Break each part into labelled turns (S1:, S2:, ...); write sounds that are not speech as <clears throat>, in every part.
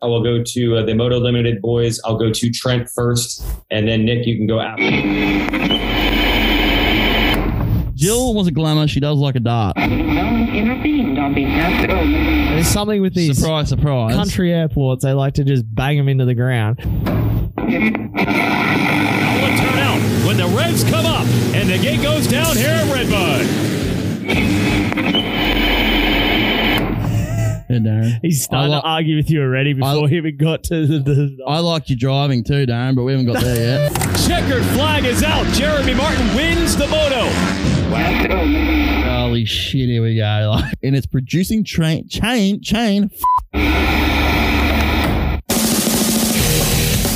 S1: I will go to uh, the Moto Limited boys. I'll go to Trent first, and then Nick, you can go after.
S2: Jill was a glamour. She does like a dart.
S3: Someone's intervened on behalf of
S4: There's something with these
S2: Surprise, surprise.
S4: country airports. They like to just bang them into the ground.
S5: One turnout when the revs come up and the gate goes down here at Redbud.
S2: Yeah, Darren.
S4: He's starting
S2: I like-
S4: to argue with you already before he even got to the. the
S2: I liked your driving too, Darren, but we haven't got there yet.
S5: Checkered flag is out. Jeremy Martin wins the moto.
S2: <laughs> Holy shit, here we go. Like, and it's producing train chain chain. F-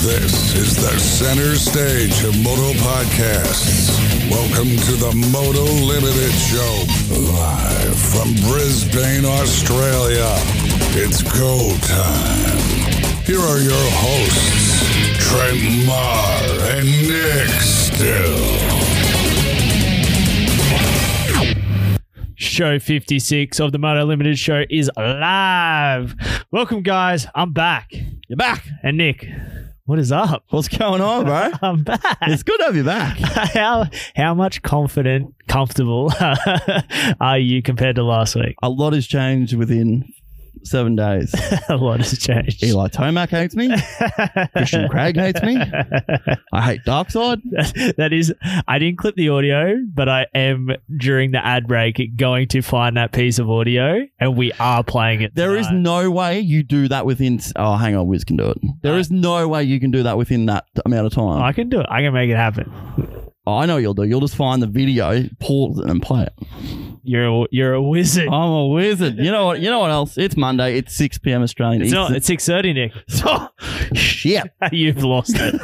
S6: This is the center stage of Moto Podcasts. Welcome to the Moto Limited Show, live from Brisbane, Australia. It's go time. Here are your hosts, Trent Marr and Nick Still.
S4: Show 56 of the Moto Limited show is live. Welcome, guys. I'm back.
S2: You're back.
S4: And Nick, what is up? <laughs>
S2: What's going on, bro?
S4: I'm back.
S2: <laughs> it's good to have you back.
S4: how how much confident, comfortable <laughs> are you compared to last week? <laughs>
S2: A lot has changed within seven days.
S4: A lot has
S2: <laughs>
S4: changed.
S2: Eli Tomac hates me.
S4: <laughs>
S2: Christian Craig hates me. I hate Darkseid.
S4: <laughs> that is, I didn't clip the audio, but I am during the ad break going to find that piece of audio, and we are playing it.
S2: There is
S4: tonight.
S2: no way you do that within. Oh, hang on, Wiz can do it. There is no way you can do that within that amount of time.
S4: I can do it. I can make it happen.
S2: Oh, I know what you'll do. You'll just find the video, pause it, and play it.
S4: You're a, you're a wizard.
S2: I'm a wizard. You know what? You know what else? It's Monday. It's 6 p.m. Australian.
S4: it's not.
S2: Eastern-
S4: It's six thirty, Nick. <laughs>
S2: <laughs> shit.
S4: You've lost it.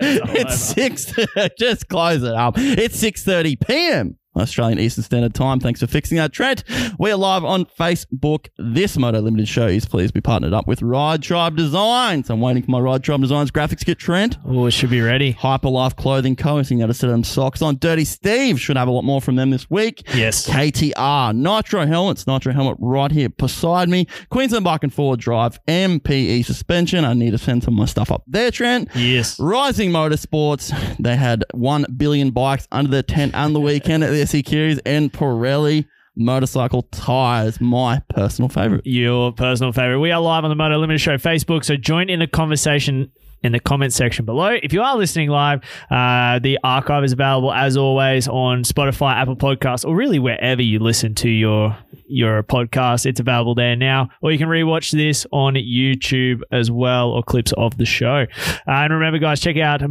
S2: It's six. <laughs> just close it up. It's six thirty p.m. Australian Eastern Standard Time. Thanks for fixing that, Trent. We are live on Facebook. This Moto Limited show is pleased to be partnered up with Ride Tribe Designs. I'm waiting for my Ride Tribe Designs graphics kit, Trent.
S4: <laughs> Oh, it should be ready.
S2: Hyperlife Clothing Co. is now to set them socks on. Dirty Steve should have a lot more from them this week.
S4: Yes.
S2: KTR, Nitro helmets, Nitro helmet right here beside me. Queensland Bike and Forward Drive, MPE suspension. I need to send some of my stuff up there, Trent.
S4: Yes.
S2: Rising Motorsports, they had 1 billion bikes under their tent on the weekend at the SC Curies and Pirelli motorcycle tires, my personal favorite.
S4: your personal favorite. We are live on the Moto Limited Show Facebook, so join in the conversation in the comment section below. If you are listening live, uh, the archive is available as always on Spotify, Apple Podcasts, or really wherever you listen to your your podcast. It's available there now, or you can rewatch this on YouTube as well, or clips of the show. Uh, and remember, guys, check out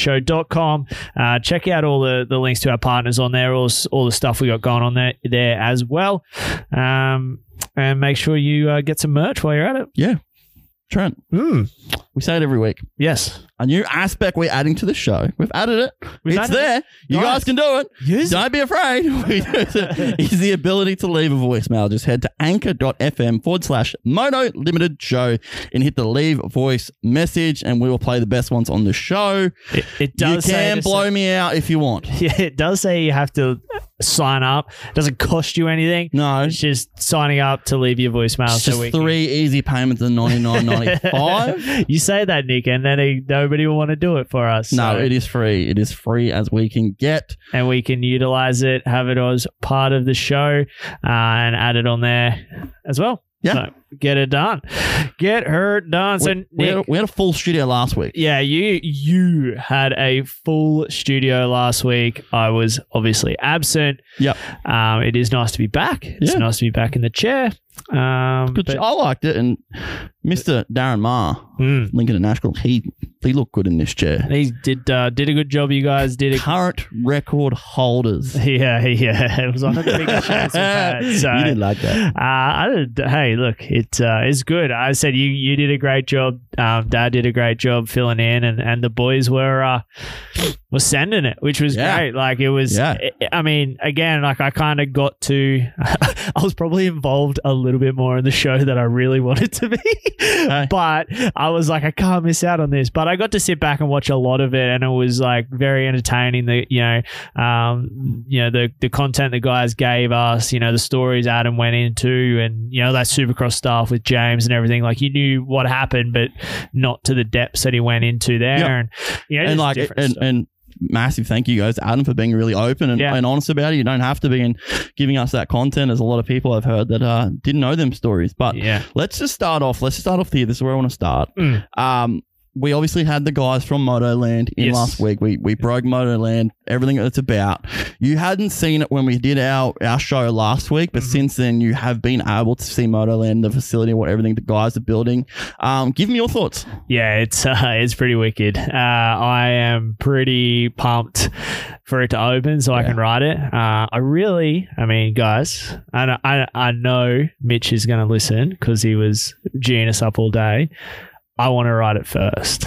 S4: motolimittedshow.com. Uh, check out all the, the links to our partners on there, all, s- all the stuff we got going on there there as well. Um, and make sure you uh, get some merch while you're at it.
S2: Yeah. Trent,
S4: Mm.
S2: we say it every week.
S4: Yes.
S2: A new aspect we're adding to the show. We've added it.
S4: We've
S2: it's
S4: added
S2: there. You
S4: Nice.
S2: guys can do it.
S4: Use
S2: Don't be afraid. <laughs> is the ability to leave a voicemail. Just head to anchor.fm forward slash mono limited show and hit the leave voice message, and we will play the best ones on the show.
S4: It, it does
S2: you
S4: say
S2: can
S4: to
S2: blow me out if you want.
S4: s- <laughs> yeah, it does say you have to sign up. It doesn't cost you anything.
S2: No,
S4: It's just signing up to leave your voicemail.
S2: it's
S4: so
S2: just
S4: we can-
S2: three easy payments of ninety nine ninety
S4: <laughs>
S2: five.
S4: you say that, Nick, and then he, nobody will want to do it for us.
S2: No,
S4: so-
S2: it is free. It is free as we can get.
S4: and we can utilize it, have it as part of the show, uh, and add it on there as well.
S2: Yeah.
S4: So get it done. Get her done. So,
S2: we, we, had a,
S4: Nick,
S2: we had a full studio last week.
S4: yeah, you you had a full studio last week. I was obviously absent.
S2: Yep.
S4: Um, it is nice to be back. It's
S2: Yeah.
S4: nice to be back in the chair. Um,
S2: Good
S4: but-
S2: show. I liked it, and Mister Darren Marr,
S4: Mm.
S2: Lincoln National, he he looked good in this chair.
S4: he did uh, did a good job. You guys did a
S2: Current record
S4: <laughs>
S2: holders.
S4: yeah yeah. <laughs> It was on a
S2: <laughs>
S4: big show. So
S2: you didn't like that.
S4: Uh, I don't, hey, look, it uh, is good. I said you you did a great job. Um, Dad did a great job filling in, and, and the boys were uh, were sending it, which was
S2: Yeah.
S4: great. Like it was.
S2: Yeah.
S4: I- I mean, again, like I kind of got to. <laughs> I was probably involved a little bit <laughs>
S2: Uh.
S4: more in the show than I really wanted to be, but I was like, I can't miss out on this. But I I got to sit back and watch a lot of it, and it was like very entertaining. The you know, um, you know the the content the guys gave us, you know the stories Adam went into, and you know that Supercross stuff with James and everything. Like you knew what happened, but not to the depths that he went into there.
S2: Yeah.
S4: And you know,
S2: and
S4: just
S2: like
S4: different
S2: and,
S4: stuff.
S2: and massive thank you guys to adam for being really open and,
S4: Yeah.
S2: and honest about it you don't have to be and giving us that content as a lot of people i've heard that uh, didn't know them stories but
S4: yeah,
S2: let's just start off let's just start off here this is where i want to start
S4: Mm.
S2: um, we obviously had the guys from motoland in
S4: Yes.
S2: last week we, we broke motoland everything that it's about you hadn't seen it when we did our, our show last week but
S4: Mhm.
S2: since then you have been able to see motoland the facility what everything the guys are building um, give me your thoughts
S4: yeah, it's uh, it's pretty wicked. Uh, I am pretty pumped for it to open so I
S2: Yeah.
S4: can ride it. Uh, I really, I mean, guys, I know, I, I know Mitch is going to listen because he was G'ing us up all day. I want to ride it first.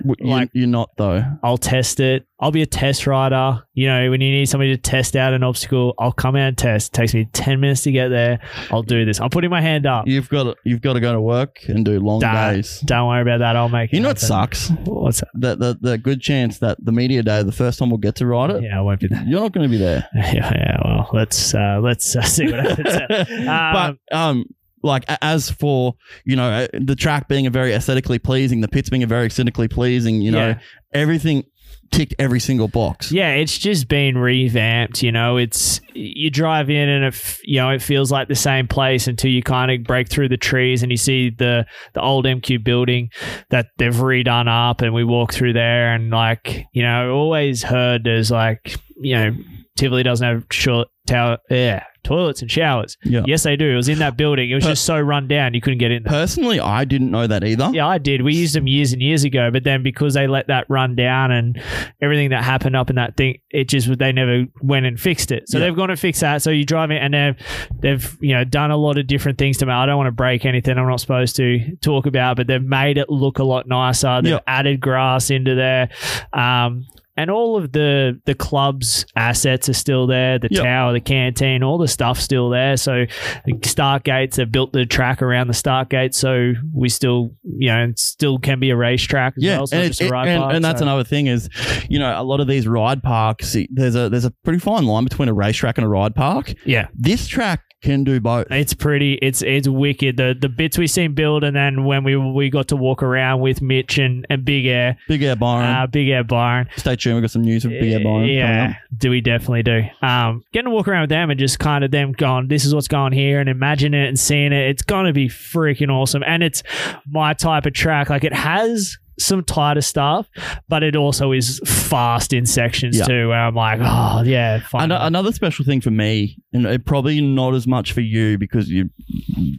S2: W- you-
S4: Like-
S2: you're not though
S4: I'll test it. I'll be a test rider. You know, when you need somebody to test out an obstacle, I'll come out and test. takes me 10 minutes to get there. I'll do this. I'm putting my hand up.
S2: You've got to, you've got to go to work and do long
S4: Nah.
S2: days.
S4: Don't worry about that. I'll make
S2: You know
S4: it.
S2: it sucks.
S4: What's
S2: The, the the good chance that the media day, the first time we'll get to ride
S4: that?
S2: it,
S4: Yeah, I won't be there. <laughs>
S2: you're not going to be there.
S4: yeah, yeah. Well, let's uh, let's uh, see
S2: <laughs>
S4: what happens.
S2: but um, like a- as for you know uh, the track being a very aesthetically pleasing, the pits being a very aesthetically pleasing, you know
S4: Yeah.
S2: everything ticked every single box.
S4: yeah, it's just been revamped. You know, it's you drive in and it, f- you know it feels like the same place until you kind of break through the trees and you see the the old MQ building that they've redone up, and we walk through there and like you know always heard there's like you know Tivoli doesn't have short tower yeah toilets and showers.
S2: Yeah.
S4: Yes, they do. It was in that building. It was just so run down you couldn't get in there.
S2: Personally, I didn't know that either.
S4: Yeah, I did. We used them years and years ago, but then because they let that run down and everything that happened up in that thing, it just they never went and fixed it. So
S2: Yeah.
S4: they've gone and fixed that. So you drive it, and they've they've you know done a lot of different things to me. I don't want to break anything. I'm not supposed to talk about, but they've made it look a lot nicer. They've
S2: Yeah.
S4: added grass into there. Um, and all of the the club's assets are still there the
S2: Yep.
S4: tower the canteen all the stuff still there so the start gates have built the track around the start gate so we still you know it still can be a racetrack as
S2: Yeah,
S4: well, so
S2: and,
S4: not
S2: it-
S4: just a
S2: it-
S4: ride
S2: and,
S4: park,
S2: and that's
S4: so-
S2: another thing is, you know, a lot of these ride parks. it- There's a there's a pretty fine line between a racetrack and a ride park.
S4: yeah
S2: This track can do both.
S4: it's pretty it's it's wicked the the bits we seen build and then when we we got to walk around with mitch and and big air
S2: Big Air Byron.
S4: uh, big air byron
S2: Stay tuned. We've got some news of Big Air Byron
S4: Yeah, do we definitely do. Um, getting to walk around with them and just kind of them going, this is what's going here, and imagine it and seeing it. It's gonna be freaking awesome, and it's my type of track. Like it has some tighter stuff, but it also is fast in sections
S2: Yeah.
S4: too. Where I'm like, oh yeah,
S2: coming
S4: fine.
S2: up. An- another special thing for me, and it probably not as much for you because you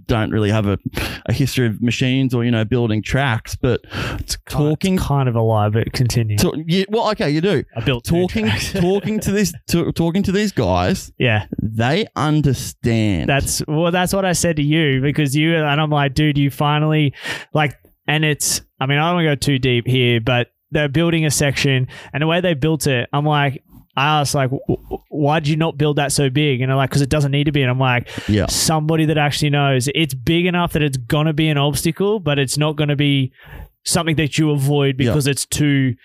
S2: don't really have a, a history of machines or, you know, building tracks, but it's talking.
S4: It's kind of a lie, but continue.
S2: To, yeah, well, okay, you do.
S4: I built two
S2: Talking,
S4: tracks. <laughs>
S2: talking to this, to, talking to these guys,
S4: yeah,
S2: they understand.
S4: that's well, that's what I said to you because you and I'm like, dude, you finally like, and it's. I mean, I don't want to go too deep here, but they're building a section, and the way they built it, I'm like. I asked, like, "W- w- why'd you not build that so big? And they're like, because it doesn't need to be. And I'm like,
S2: yeah.
S4: somebody that actually knows it's big enough that it's going to be an obstacle, but it's not going to be something that you avoid
S2: Yeah.
S4: because it's too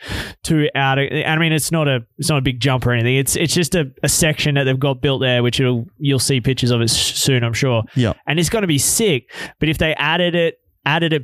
S4: too out of I mean it's not a it's not a big jump or anything it's it's just a, a section that they've got built there which you'll you'll see pictures of it s- soon I'm sure
S2: Yeah.
S4: and it's going to be sick but if they added it added a,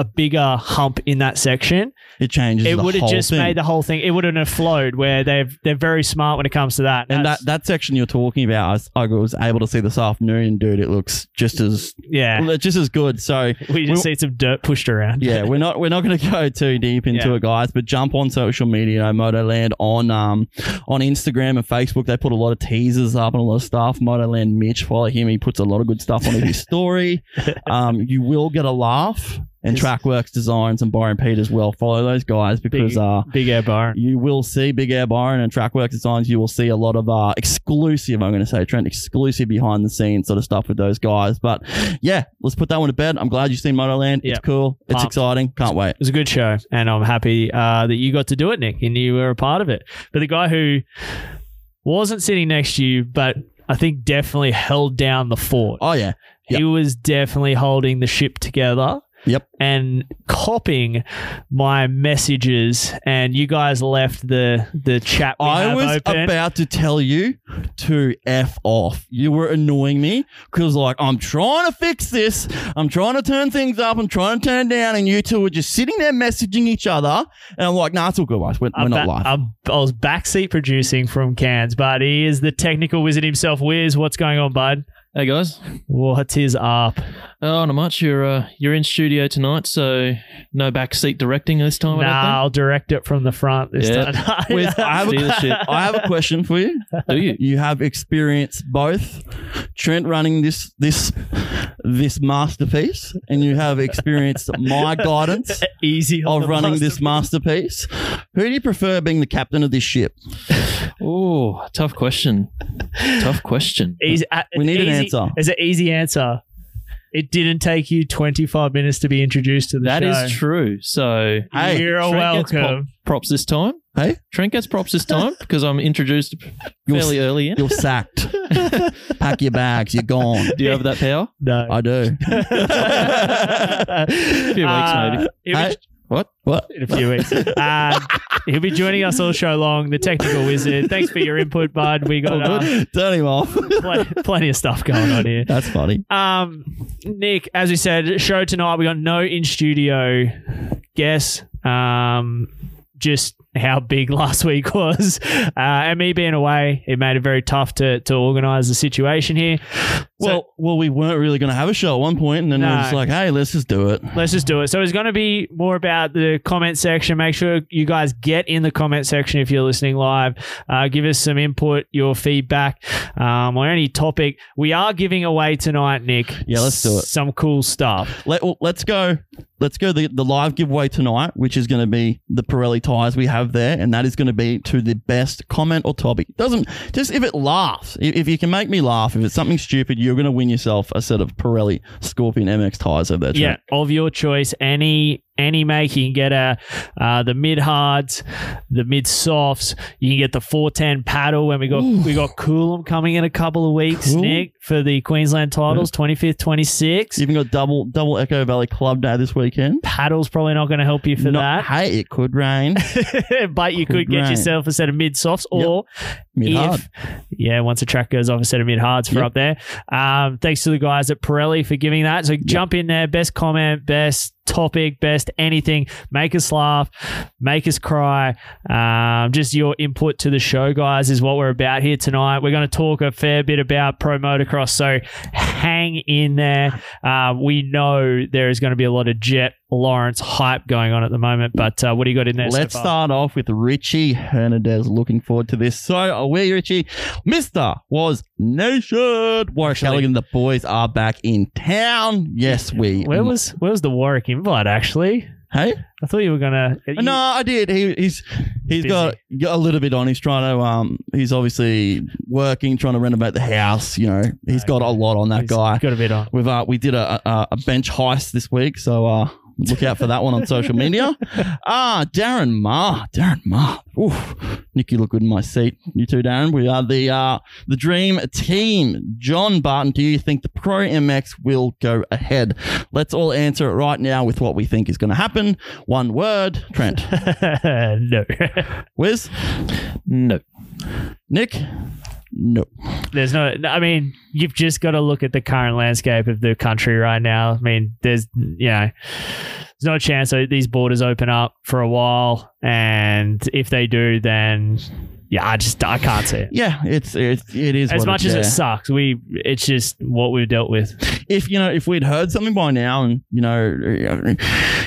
S4: a bigger hump in that section
S2: It changes.
S4: it
S2: the
S4: would have
S2: whole
S4: just
S2: thing.
S4: made the whole thing it wouldn't have flowed where they've they're very smart when it comes to that
S2: and that,
S4: That's-
S2: that section you're talking about, I s- I, was able to see this afternoon, dude. It looks just as
S4: yeah
S2: well, just as good. So
S4: we just
S2: we-
S4: see some dirt pushed around <laughs>
S2: yeah, we're not we're not going to go too deep into
S4: Yeah.
S2: it, guys. But jump on social media, you know, Motoland on um on Instagram and Facebook. They put a lot of teasers up and a lot of stuff. Motoland Mitch, follow him. He puts a lot of good stuff on
S4: <laughs>
S2: his story. Um, you will get a laugh. And
S4: Yes.
S2: Trackworks Designs and Byron Pete as well. Follow those guys because
S4: Big-
S2: uh,
S4: big air bar
S2: you will see Big Air Byron and Trackworks Designs. You will see a lot of uh, exclusive, I'm going to say, Trent, exclusive behind the scenes sort of stuff with those guys. But yeah, let's put that one to bed. I'm glad you've seen Motoland.
S4: Yeah.
S2: It's cool. It's
S4: Pumped.
S2: exciting. Can't wait.
S4: It was a good show, and I'm happy uh, that you got to do it, Nick, and you were a part of it. But the guy who wasn't sitting next to you, but I think definitely held down the fort.
S2: Oh, yeah. yeah.
S4: He was definitely holding the ship together.
S2: Yep.
S4: and copying my messages, and you guys left the the chat. We
S2: I
S4: have
S2: was
S4: open.
S2: about to tell you to F off. You were annoying me because, like, I'm trying to fix this. I'm trying to turn things up. I'm trying to turn it down. And you two were just sitting there messaging each other. And I'm like, nah, it's all good, guys. We're, we're
S4: I'm
S2: not
S4: ba-
S2: live.
S4: I'm- i was backseat producing from Cairns, but he is the technical wizard himself. Wiz, what's going on, bud?
S7: Hey guys,
S4: What is up?
S7: oh, not much. You're uh, you're in studio tonight, so no backseat directing this time.
S4: Nah,
S7: I
S4: I'll direct it from the front this
S7: <laughs> Yeah.
S4: time. <laughs>
S2: With- I, have
S7: don't think.
S2: a,
S7: See the shit.
S2: I have a question for you.
S7: Do you?
S2: You have experienced both Trent running this this this masterpiece, and you have experienced <laughs> my guidance
S4: Easy on
S2: of
S4: the
S2: Oh, running
S4: master-
S2: this masterpiece. Who do you prefer being the captain of this ship?
S7: Oh, tough question. tough question.
S4: Easy, uh,
S2: We need an
S4: easy-
S2: answer.
S4: It's an easy answer. It didn't take you 25 minutes to be introduced to the
S7: That
S4: show.
S7: is true. So
S2: Hey,
S4: You're
S7: Trent gets
S4: welcome.
S7: prop- props this time.
S2: Hey?
S7: Trent gets props
S4: <laughs>
S7: this time because I'm introduced
S2: You're
S7: fairly early in.
S2: <laughs> You're sacked. Pack your bags. You're gone.
S7: Do you have that power?
S4: No.
S2: I do.
S4: <laughs> a
S7: few weeks, maybe.
S2: Hey,
S7: What?
S2: what?
S4: Uh, in a few weeks. Uh, he'll be joining us all show long. The technical wizard. Thanks for your input, bud. We got uh,
S2: Turn him off. <laughs>
S4: pl- plenty of stuff going on here.
S2: That's funny.
S4: Um, Nick, as we said, show tonight. We got no in studio guess. Um, just how big <laughs> last week was, uh, and me being away, it made it very tough to to organise the situation here.
S2: Well, well, we weren't really going to have a show at one point, and then we
S4: No.
S2: were just like, "Hey, let's just do it."
S4: Let's just do it. So it's going to be more about the comment section. Make sure you guys get in the comment section if you're listening live. Uh, give us some input, your feedback, um, or any topic. We are giving away tonight, Nick.
S2: Yeah, let's do it.
S4: Some cool stuff.
S2: Let, well, let's go. Let's go the, the live giveaway tonight, which is going to be the Pirelli tires we have there, and that is going to be to the best comment or topic. Doesn't just if it laughs. If, if you can make me laugh, if it's something stupid, you're going to win yourself a set of Pirelli Scorpion MX tires over there. Trent.
S4: Yeah, of your choice. Any any make you can get a uh, the mid hards, the mid softs. You can get the 410 paddle. When we got we got Coolum coming in a couple of weeks,
S2: Cool.
S4: Nick, for the Queensland titles, 25th, 26th.
S2: Even got double double Echo Valley Club Day this weekend.
S4: paddle's probably not going to help you for
S2: Not- Hey, it could
S4: <laughs>
S2: rain.
S4: that, but you could get
S2: Right.
S4: yourself a set of mid softs or
S2: Mid hard.
S4: if, yeah, once a track goes off, a set of mid hards for
S2: Yep.
S4: up there. Um, thanks to the guys at Pirelli for giving that. So jump in there, best comment, best topic, best anything. Make us laugh, make us cry. Um, just your input to the show, guys, is what we're about here tonight. We're going to talk a fair bit about pro motocross, so hang in there. Uh, we know there is going to be a lot of Jet Lawrence hype going on at the moment, but uh, what do you got in there? so
S2: Let's
S4: far?
S2: start off with Richie Hernandez. Looking forward to this. So, away, Richie. Mister was nation. Warwick Halligan, the boys are back in town. Yes, we.
S4: Where was where was the Warwick invite? Actually,
S2: Hey?
S4: I thought you were gonna. you-
S2: no, I did. He, he's he's
S4: Busy.
S2: got, got a little bit on. He's trying to um. He's obviously working, trying to renovate the house. You know, he's got a lot on that
S4: he's
S2: guy.
S4: got a bit on.
S2: We've uh, we did a, a a bench heist this week, so uh, look out for that one on social
S4: <laughs>
S2: media. Ah, Darren Ma, Darren Ma. Oof, Nick, you look good in my seat. You too, Darren. We are the uh the dream team. John Barton, do you think the Pro MX will go ahead? Let's all answer it right now with what we think is going to happen. One word,
S4: <laughs>
S2: Trent.
S4: <laughs> no, <laughs>
S2: Wiz,
S7: No.
S2: Nick, no.
S4: there's no. I mean, you've just got to look at the current landscape of the country right now. I mean, there's you know, there's no chance that these borders open up for a while, and if they do, then yeah, I just I can't see it.
S2: Yeah, it's it's it is
S4: As
S2: what
S4: much as
S2: yeah.
S4: it sucks, we it's just what we've dealt with.
S2: if you know if we'd heard something by now and you know uh,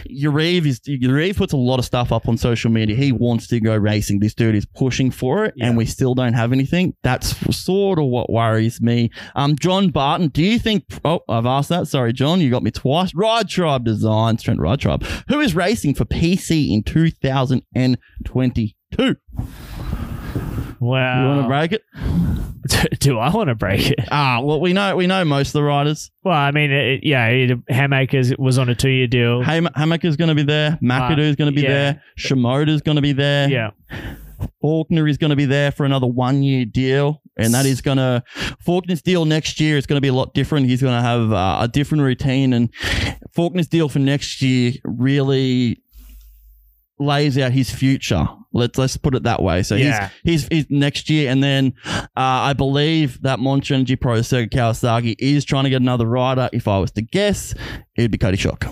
S2: Yariv is Yariv puts a lot of stuff up on social media he wants to go racing this dude is pushing for it and we still don't have anything that's sort of what worries me um John Barton do you think oh I've asked that sorry John you got me twice Ride Tribe Designs Trent Ride Tribe who is racing for PC in 2022
S4: Wow.
S2: you want
S4: <laughs>
S2: to break it
S4: Do I want to break it?
S2: ah well we know we know most of the riders
S4: Well, I mean, it, yeah, it, Hamakers was on a two-year deal.
S2: Ham- Hammaker's going to be there McAdoo's going to be
S4: yeah.
S2: there Shimoda's going to be there
S4: yeah.
S2: Faulkner is going to be there for another one year deal. And that is going to, Faulkner's deal next year is going to be a lot different. He's going to have uh, a different routine. And Faulkner's deal for next year really lays out his future. Let's let's put it that way. So
S4: Yeah.
S2: he's, he's he's next year, and then uh, I believe that Monster Energy Pro Sergei Kawasaki is trying to get another rider. If I was to guess, it'd be Cody Shock.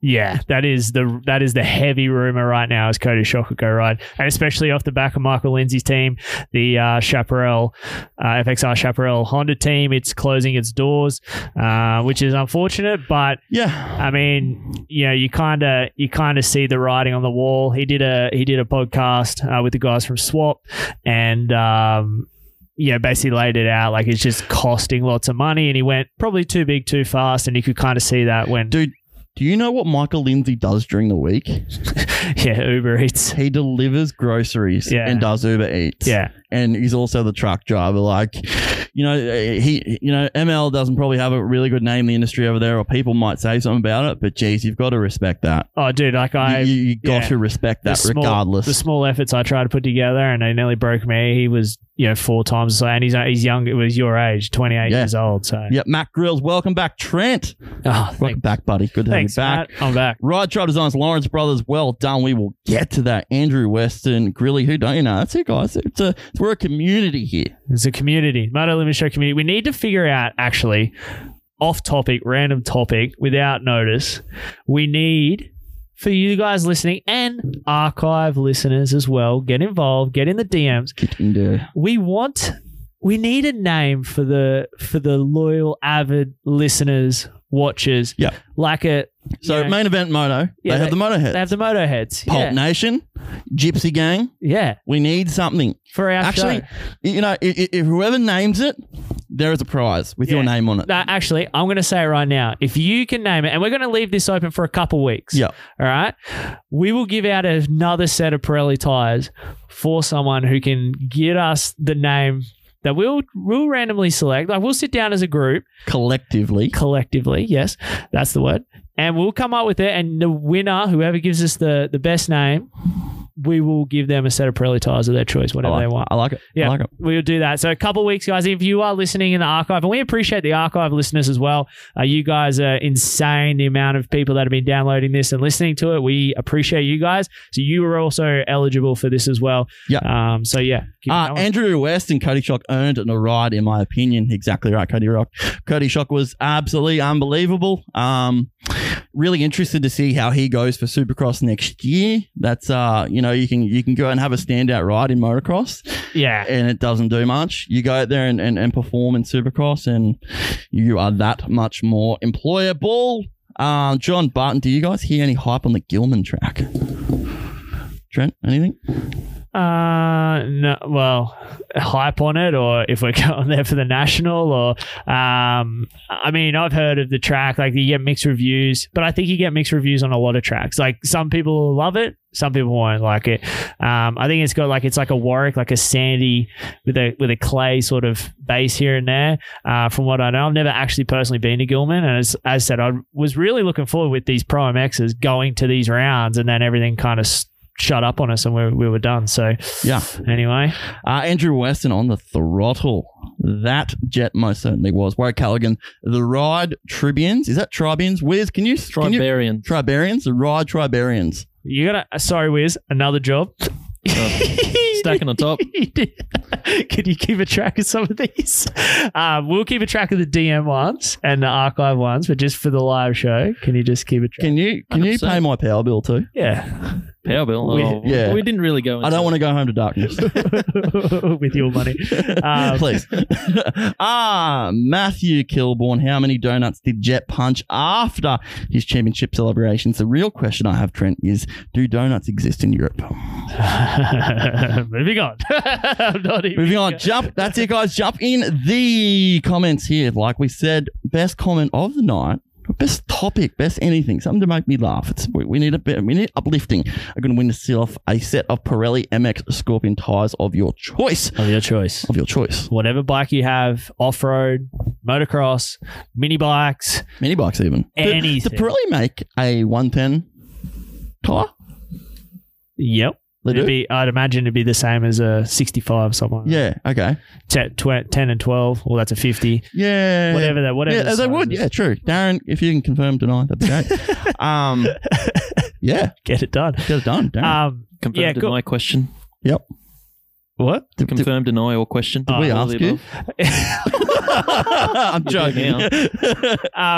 S4: Yeah, that is the that is the heavy rumor right now is Cody Shock would go ride, and especially off the back of Michael Lindsay's team, the uh, Chaparral uh, FXR Chaparral Honda team. It's closing its doors, uh, which is unfortunate, but
S2: Yeah,
S4: I mean, you know, you kind of you kind of see the writing on the wall. He did a he did a podcast uh, with the guys from Swap, and um, you know, basically laid it out like it's just costing lots of money, and he went probably too big, too fast, and you could kind of see that when
S2: dude. Do you know what Michael Lindsay does during the week?
S4: <laughs> yeah, Uber Eats.
S2: He delivers groceries
S4: Yeah.
S2: and does Uber Eats.
S4: Yeah,
S2: and he's also the truck driver. Like, you know, he, you know, ML doesn't probably have a really good name in the industry over there, or people might say something about it. But geez, you've got to respect that.
S4: Oh, dude, like
S2: You-
S4: I.
S2: you you got
S4: yeah.
S2: to respect
S4: the
S2: that
S4: small-
S2: regardless.
S4: the small efforts I tried to put together, and they nearly broke me. He was, you know, four times, and he's he's young. It was your age, twenty eight
S2: Yeah.
S4: years old. So,
S2: yep, Matt Grills, welcome back, Trent.
S4: oh,
S2: Welcome
S4: thank-
S2: back, buddy. Good to
S4: thanks,
S2: have you back.
S4: Matt. I'm back.
S2: Ride Tribe Designs, Lawrence Brothers. Well done. We will get to that. Andrew Weston, Grilly. Who don't you know? That's it, guys. It's a, we're a community here.
S4: It's a community, Moto Limit Show community. We need to figure out actually, off topic, random topic, without notice. We need for you guys listening and archive listeners as well. Get involved. Get in the DMs.
S2: Kick into
S4: we want we need a name for the for the loyal avid listeners watchers
S2: Yeah.
S4: like a
S2: so
S4: you know,
S2: main event moto.
S4: Yeah,
S2: they have
S4: they-
S2: the moto
S4: they
S2: head.
S4: have the moto heads
S2: Pulp
S4: yeah.
S2: Nation, Gypsy Gang.
S4: yeah
S2: We need something.
S4: for our
S2: Actually,
S4: show.
S2: you know, if, if whoever names it, there is a prize with your
S4: Yeah.
S2: name on it.
S4: No, actually i'm going to say it right now if you can name it and we're going to leave this open for a couple weeks
S2: Yeah.
S4: all right we will give out another set of pirelli tires for someone who can get us the name that we'll we'll randomly select like we'll sit down as a group
S2: Collectively,
S4: collectively. Yes, that's the word. And we'll come up with it. And the winner, whoever gives us the, the best name, we will give them a set of Pirelli tires of their choice,
S2: I
S4: whatever
S2: like,
S4: they want.
S2: I like it.
S4: Yeah,
S2: I like it.
S4: we'll do that. So a couple weeks, guys. If you are listening in the archive, and we appreciate the archive listeners as well. Uh, you guys are insane. The amount of people that have been downloading this and listening to it, we appreciate you guys. So you are also eligible for this as well.
S2: Yeah.
S4: Um. So yeah. keep
S2: Uh,
S4: going.
S2: Andrew West and Cody Shock earned it in a ride, in my opinion. Exactly right, Cody Rock. Cody Shock was absolutely unbelievable. Um, really interested to see how he goes for Supercross next year. That's uh, you know, you can you can go and have a standout ride in motocross,
S4: yeah.
S2: and it doesn't do much. You go out there and, and, and perform in Supercross, and you are that much more employable. Um, John Barton, do you guys hear any hype on the Gilman track? Trent, anything?
S4: Uh no well hype on it or if <laughs> we're going there for the national or um I mean I've heard of the track like you get mixed reviews but I think you get mixed reviews on a lot of tracks like some people love it some people won't like it um I think it's got like it's like a Warwick like a sandy with a with a clay sort of base here and there uh from what I know I've never actually personally been to Gilman and as, as said I was really looking forward with these Pro MXs going to these rounds and then everything kind of shut up on us and we, we were done. So
S2: Yeah.
S4: anyway,
S2: Uh, Andrew Weston on the throttle. That jet most certainly was. Warwick Callaghan, the Ride Tribunes. Is that Tribunes? Wiz, can you? Can you
S7: Tribarian.
S2: Tribarians? The Ride Tribarians.
S4: you gotta uh, sorry, Wiz, another job. <laughs>
S7: Stacking on top.
S4: Could you keep a track of some of these? Um, we'll keep a track of the DM ones and the archive ones, but just for the live show, can you just keep a track?
S2: Can you can you
S7: 100%.
S2: pay my power bill too?
S4: Yeah,
S7: Power bill.
S4: We-
S7: Oh,
S2: yeah.
S7: We didn't really go.
S2: I don't want to go home to darkness.
S4: <laughs> with your money. Um,
S2: Please. ah, Matthew Kilborn, how many donuts did Jet punch after his championship celebrations? The real question I have, Trent, is do donuts exist in Europe?
S4: <laughs> Moving on. <laughs> I'm not even-
S2: Moving on, jump. That's it, guys. Jump in the comments here. Like we said, best comment of the night. Best topic, best anything, something to make me laugh. It's we, we need a bit, we need uplifting. I'm gonna win yourself a set of Pirelli MX Scorpion tires of your choice,
S4: Of your choice.
S2: of your choice,
S4: Whatever bike you have, off road, motocross, mini bikes,
S2: mini bikes even. Do-
S4: anything.
S2: Do Pirelli make a 110 tire?
S4: yep.
S2: They
S4: It'd
S2: do?
S4: be, I'd imagine it'd be the same as a 65 somewhere.
S2: Yeah. Okay.
S4: Te- tw- 10 and 12. Well, that's a 50.
S2: Yeah.
S4: Whatever that, whatever.
S2: Yeah,
S4: the
S2: they
S4: size
S2: would.
S4: is.
S2: Yeah, true. Darren, if you can confirm, deny, that'd be
S4: <laughs>
S2: great. um, yeah,
S4: Get it done.
S2: get it done. Darren.
S4: Um,
S7: Confirm,
S4: Yeah, cool.
S7: deny, question.
S2: yep.
S4: what?
S2: Did- did-
S7: Confirm, deny, or question.
S2: did
S4: Ah,
S2: we
S7: All of
S2: ask
S7: the
S2: you?
S7: above.
S2: <laughs> I'm joking.
S7: now.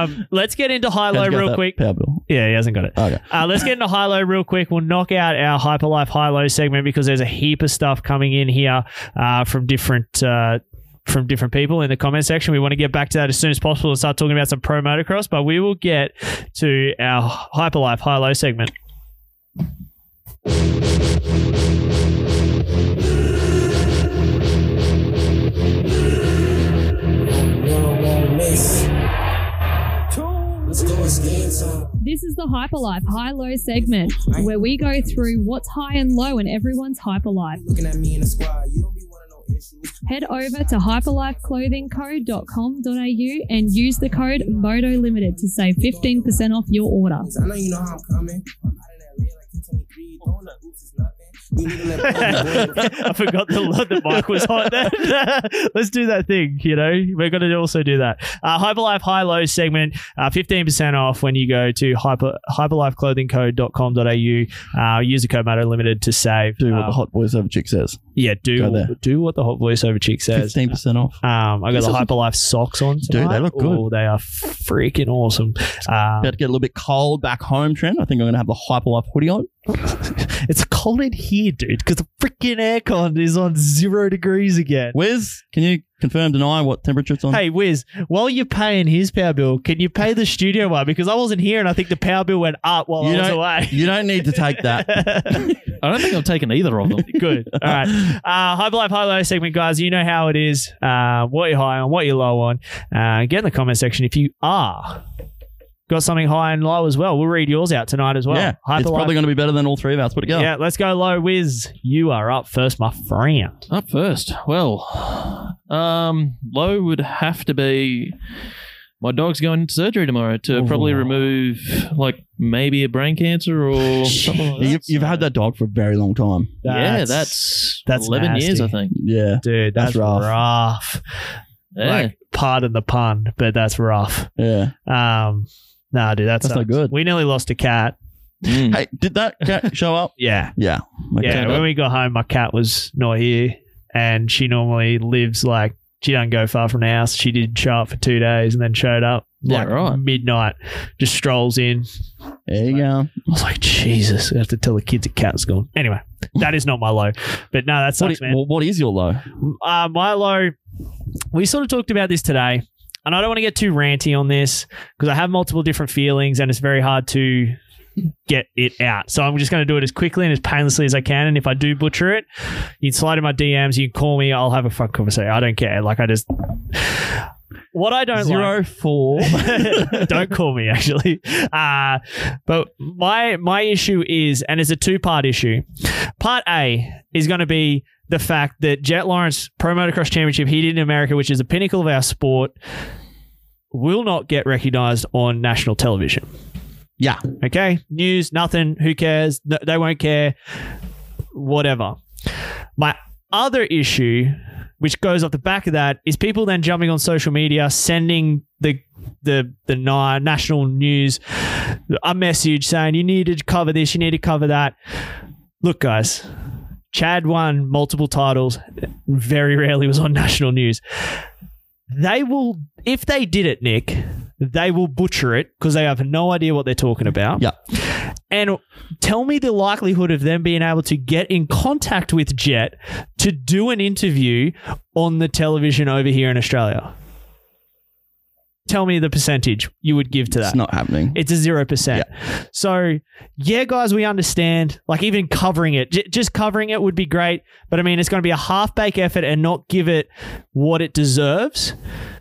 S4: Um, let's get into high low
S2: How'd you get
S4: real
S2: that
S4: quick.
S2: Power bill.
S4: Yeah, he hasn't
S2: <laughs>
S4: got it.
S2: Okay.
S4: Uh, let's get into high low real quick. We'll knock out our hyperlife high low segment because there's a heap of stuff coming in here uh, from different. Uh, from different people in the comment section. We want to get back to that as soon as possible and start talking about some pro motocross, but we will get to our Hyperlife High Low segment.
S8: This is the Hyperlife High Low segment, where we go through what's high and low in everyone's hyperlife. Head over to hyperlifeclothingco.com.au and use the code MOTO Limited to save 15% off your order.
S4: I forgot the, the mic was hot <laughs> then. Let's do that thing, you know? We're going to also do that. Uh, Hyperlife High Low segment, uh, 15% off when you go to hyper, hyperlifeclothingco.com.au. Uh, use the code MATO Limited to save.
S2: Do what
S4: Uh,
S2: the hot voice over chick says.
S4: yeah,
S2: Go
S4: do,
S2: there.
S4: do what the hot voiceover chick says.
S2: Fifteen percent off.
S4: Um, I got
S2: This
S4: the
S2: is-
S4: Hyperlife socks on.
S2: they
S4: tonight.
S2: look good.
S4: Oh, they are freaking awesome. Um,
S2: About to get a little bit cold back home, Trent. I think I'm going to have the hyperlife hoodie on.
S4: it's cold in here, dude, because the freaking aircon is on zero degrees again.
S2: Wiz, can you confirm, deny what temperature it's on?
S4: Hey Wiz, while you're paying his power bill, can you pay the studio one? Because I wasn't here, and I think the power bill went up while
S2: You
S4: I was
S2: don't-
S4: away.
S2: you don't need to take that.
S7: I don't think I've taken either of them.
S4: Good. <laughs> All right. Uh, high life, high low segment, guys. You know how it is. Uh, what you're high on, what you're low on. Uh, get in the comment section if you are got something high and low as well. We'll read yours out tonight as well.
S2: yeah,
S4: Hyper
S2: it's
S4: life-
S2: probably going to be better than all three of us put together.
S4: yeah. Let's go low, Wiz. You are up first, my friend.
S7: Up first. Well, um, low would have to be my dog's going into surgery tomorrow to probably remove like maybe a brain cancer or something like that.
S2: You've, you've
S4: uh,
S2: had that dog for a very long time.
S7: yeah,
S4: That's-
S7: that's
S4: that's
S7: that's eleven years,
S4: nasty.
S7: I think.
S2: Yeah.
S4: Dude, that's,
S2: That's rough.
S4: rough.
S7: Yeah.
S4: Like, pardon the pun, but that's rough.
S2: Yeah.
S4: Um, nah, dude, that's
S2: That's not good.
S4: We nearly lost a cat.
S2: <laughs>
S7: Mm.
S2: Hey, did that
S4: <laughs>
S2: cat show up?
S4: Yeah,
S2: Hmm. Yeah. Okay.
S4: yeah. When we got home, my cat was not here, and she normally lives like she don't go far from the house. She did show up for two days and then showed up
S7: Yeah,
S4: like
S7: right.
S4: midnight, just strolls in.
S2: There you go.
S4: I was like, Jesus, I have to tell the kids a cat's gone. Anyway, that is not my low, but no, that
S2: What
S4: sucks,
S2: i-
S4: man.
S2: wh- what is your low?
S4: Uh, my low. We sort of talked about this today. And I don't want to get too ranty on this because I have multiple different feelings and it's very hard to get it out. So I'm just going to do it as quickly and as painlessly as I can. And if I do butcher it, you can slide in my DMs, you can call me, I'll have a fuck conversation. I don't care. Like I just what I don't
S2: Zero four.
S4: like <laughs> don't call me actually. Uh but my my issue is and it's a two part issue. Part A is going to be the fact that Jet Lawrence Pro Motocross Championship he did in America, which is the pinnacle of our sport, will not get recognized on national television.
S2: Yeah.
S4: Okay. News, nothing. Who cares? No, they won't care. Whatever. My other issue, which goes off the back of that, is people then jumping on social media, sending the the the na- national news a message saying you need to cover this, you need to cover that. Look, guys, Chad won multiple titles. Very rarely was on <laughs> national news. They will, if they did it, Nick, they will butcher it because they have no idea what they're talking about.
S2: Yeah.
S4: And tell me the likelihood of them being able to get in contact with Jet to do an interview on the television over here in Australia. Tell me the percentage you would give to that.
S2: It's not happening.
S4: It's a zero percent. So, yeah, guys, we understand. Like, even covering it, j- just covering it would be great. But I mean, it's going to be a half baked effort and not give it what it deserves.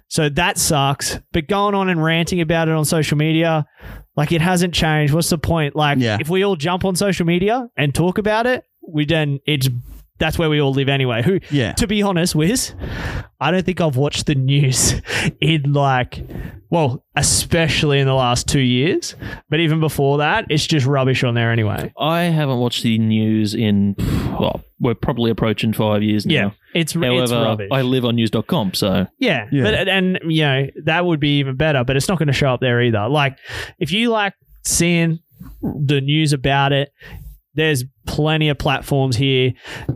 S4: So that sucks. But going on and ranting about it on social media, like it hasn't changed. What's the point? Like,
S2: Yeah.
S4: if we all jump on social media and talk about it, we then it's that's where we all live anyway. Who,
S2: Yeah.
S4: to be honest, Wiz, I don't think I've watched the news <laughs> in like, well, especially in the last two years, but even before that, it's just rubbish on there anyway.
S7: I haven't watched the news in, well, we're probably approaching five years now.
S4: Yeah, it's it's
S7: However,
S4: rubbish.
S7: I live on news.com, so
S4: Yeah,
S2: Yeah.
S4: but and you know that would be even better, but it's not going to show up there either. Like if you like seeing the news about it, there's plenty of platforms here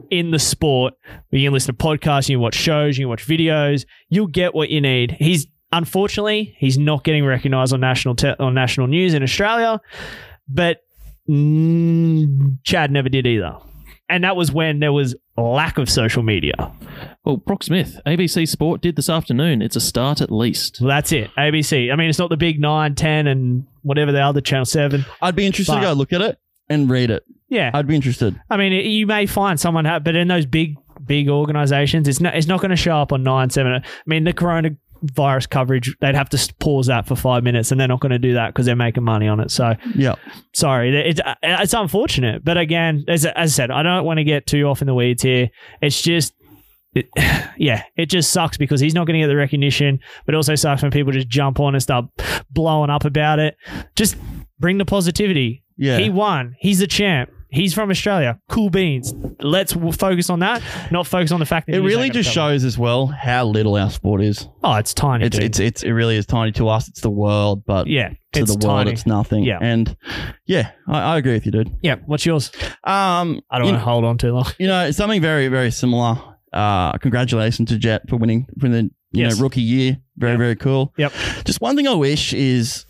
S4: in the sport. You can listen to podcasts, you can watch shows, you can watch videos. You'll get what you need. He's unfortunately he's not getting recognised on national te- on national news in Australia, but mm, Chad never did either, and that was when there was lack of social media.
S7: Well, Brock Smith, ABC Sport did this afternoon. It's a start at least.
S4: Well, that's it. ABC. I mean, it's not the big nine, ten, and whatever the other channel seven.
S2: I'd be interested to
S4: But-
S2: go look at it and read it.
S4: Yeah,
S2: I'd be interested.
S4: I mean, it- you may find someone, ha- but in those big, big organisations, it's not it's not going to show up on nine seven. I mean, the coronavirus coverage, they'd have to s- pause that for five minutes, and they're not going to do that because they're making money on it. So
S2: Yeah.
S4: sorry, it- it's uh, it's unfortunate, but again, as as I said, I don't want to get too off in the weeds here. It's just. It, <sighs> yeah, it just sucks because he's not going to get the recognition, but it also sucks when people just jump on and start blowing up about it. Just bring the positivity.
S2: Yeah.
S4: He won. He's the champ. He's from Australia. Cool beans. Let's w- focus on that, not focus on the fact that
S2: It
S4: he's
S2: really
S4: not gonna
S2: just
S4: cover
S2: shows as well how little our sport is.
S4: it. Oh, it's tiny.
S2: It's
S4: dude.
S2: it's it's it really is tiny to us. It's the world, but
S4: yeah,
S2: to
S4: it's
S2: the world,
S4: tiny.
S2: it's nothing.
S4: Yeah.
S2: and yeah, I, I agree with you, dude.
S4: yeah. What's yours?
S2: Um,
S4: I don't
S2: you,
S4: want to hold on too long.
S2: you know something very very similar. Uh, congratulations to Jet for winning for the you
S4: Yes.
S2: know rookie year. Very very cool.
S4: Yep.
S2: Just one thing I wish is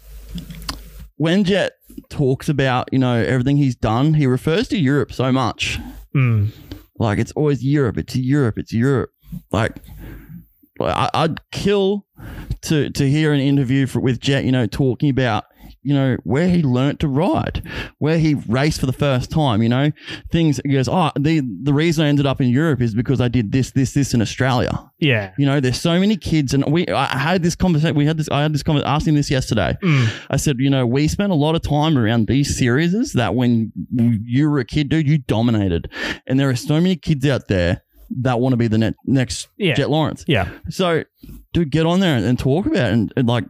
S2: when Jet talks about you know everything he's done, he refers to Europe so much.
S4: Mm.
S2: Like it's always Europe. It's Europe. It's Europe. Like I, I'd kill to to hear an interview for, with Jet. You know, talking about you know where he learnt to ride, where he raced for the first time. You know, things. He goes, oh, the the reason I ended up in Europe is because I did this, this, this in Australia.
S4: Yeah.
S2: You know, there's so many kids, and we. I had this conversation. We had this. I had this conversation. Asked him this yesterday.
S4: Mm,
S2: I said, you know, we spent a lot of time around these series that when you were a kid, dude, you dominated, and there are so many kids out there that want to be the ne- next
S4: Yeah.
S2: Jet Lawrence.
S4: Yeah.
S2: So, dude, get on there and, and talk about it, and, and like,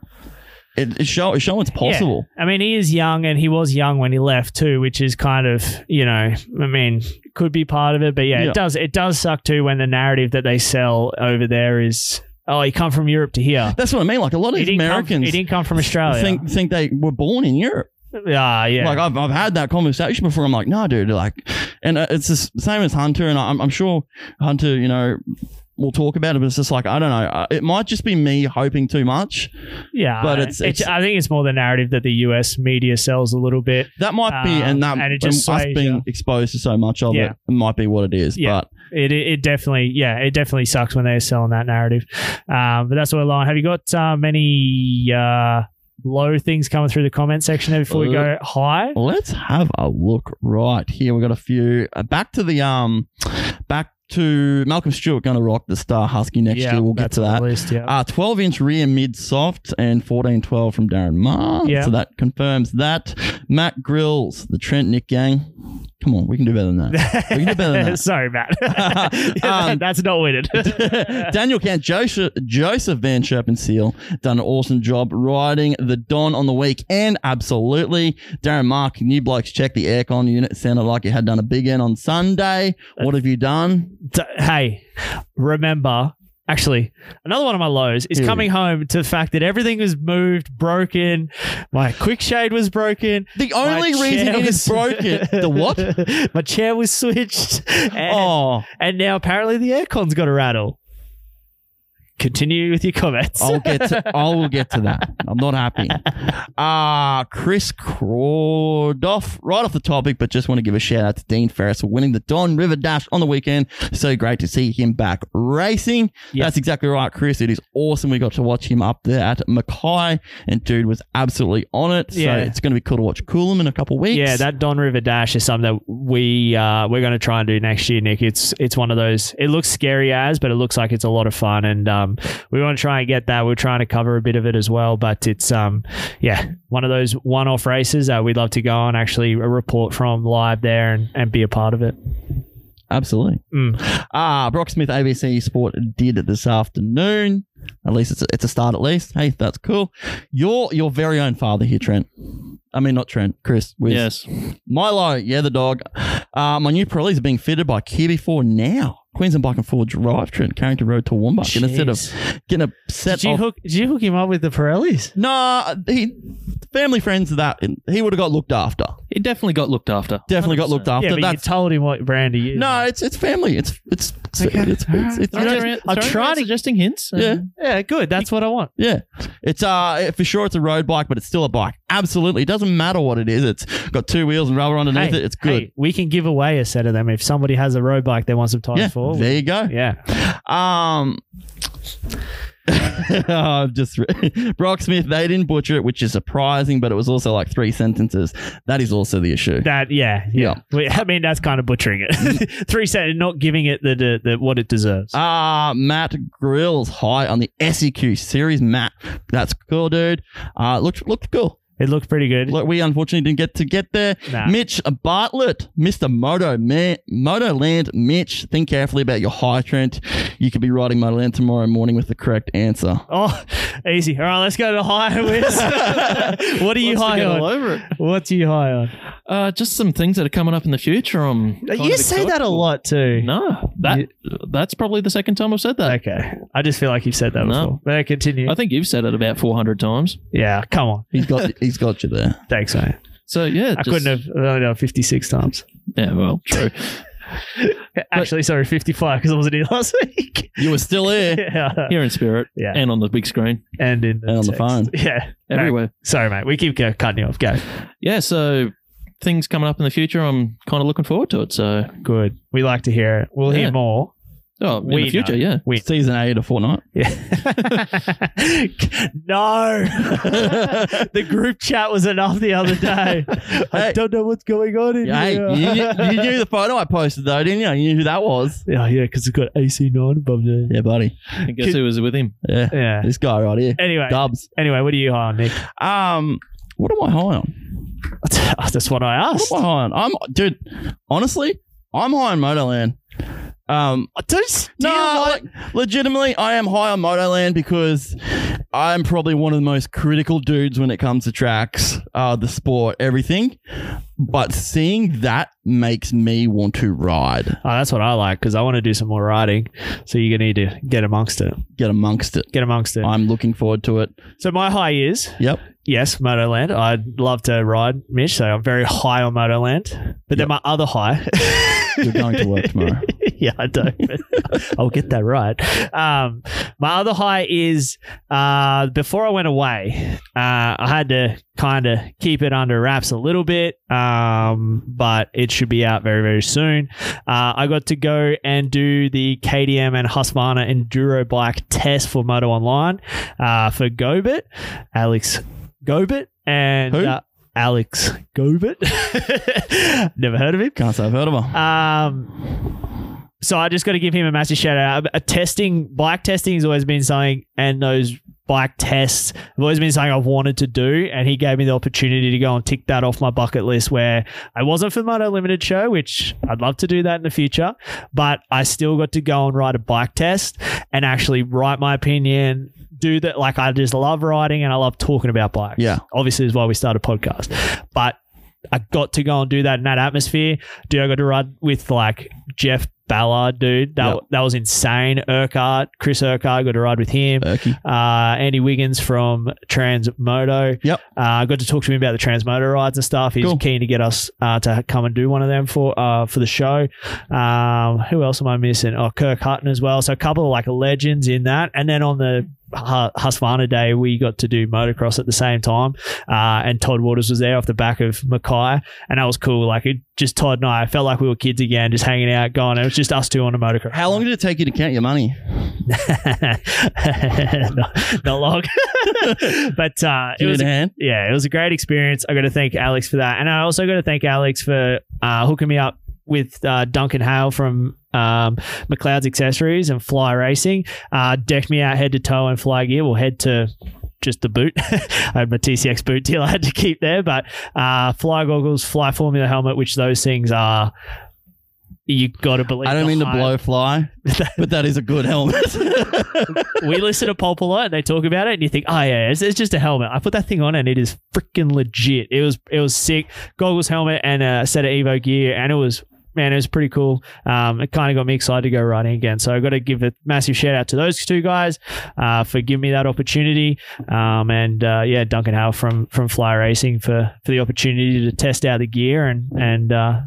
S2: it, it show it show it's possible.
S4: I mean, he is young and he was young when he left too, which is kind of, you know, I mean, could be part of it, but yeah,
S2: Yeah.
S4: it does it does suck too when the narrative that they sell over there is oh, he come from Europe to here.
S2: That's what I mean. Like a lot of
S4: He
S2: these
S4: didn't, come,
S2: Americans
S4: he didn't come from Australia.
S2: think think they were born in Europe.
S4: ah, yeah.
S2: Like I've, I've had that conversation before. I'm like, nah, dude. Like, and uh, it's the s- same as Hunter, and I'm, I'm sure Hunter, you know, will talk about it. But it's just like I don't know. Uh, It might just be me hoping too much.
S4: Yeah,
S2: But it's- it's-
S4: I think it's more the narrative that the U.S. media sells a little bit.
S2: That might be, and that
S4: Um, and it just
S2: and us
S4: sways
S2: being
S4: you.
S2: exposed to so much of
S4: Yeah.
S2: it, it might be what it is.
S4: Yeah.
S2: But
S4: It, it it definitely yeah, it definitely sucks when they're selling that narrative. Um, but that's what I like. Have you got uh, many uh, low things coming through the comment section there before we
S2: Uh,
S4: go high?
S2: let's have a look right here. We've got a few. Uh, back to the um, back to Malcolm Stewart going to rock the Star Husky next
S4: yeah,
S2: year. We'll get
S4: that's
S2: to
S4: on
S2: that.
S4: the list. Yeah,
S2: Uh, 12 inch rear mid soft and 14 12 from Darren Maher.
S4: Yeah.
S2: So that confirms that. Matt Grills, the Trent Nick gang. Come on, we can do better than
S4: <laughs>
S2: that. <laughs> we can do better than
S4: sorry, Matt. <laughs> Yeah,
S2: <laughs>
S4: that-
S2: Um,
S4: that's not
S2: <laughs>
S4: weighted.
S2: that. Daniel Kent, Joseph, Joseph Van Scherpenseal done an awesome job riding the Don on the week. And absolutely, Darren Mark, new blokes check the aircon unit. Sounded like you had done a big end on Sunday. What have you done?
S4: hey, remember. Actually, another one of my lows is
S2: Here we
S4: coming home to the fact that everything was moved, broken. My quick shade was broken.
S2: The only
S4: My
S2: reason
S4: chair
S2: it is
S4: was- <laughs>
S2: broken. The what?
S4: My chair was switched. And,
S2: Oh.
S4: and now apparently the aircon's got a rattle. Continue with your comments.
S2: I'll get to I will get to that. I'm not
S4: <laughs>
S2: happy. Uh Chris Crawdoff, right off the topic, but just want to give a shout out to Dean Ferris for winning the Don River Dash on the weekend. So great to see him back racing.
S4: Yeah.
S2: That's exactly right, Chris. It is awesome. We got to watch him up there at Mackay, and dude was absolutely on it. So
S4: Yeah.
S2: it's going to be cool to watch Coolum in a couple weeks.
S4: yeah, that Don River Dash is something that we uh, we're going to try and do next year, Nick. It's it's one of those. It looks scary as, but it looks like it's a lot of fun, and um, we want to try and get that. We're trying to cover a bit of it as well, but it's um, yeah, one of those one-off races that we'd love to go on actually report from live there and, and be a part of it.
S2: absolutely.
S4: Mm.
S2: Ah, Brock Smith, ABC Sport did it this afternoon. At least it's a, it's a start. At least, hey, that's cool. Your your very own father here, Trent. I mean, not Trent, Chris. Wiz.
S7: Yes.
S2: Milo, yeah, the dog. Uh, my new parolees are being fitted by Kia before now. Queensland Bike and Ford Drive, Trent Carrington Road to Wombach. And instead of getting a set
S4: Did you
S2: of
S4: hook? Did you hook him up with the Pirellis?
S2: Nah, he family friends that he would have got looked after.
S7: It definitely got looked after.
S2: Definitely got looked after.
S4: yeah, but you
S2: That's
S4: told him what brand he is.
S2: no, it's it's family. It's it's it's it's, it's, it's,
S7: Throwing around-
S4: I'm
S7: throwing
S4: trying
S7: around
S4: to-
S7: suggesting hints.
S2: yeah.
S4: Yeah, good. That's what I want.
S2: Yeah, it's uh for sure it's a road bike, but it's still a bike. Absolutely, it doesn't matter what it is. It's got two wheels and rubber underneath
S4: Hey,
S2: it. It's good.
S4: hey, we can give away a set of them if somebody has a road bike they want some tires
S2: yeah,
S4: for.
S2: there you go.
S4: Yeah.
S2: Um, <laughs> oh, I've just re- <laughs> Brock Smith. They didn't butcher it, which is surprising, but it was also like three sentences. That is also the issue.
S4: That yeah, yeah. We, I mean that's kind of butchering it. <laughs> Three set not giving it the, the, the what it deserves.
S2: Uh, Matt Grills high on the SEQ series. Matt, that's cool, dude. Uh, looked looked cool.
S4: it looked pretty good.
S2: Look, we unfortunately didn't get to get there.
S4: Nah.
S2: Mitch Bartlett, Mr. Moto Man, Moto Land. Mitch, think carefully about your high trend. You could be riding Moto Land tomorrow morning with the correct
S4: <laughs>
S2: answer.
S4: oh, easy. All right, let's go to high <laughs> Wiz. what are you
S7: Wants to
S4: high
S7: get
S4: on?
S7: all over it.
S4: What are you high on?
S7: Uh, just some things that are coming up in the future. I'm kind
S4: Uh, you
S7: of
S4: say
S7: excited
S4: that a
S7: for.
S4: lot too.
S7: No, that that's probably the second time I've said that.
S4: Okay, I just feel like you've said that
S7: No.
S4: before. But continue.
S7: I think you've said it about 400 times.
S4: yeah, come on.
S2: He's got
S7: <laughs>
S2: he's got you there.
S4: Thanks, mate.
S7: So yeah,
S4: I couldn't have I only done 56 times.
S7: Yeah, well,
S4: <laughs>
S7: true.
S4: Actually, sorry, 55 because I wasn't here <laughs> last
S2: <laughs>
S4: week.
S2: You were still here.
S4: yeah.
S7: Here in spirit,
S4: Yeah.
S7: and on the big screen,
S4: And in the
S2: And on the
S4: text.
S2: phone.
S4: Yeah.
S7: everywhere.
S4: Sorry, mate. We keep go- cutting you off. Go.
S7: Yeah, so things coming up in the future. I'm kind of looking forward to it. So
S4: Good. We like to hear it. We'll
S7: Yeah.
S4: hear more.
S7: oh, in
S4: We
S7: the future,
S4: know.
S7: yeah.
S4: <laughs> We
S2: <laughs>
S4: <laughs>
S2: Season eight of Fortnite.
S4: Yeah. no. <laughs> the group chat was enough the other day. I
S2: Hey.
S4: don't know what's going on in
S2: Yeah, hey,
S4: here.
S2: you, knew- you knew the photo I posted though, didn't you? You knew who that was.
S4: <laughs> yeah, yeah, because it's got AC9 above there.
S2: Yeah, buddy.
S7: I guess who was with him?
S2: Yeah,
S4: Yeah.
S2: this guy right here,
S4: Anyway,
S2: Dubs.
S4: anyway, what are you high on, Nick?
S2: Um, what am I high on?
S4: That's what I asked.
S2: What am I high on? I'm dude. Honestly, I'm high on Motoland. Um,
S4: Don't,
S2: no, like, legitimately, I am high on Motoland because I am probably one of the most critical dudes when it comes to tracks, uh, the sport, everything. But seeing that makes me want to ride,
S4: Oh, that's what I like because I want to do some more riding. So you're gonna need to get amongst it.
S2: get amongst it.
S4: Get amongst it.
S2: I'm looking forward to it.
S4: so my high is
S2: Yep.
S4: yes, Motoland. I'd love to ride, Mitch. So I'm very high on Motoland. But then my other high.
S2: <laughs> You're going to work tomorrow.
S4: <laughs> yeah, I don't. but I'll get that right. Um, my other high is uh, before I went away, uh, I had to kind of keep it under wraps a little bit, um, but it should be out very, very soon. Uh, I got to go and do the KDM and Husqvarna Enduro bike test for Moto Online uh, for Gobit, Alex Gobit, and
S2: Who?
S4: Uh, Alex Gobit. <laughs> Never heard of him.
S2: Can't say I've heard of her.
S4: Um, so I just got to give him a massive shout out. A testing, bike testing has always been something, and those bike tests have always been something I've wanted to do. And he gave me the opportunity to go and tick that off my bucket list where I wasn't for the Moto Limited show, which I'd love to do that in the future, but I still got to go and ride a bike test and actually write my opinion. Do that, like I just love riding and I love talking about bikes.
S2: Yeah.
S4: obviously is why we started a podcast, but I got to go and do that in that atmosphere. Dude, I got to ride with like Jeff Ballard, dude. That,
S2: Yep.
S4: that was insane. Urquhart, Chris Urquhart, got to ride with him.
S2: Erky.
S4: Uh, Andy Wiggins from Transmoto.
S2: Yep.
S4: Uh, I got to talk to him about the Transmoto rides and stuff. He's
S2: Cool.
S4: keen to get us uh, to come and do one of them for uh, for the show. Um, who else am I missing? Oh, Kirk Hutton as well. So a couple of like legends in that. And then on the Hu- Husqvarna day, we got to do motocross at the same time. Uh, and Todd Waters was there off the back of Mackay. And that was cool. Like it just Todd and I I felt like we were kids again, just hanging out, going. It was just us two on a motocross.
S2: How long did it take you to count your money?
S4: <laughs> not, not long. <laughs> but uh, it
S2: Did you
S4: was
S2: need a hand?
S4: yeah, it was a great experience. I got to thank Alex for that, and I also got to thank Alex for uh, hooking me up with uh, Duncan Hale from um, McLeod's Accessories and Fly Racing. Uh, decked me out head to toe in fly gear. We'll head to just the boot. <laughs> I had my TCX boot deal I had to keep there, but uh, fly goggles, fly formula helmet, which those things are you got to believe.
S2: I don't
S4: the
S2: mean to
S4: hype.
S2: blow fly, but that is a good helmet. <laughs>
S4: we listen to Pulp a lot, and they talk about it, and you think, oh yeah, it's, it's just a helmet. I put that thing on, and it is freaking legit. It was it was sick. Goggles, helmet, and a set of Evo gear, and it was. Man, it was pretty cool. Um, it kind of got me excited to go riding again. So I got to give a massive shout out to those two guys uh, for giving me that opportunity. Um, and uh, yeah, Duncan Howell from from Fly Racing for for the opportunity to test out the gear and and uh,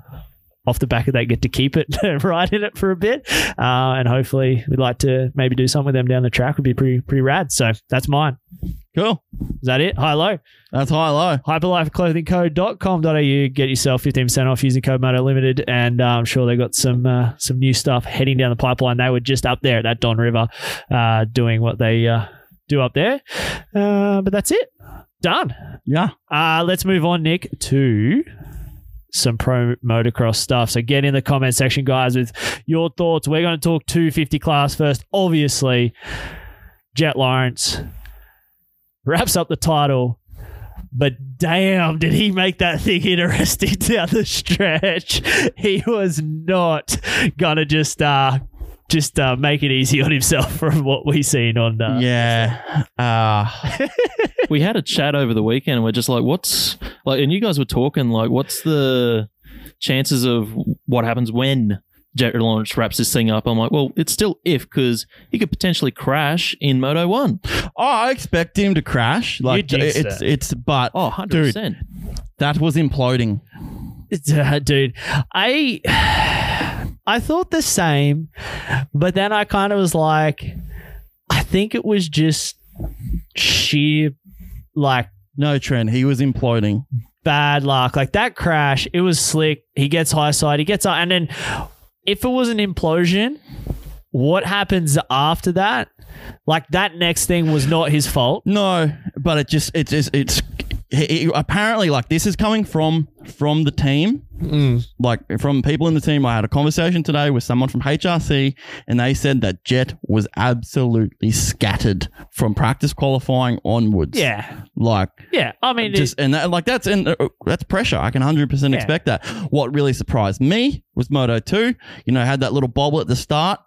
S4: off the back of that get to keep it <laughs> and ride in it for a bit. Uh, and hopefully we'd like to maybe do something with them down the track would be pretty pretty rad. So that's mine.
S2: cool.
S4: Is that it? High low.
S2: That's high low.
S4: Hyperlifeclothingco.com.au. Get yourself 15% off using code Moto Limited. And uh, I'm sure they got some uh, some new stuff heading down the pipeline. They were just up there at that Don River uh, doing what they uh, do up there. Uh, but that's it. Done.
S2: Yeah.
S4: Uh, let's move on, Nick, to some pro motocross stuff. So get in the comment section, guys, with your thoughts. We're going to talk 250 class first. Obviously, Jet Lawrence wraps up the title. But damn, did he make that thing interesting <laughs> down the stretch? He was not gonna just uh just uh, make it easy on himself <laughs> from what we seen on uh,
S2: yeah. Uh,
S7: we had a chat over the weekend and we're just like what's like and you guys were talking like what's the chances of what happens when Jared Lawrence wraps this thing up. I'm like, well, it's still if because he could potentially crash in Moto One.
S2: oh, I expect him to crash. Like
S4: jinxed
S2: it's it's but
S7: Oh, 100 percent.
S2: that was imploding.
S4: Uh, <laughs> dude i i <sighs> thought the same but then i kind of was like i think it was just sheer like
S2: No, Trent, he was imploding.
S4: bad luck like that crash it was slick he gets high side he gets up and then if it was an implosion what happens after that like that next thing was not his fault
S2: No, but it just it just it's he- he- apparently like this is coming from from the team, like from people in the team. I had a conversation today with someone from HRC, and they said that Jet was absolutely scattered from practice qualifying onwards.
S4: yeah
S2: like
S4: yeah i mean it-
S2: just and that, like that's and uh, that's pressure. I can hundred percent
S4: Yeah.
S2: expect that. What really surprised me was Moto Two. You know, had that little bobble at the start.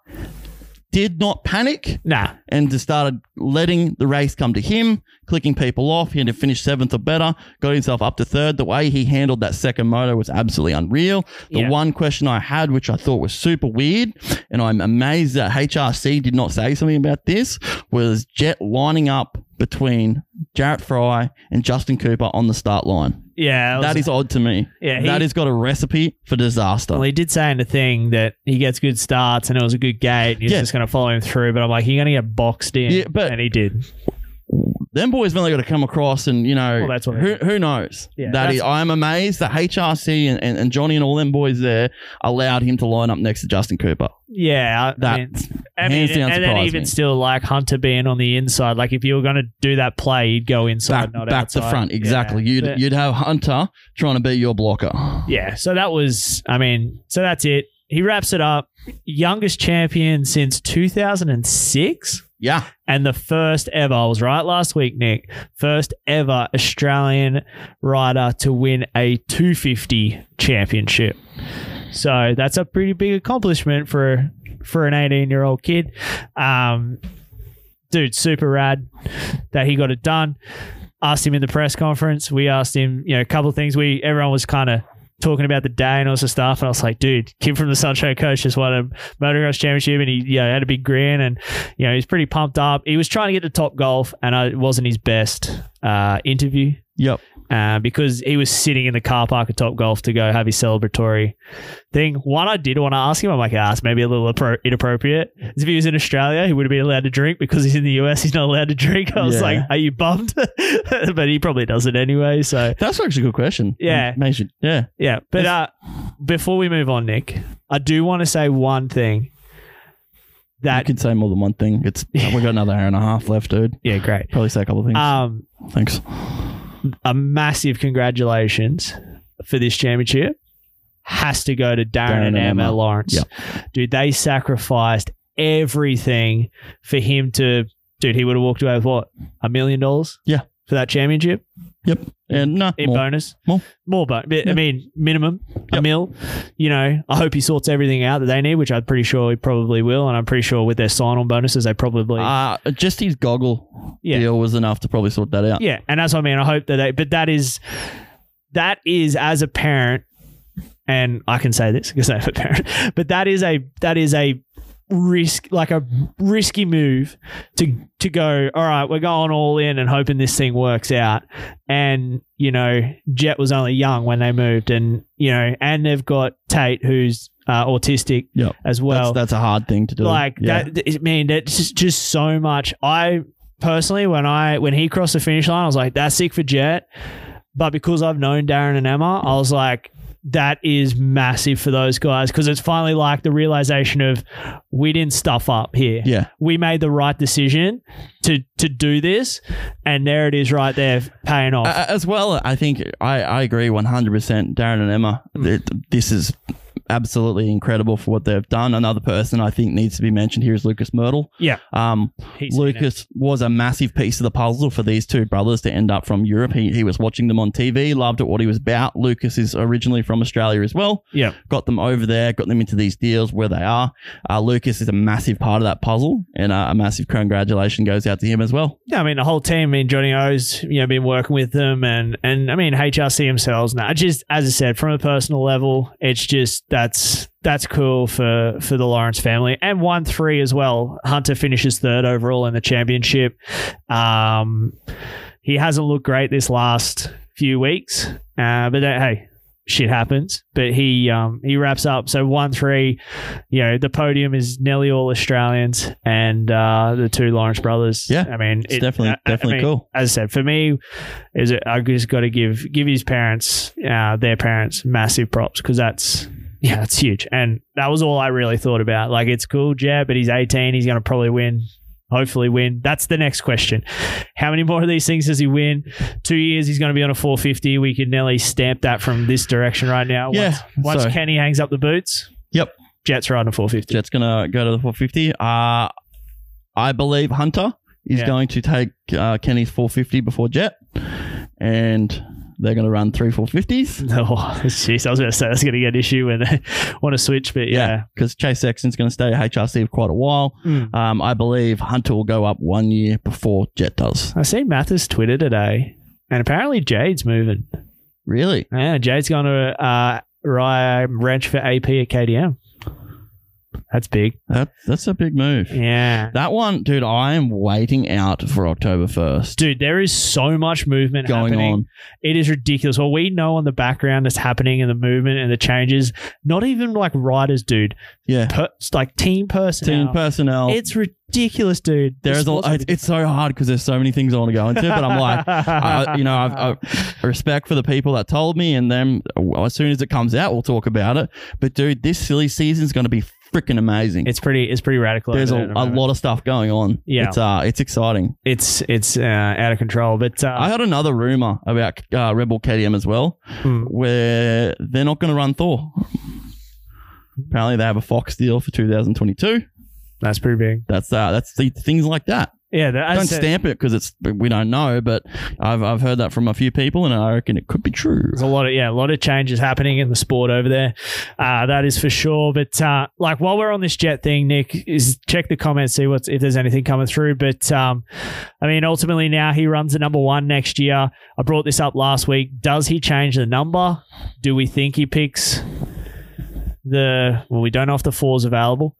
S2: Did not panic
S4: nah
S2: and just started letting the race come to him, clicking people off. He had to finish seventh or better, got himself up to third. The way he handled that second moto was absolutely unreal. The
S4: Yeah.
S2: one question I had, which I thought was super weird, and I'm amazed that HRC did not say something about this, was Jet lining up between Jarrett Fry and Justin Cooper on the start line.
S4: yeah it was-
S2: That is odd to me.
S4: Yeah, he-
S2: that has got a recipe for disaster.
S4: Well, he did say in the thing that he gets good starts and it was a good gate. He's
S2: Yeah.
S4: just going to follow him through. But I'm like, you're going to get boxed in.
S2: Yeah, but-
S4: and he did.
S2: them boys really got to come across and you know
S4: Well, that's what
S2: who,
S4: it
S2: who knows
S4: Yeah,
S2: that
S4: that's-
S2: is, i'm amazed that hrc and, and, and johnny and all them boys there allowed him to line up next to justin cooper
S4: Yeah. I
S2: that
S4: mean- I mean,
S2: hands down
S4: and then
S2: surprised
S4: even
S2: me.
S4: still, like Hunter being on the inside, like if you were going to do that play, you'd go inside,
S2: back,
S4: not
S2: back to
S4: outside.
S2: front exactly
S4: Yeah.
S2: you'd,
S4: But-
S2: you'd have hunter trying to be your blocker
S4: yeah. So that was, I mean, so that's it. He wraps it up. Youngest champion since 2006.
S2: yeah
S4: and the first ever, I was right last week, Nick, first ever Australian rider to win a 250 championship. So that's a pretty big accomplishment for for an 18 year old kid. Um, dude, super rad that he got it done. Asked him in the press conference. We asked him, you know, a couple of things. We everyone was kind of talking about the day and all sorts of stuff. And I was like, dude, kid from the Sunshine Coast just won a motocross championship, and he, you know, had a big grin, and you know, he's pretty pumped up. He was trying to get to top golf, and I, it wasn't his best uh, interview
S2: yep
S4: uh, because he was sitting in the car park at Top Golf to go have his celebratory thing. One I did want to ask him, I'm like, ah, it's maybe a little appro- inappropriate. 'Cause If he was in Australia, he would have been allowed to drink because he's in the US, he's not allowed to drink. <laughs> I was
S2: Yeah.
S4: like, are you bummed? <laughs> but he probably doesn't anyway. So
S2: that's actually a good question
S4: Yeah.
S2: Amazing. yeah
S4: yeah. But uh, before we move on, Nick, I do want to say one thing
S2: I
S4: that.
S2: could say more than one thing
S4: <laughs>
S2: it's we got another hour and a half left dude
S4: yeah, great.
S2: probably say a couple of things
S4: Um,
S2: thanks
S4: a massive congratulations for this championship has to go to
S2: Darren
S4: Darren, and
S2: and
S4: Emma,
S2: Emma.
S4: Lawrence.
S2: Yep.
S4: Dude, they sacrificed everything for him to. Dude, he would have walked away with what? A million dollars?
S2: Yeah.
S4: for that championship
S2: Yep. And nah,
S4: in
S2: more.
S4: bonus.
S2: More.
S4: More, but I
S2: Yeah.
S4: mean, minimum a
S2: Yep.
S4: mil. You know, I hope he sorts everything out that they need, which I'm pretty sure he probably will. And I'm pretty sure with their sign on bonuses, they probably.
S2: Uh, just his goggle
S4: Yeah.
S2: deal was enough to probably sort that out.
S4: yeah. And that's what I mean. I hope that they, but that is, that is as a parent, and I can say this because I'm a parent, <laughs> but that is a, that is a, risk like a risky move to to go all right we're going all in and hoping this thing works out and you know jet was only young when they moved and you know and they've got tate who's uh, autistic
S2: Yep.
S4: as well
S2: that's, that's a hard thing to do.
S4: like
S2: Yeah.
S4: that i mean that's just, just so much i personally when i when he crossed the finish line i was like that's sick for jet but because i've known darren and emma i was like that is massive for those guys because it's finally like the realization of we didn't stuff up here
S2: Yeah.
S4: we made the right decision to to do this and there it is right there paying off
S2: A- Uh, As well, I think I, I agree 100%. Darren and Emma,
S4: Hmm.
S2: th- this is absolutely incredible for what they've done. Another person I think needs to be mentioned here is Lucas Myrtle.
S4: yeah
S2: Um,
S4: He's in it.
S2: Lucas was a massive piece of the puzzle for these two brothers to end up from Europe. He, he was watching them on TV, loved it, what he was about. Lucas is originally from Australia as well.
S4: yeah
S2: Got them over there, got them into these deals where they are. Uh, Lucas is a massive part of that puzzle, and uh, a massive congratulation goes out to him as well.
S4: Yeah, I mean the whole team. I mean Johnny O's, you know, been working with them, and and I mean HRC themselves. Now, just as I said, from a personal level, it's just that's that's cool for for the Lawrence family and one three as well. Hunter finishes third overall in the championship. Um, he hasn't looked great this last few weeks, uh, but that, hey. Shit happens, but he um, he wraps up. So one three, you know, the podium is nearly all Australians and uh, the two Lawrence brothers.
S2: Yeah.
S4: I mean,
S2: It's definitely- definitely cool.
S4: As I said, for me, is it, I just got to give give his parents, uh, their parents, massive props because that's yeah, that's huge. And that was all I really thought about. Like, it's cool, yeah, but he's eighteen. He's going to probably win. Hopefully, win. That's the next question. How many more of these things does he win? Two years, he's going to be on a 450. We could nearly stamp that from this direction right now.
S2: Yeah,
S4: Once,
S2: so-
S4: once Kenny hangs up the boots,
S2: Yep.
S4: Jet's riding a 450. <laughs>
S2: Jet's gonna go to the 450. Uh, I believe Hunter is
S4: Yeah.
S2: going to take uh, Kenny's 450 before Jet, and they're gonna run three 450s.
S4: No, Oh, jeez, I was going to say that's going to get an issue when they <laughs> want to switch, but yeah.
S2: because Chase Sexton's gonna stay at HRC for quite a while.
S4: Mm.
S2: Um, I believe Hunter will go up one year before Jet does.
S4: I see Mathis Twitter today, and apparently Jade's moving.
S2: Really?
S4: Yeah, Jade's going to uh, Rye Ranch for AP at KDM. That's big.
S2: That, that's a big move.
S4: Yeah.
S2: That one, dude. I am waiting out for October 1st.
S4: Dude, there is so much movement
S2: Going
S4: happening.
S2: on,
S4: It is ridiculous. Well, we know on the background that's happening and the movement and the changes. Not even like riders, dude.
S2: yeah.
S4: Per- like team person.
S2: Team personnel.
S4: It's ridiculous, dude.
S2: there's a, it's, it's so hard because there's so many things I want to go into,
S4: <laughs>
S2: but I'm like, I, you know, I've, uh, i respect for the people that told me, and then well, as soon as it comes out, we'll talk about it. But dude, this silly season's going to be freaking amazing.
S4: it's pretty. It's pretty radical.
S2: There's
S4: over
S2: a,
S4: there at the
S2: a
S4: moment.
S2: lot of stuff going on.
S4: Yeah.
S2: it's uh, it's exciting.
S4: It's it's uh, out of control. But uh,
S2: I heard another rumor about uh, Rebel KDM as well,
S4: Hmm.
S2: where they're not going to run Thor. Apparently, they have a Fox deal for 2022.
S4: that's pretty big.
S2: That's uh, that's the things like that.
S4: Yeah. That,
S2: don't
S4: that's it.
S2: stamp it because it's we don't know, but I've I've heard that from a few people, and I reckon it could be true.
S4: There's a lot of yeah, a lot of changes happening in the sport over there. Uh, that is for sure. But uh, like while we're on this jet thing, Nick is check the comments, see what's if there's anything coming through. But um, I mean, ultimately now he runs the number one next year. I brought this up last week. Does he change the number? Do we think he picks the? Well, we don't know if the four's available.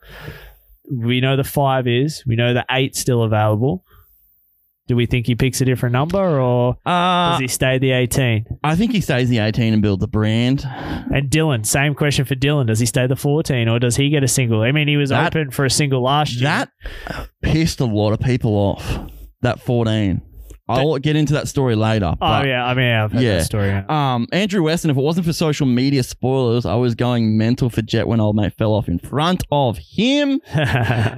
S4: We know the five is. We know the eight's still available. Do we think he picks a different number or
S2: Uh,
S4: does he stay the 18?
S2: I think he stays the 18 and builds a brand.
S4: And Dylan, same question for Dylan. Does he stay the 14 or does he get a single? I mean, he was
S2: That-
S4: open for a single last year.
S2: That pissed a lot of people off. That 14. I'll get into that story later.
S4: oh,
S2: but,
S4: yeah. I mean, I've heard
S2: Yeah.
S4: that story. yeah.
S2: Um, Andrew Weston, if it wasn't for social media spoilers, I was going mental for Jet when old mate fell off in front of him. <laughs>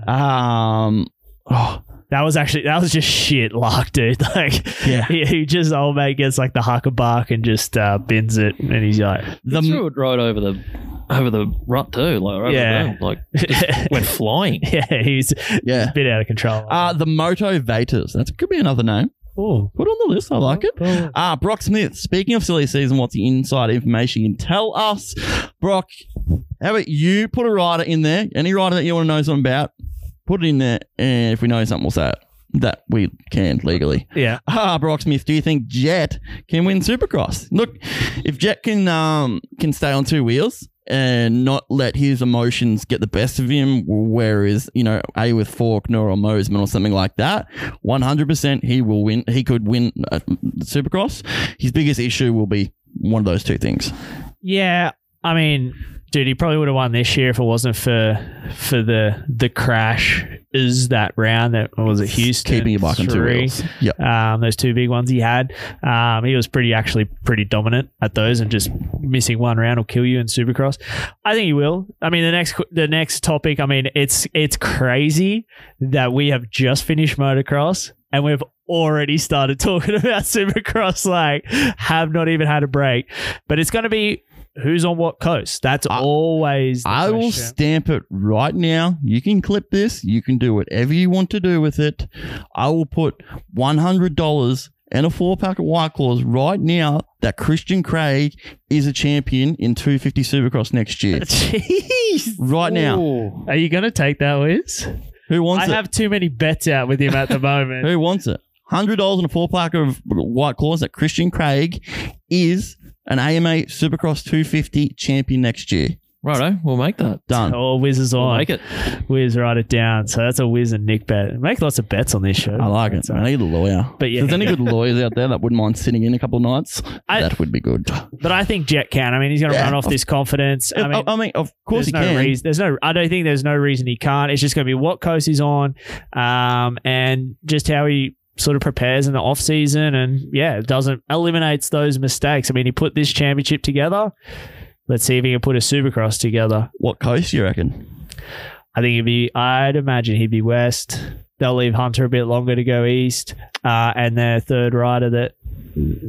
S2: Um, oh,
S4: <laughs> that was actually, that was just shit luck, dude. <laughs> Like,
S2: Yeah. <laughs>
S4: he, he just, old mate gets like the hucker bark and just uh, bins it. And he's like,
S2: the,
S7: He threw it right over the over the rut too, like right
S4: Yeah.
S7: yeah. like
S2: <laughs>
S7: just went flying.
S4: <laughs> yeah, he's a
S2: yeah.
S4: bit out of control.
S2: Uh, the Moto Vatas. That could be another name.
S4: Oh,
S2: Put on the list. I like it. <laughs> Ah, Brock Smith. Speaking of silly season, what's the inside information you can tell us? Brock, how about you put a rider in there? Any rider that you want to know something about, put it in there. And if we know something, we'll say it. That we can legally.
S4: yeah.
S2: Ah, Brock Smith, do you think Jet can win Supercross? Look, if Jet can um can stay on two wheels and not let his emotions get the best of him, whereas you know A with Faulkner or Mosman or something like that, one hundred percent he will win. He could win uh, Supercross. His biggest issue will be one of those two things.
S4: Yeah, I mean, dude, he probably would have won this year if it wasn't for for the the crash. Is that round that what was it Houston?
S2: Keeping your bike on two
S4: Three.
S2: wheels. Yep.
S4: Um, those two big ones he had, um, he was pretty actually pretty dominant at those, and just missing one round will kill you in Supercross. I think he will. I mean, the next the next topic. I mean, it's it's crazy that we have just finished motocross and we've already started <laughs> talking about Supercross. Like, have not even had a break, but it's going to be who's on what coast. That's
S2: I-
S4: always. The
S2: I will
S4: question.
S2: stamp it right now. You can clip this. You can do whatever you want to do with it. I will put one hundred dollars and a four pack of White Claws right now that Christian Craig is a champion in two fifty Supercross next year.
S4: <laughs> Jeez.
S2: <laughs> Right now,
S4: Are you going to take that, Wiz?
S2: who wants
S4: I
S2: it?
S4: have too many bets out with him at the
S2: <laughs>
S4: moment.
S2: who wants it? Hundred dollars and a four pack of White Claws that Christian Craig is an AMA Supercross two fifty champion next year.
S7: Righto, we'll make that.
S2: Done.
S4: Oh, Wiz is
S7: We'll
S4: on.
S7: make it.
S4: Wiz, write it down. So that's a Wiz and Nick bet. Make lots of bets on this show.
S2: I like it.
S4: So-
S2: I need a lawyer.
S4: But yeah.
S2: if there's any
S4: <laughs>
S2: good lawyers out there that wouldn't mind sitting in a couple of nights,
S4: I-
S2: that would be good.
S4: But I think Jet can. I mean, he's going to
S2: Yeah.
S4: run off this confidence. I mean,
S2: I mean, oh, of course
S4: there's
S2: he
S4: no
S2: can.
S4: reason. There's no. I don't think there's no reason he can't. It's just going to be what coast he's on, um, and just how he sort of prepares in the off season, and yeah, doesn't eliminates those mistakes. I mean, he put this championship together. Let's see if he can put a Supercross together.
S2: What coast you reckon?
S4: I think he'd be. I'd imagine he'd be west. They'll leave Hunter a bit longer to go east, uh, and their third rider that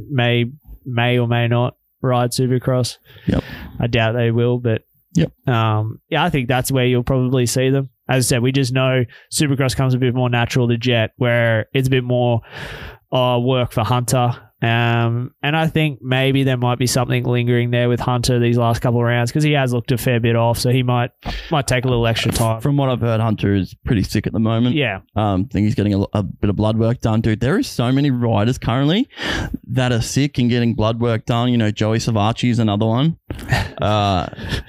S4: may may or may not ride Supercross.
S2: Yep.
S4: I doubt they will, but
S2: Yep.
S4: Um, yeah, I think that's where you'll probably see them. As I said, we just know Supercross comes a bit more natural to Jet, where it's a bit more uh, work for Hunter. Um, and I think maybe there might be something lingering there with Hunter these last couple of rounds because he has looked a fair bit off, so he might might take a little extra time.
S2: From what I've heard, Hunter is pretty sick at the moment.
S4: yeah,
S2: Um, think he's getting a, a bit of blood work done, dude. There is so many riders currently that are sick and getting blood work done. You know, Joey Savacci is another
S4: <laughs>
S2: one. Uh,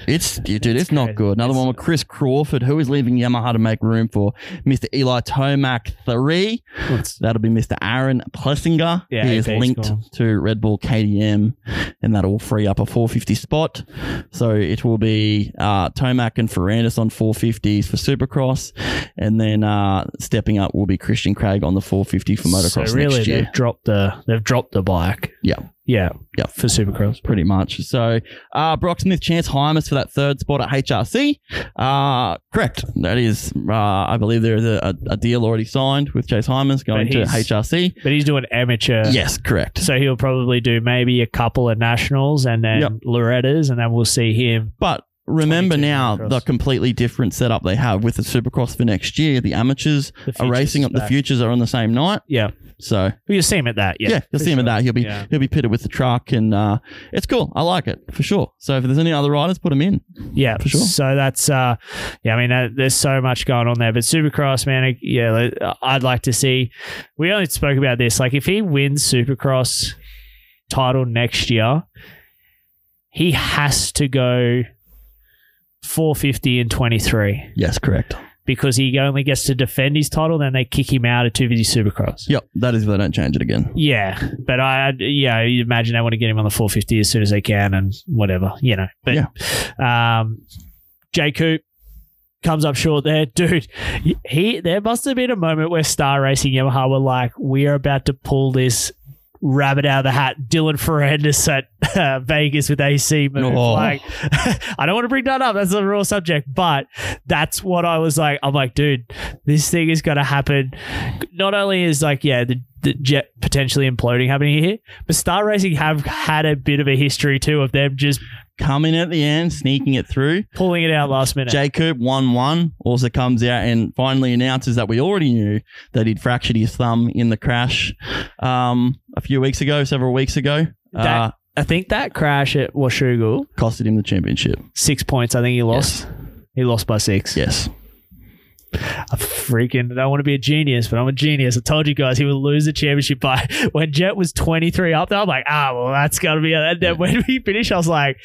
S2: it's dude, it's, not
S4: crazy.
S2: good. Another
S4: It's-
S2: one with Chris Crawford, who is leaving Yamaha to make room for Mr. Eli Tomac three.
S4: It's-
S2: That'll be Mr. Aaron Plessinger.
S4: Yeah,
S2: he is
S4: AP's
S2: linked
S4: gone.
S2: to Red Bull KDM, and that will free up a 450 spot. So it will be uh, Tomac and Ferrandis on 450s for Supercross, and then uh, stepping up will be Christian Craig on the 450 for motocross
S4: so really,
S2: next year.
S4: they've dropped the they've dropped the bike.
S2: Yeah.
S4: yeah,
S2: Yeah.
S4: for Supercross.
S2: pretty much. So, uh, Brock Smith, Chance Hymus for that third spot at HRC. Uh, correct. That is, uh, I believe there is a, a, a deal already signed with Chase Hymus going to
S4: he's-
S2: HRC.
S4: But he's doing amateur.
S2: Yes, correct.
S4: So he'll probably do maybe a couple of nationals and then
S2: Yep.
S4: Loretta's, and then we'll see him.
S2: But remember
S4: 22
S2: now
S4: Supercross.
S2: the completely different setup they have with the Supercross for next year. The amateurs
S4: The
S2: are
S4: futures
S2: racing up. The
S4: back.
S2: futures are on the same night,
S4: Yeah,
S2: so
S4: we'll see him at that.
S2: yeah,
S4: Yeah,
S2: you'll see him in that. He'll be
S4: Yeah.
S2: he'll be pitted with the truck, and uh, it's cool. I like it for sure. So if there's any other riders, put them in.
S4: yeah,
S2: for sure.
S4: So that's uh, yeah. I mean, uh, there's so much going on there, but Supercross, man, I- yeah, I- I'd like to see. We only spoke about this. Like, if he wins Supercross title next year, he has to go 450 and 23.
S2: Yes, correct.
S4: because he only gets to defend his title, then they kick him out of 250 Supercross.
S2: Yep, that is if they don't change it again.
S4: Yeah, but I I'd- yeah, you imagine they want to get him on the 450 as soon as they can and whatever, you know. But um J Coop comes up short there, <laughs> dude. He there must have been a moment where Star Racing Yamaha were like, we are about to pull this rabbit out of the hat. Dylan Ferrandis at <laughs> uh, Vegas with AC move.
S2: No.
S4: Like, <laughs> I don't want to bring that up. That's a real subject, but that's what I was like. I'm like, dude, this thing is going to happen. Not only is like, yeah, the, the jet potentially imploding happening here, but Star Racing have had a bit of a history too of them just
S2: coming at the end, sneaking it
S4: <laughs>
S2: through.
S4: pulling it out last minute.
S2: Jacob one one also comes out and finally announces that we already knew that he'd fractured his thumb in the crash um, a few weeks ago, several weeks ago. Uh,
S4: That- I think that crash at Washugal,
S2: costed him the championship.
S4: six points. I think he lost. He lost by six.
S2: Yes.
S4: I freaking I don't want to be a genius, but I'm a genius. I told you guys he would lose the championship by <laughs> when Jet was 23 up there. I'm like, ah, well, that's got to be. And then when we finished, I was like,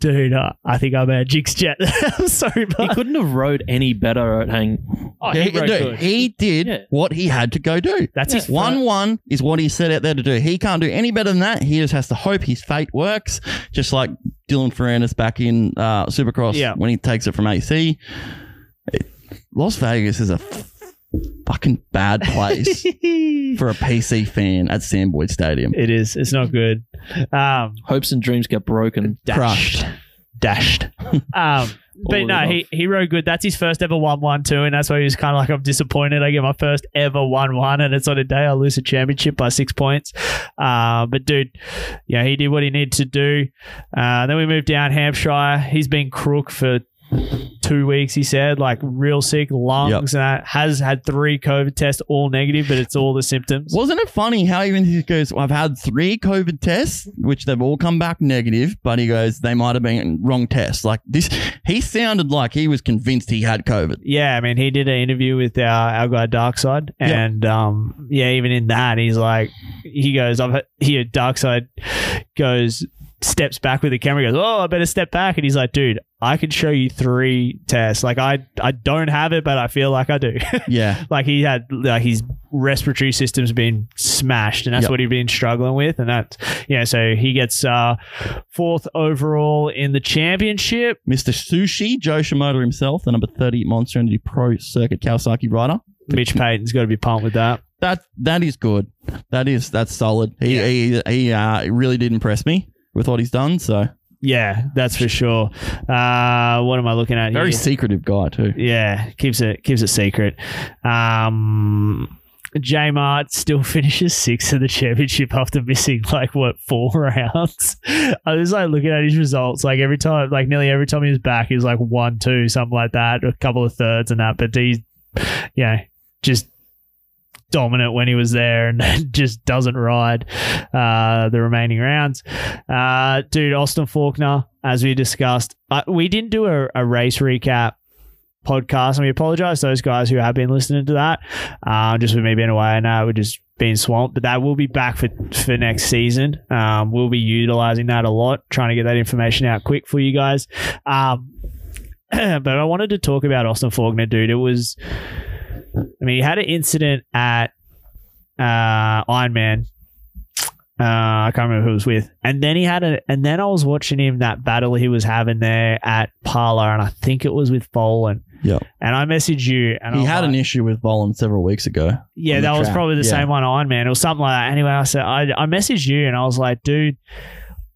S4: dude, uh, I think I'm a Jinx Jet. <laughs> I'm sorry,
S7: He
S4: but
S7: couldn't have rode any better
S2: <laughs>
S7: at Hang.
S4: Oh,
S2: he,
S4: he rode
S2: no,
S4: good.
S2: he did
S7: Yeah.
S2: what he had to go do.
S4: That's his
S2: one one is what he set out there to do. He can't do any better than that. He just has to hope his fate works, just like Dylan Ferrandis back in uh, Supercross
S4: Yeah.
S2: when he takes it from AC. It- Las Vegas is a fucking bad
S4: <laughs>
S2: place
S4: <laughs> it
S2: for a PC fan at Sandboyd Stadium.
S4: is. It's not good. Um,
S7: Hopes and dreams get broken.
S2: Crushed.
S4: dashed. Um, but
S7: of
S4: no,
S7: the
S4: he, he rode good. That's his first ever one one two, and that's why he was kind of like, I'm disappointed. I get my first ever one one, and it's on a day I lose a championship by six points. Uh, but dude, yeah, he did what he needed to do. Uh, then we moved down Hampshire. He's been crook for. Two weeks, he said, like real sick lungs,
S2: Yep.
S4: and that has had three COVID tests, all negative, but it's all the symptoms.
S2: Wasn't it funny how even he goes, I've had three COVID tests, which they've all come back negative, but he goes, they might have been wrong tests. Like this, he sounded like he was convinced he had <laughs> COVID.
S4: yeah, I mean, he did an interview with our, our guy Darkside,
S2: Yeah.
S4: and um, yeah, even in that, he's like, he goes, I've here. Darkside goes, steps back with the camera, goes, oh, I better step back, and he's like, dude, I can show you three tests. Like, I I don't have it, but I feel like I do. <laughs>
S2: Yeah.
S4: like he had like his respiratory system's been smashed and that's
S2: Yep.
S4: what he'd been struggling with and that's yeah so he gets uh fourth overall in the championship
S2: Mr. Sushi, Joe Shimoda himself, the number 30 Monster Energy Pro Circuit Kawasaki rider.
S4: mitch payton's got to be pumped with that
S2: That that is good. That is that's solid. He he, he uh, really did impress me with what he's done. So
S4: Yeah, that's for sure. Uh, what am I looking at
S2: very
S4: here?
S2: secretive guy too.
S4: yeah, keeps it keeps it secret. Um, J Mart still <laughs> finishes sixth in the championship after missing like what four <laughs> rounds. I was like looking at his results, like every time, like nearly every time he was back, he was like one, two, something like that, a couple of thirds and that. But he, yeah, just dominant when he was there and <laughs> just doesn't ride uh, the remaining rounds. Uh, dude, Austin Faulkner, as we discussed, uh, we didn't do a, a race recap podcast, and we apologize to those guys who have been listening to that. Um, just with me being away, I know we're just being swamped, but that will be back for for next season. Um, we'll be utilizing that a lot, trying to get that information out quick for you guys. Um, <clears throat> but I wanted to talk about Austin Faulkner, dude. It was, I mean, he had an incident at uh, Ironman. Uh, I can't remember who it was with, and then he had a, and then I was watching him that battle he was having there at Parlor, and I think it was with Folan.
S2: Yep.
S4: And I messaged you, and
S2: He
S4: I'm
S2: had
S4: like-
S2: an issue with Volan several weeks ago.
S4: yeah,
S2: on the
S4: that was
S2: track.
S4: probably the
S2: Yeah.
S4: same one on man or something like that. Anyway, I said I, I messaged you and I was like, dude,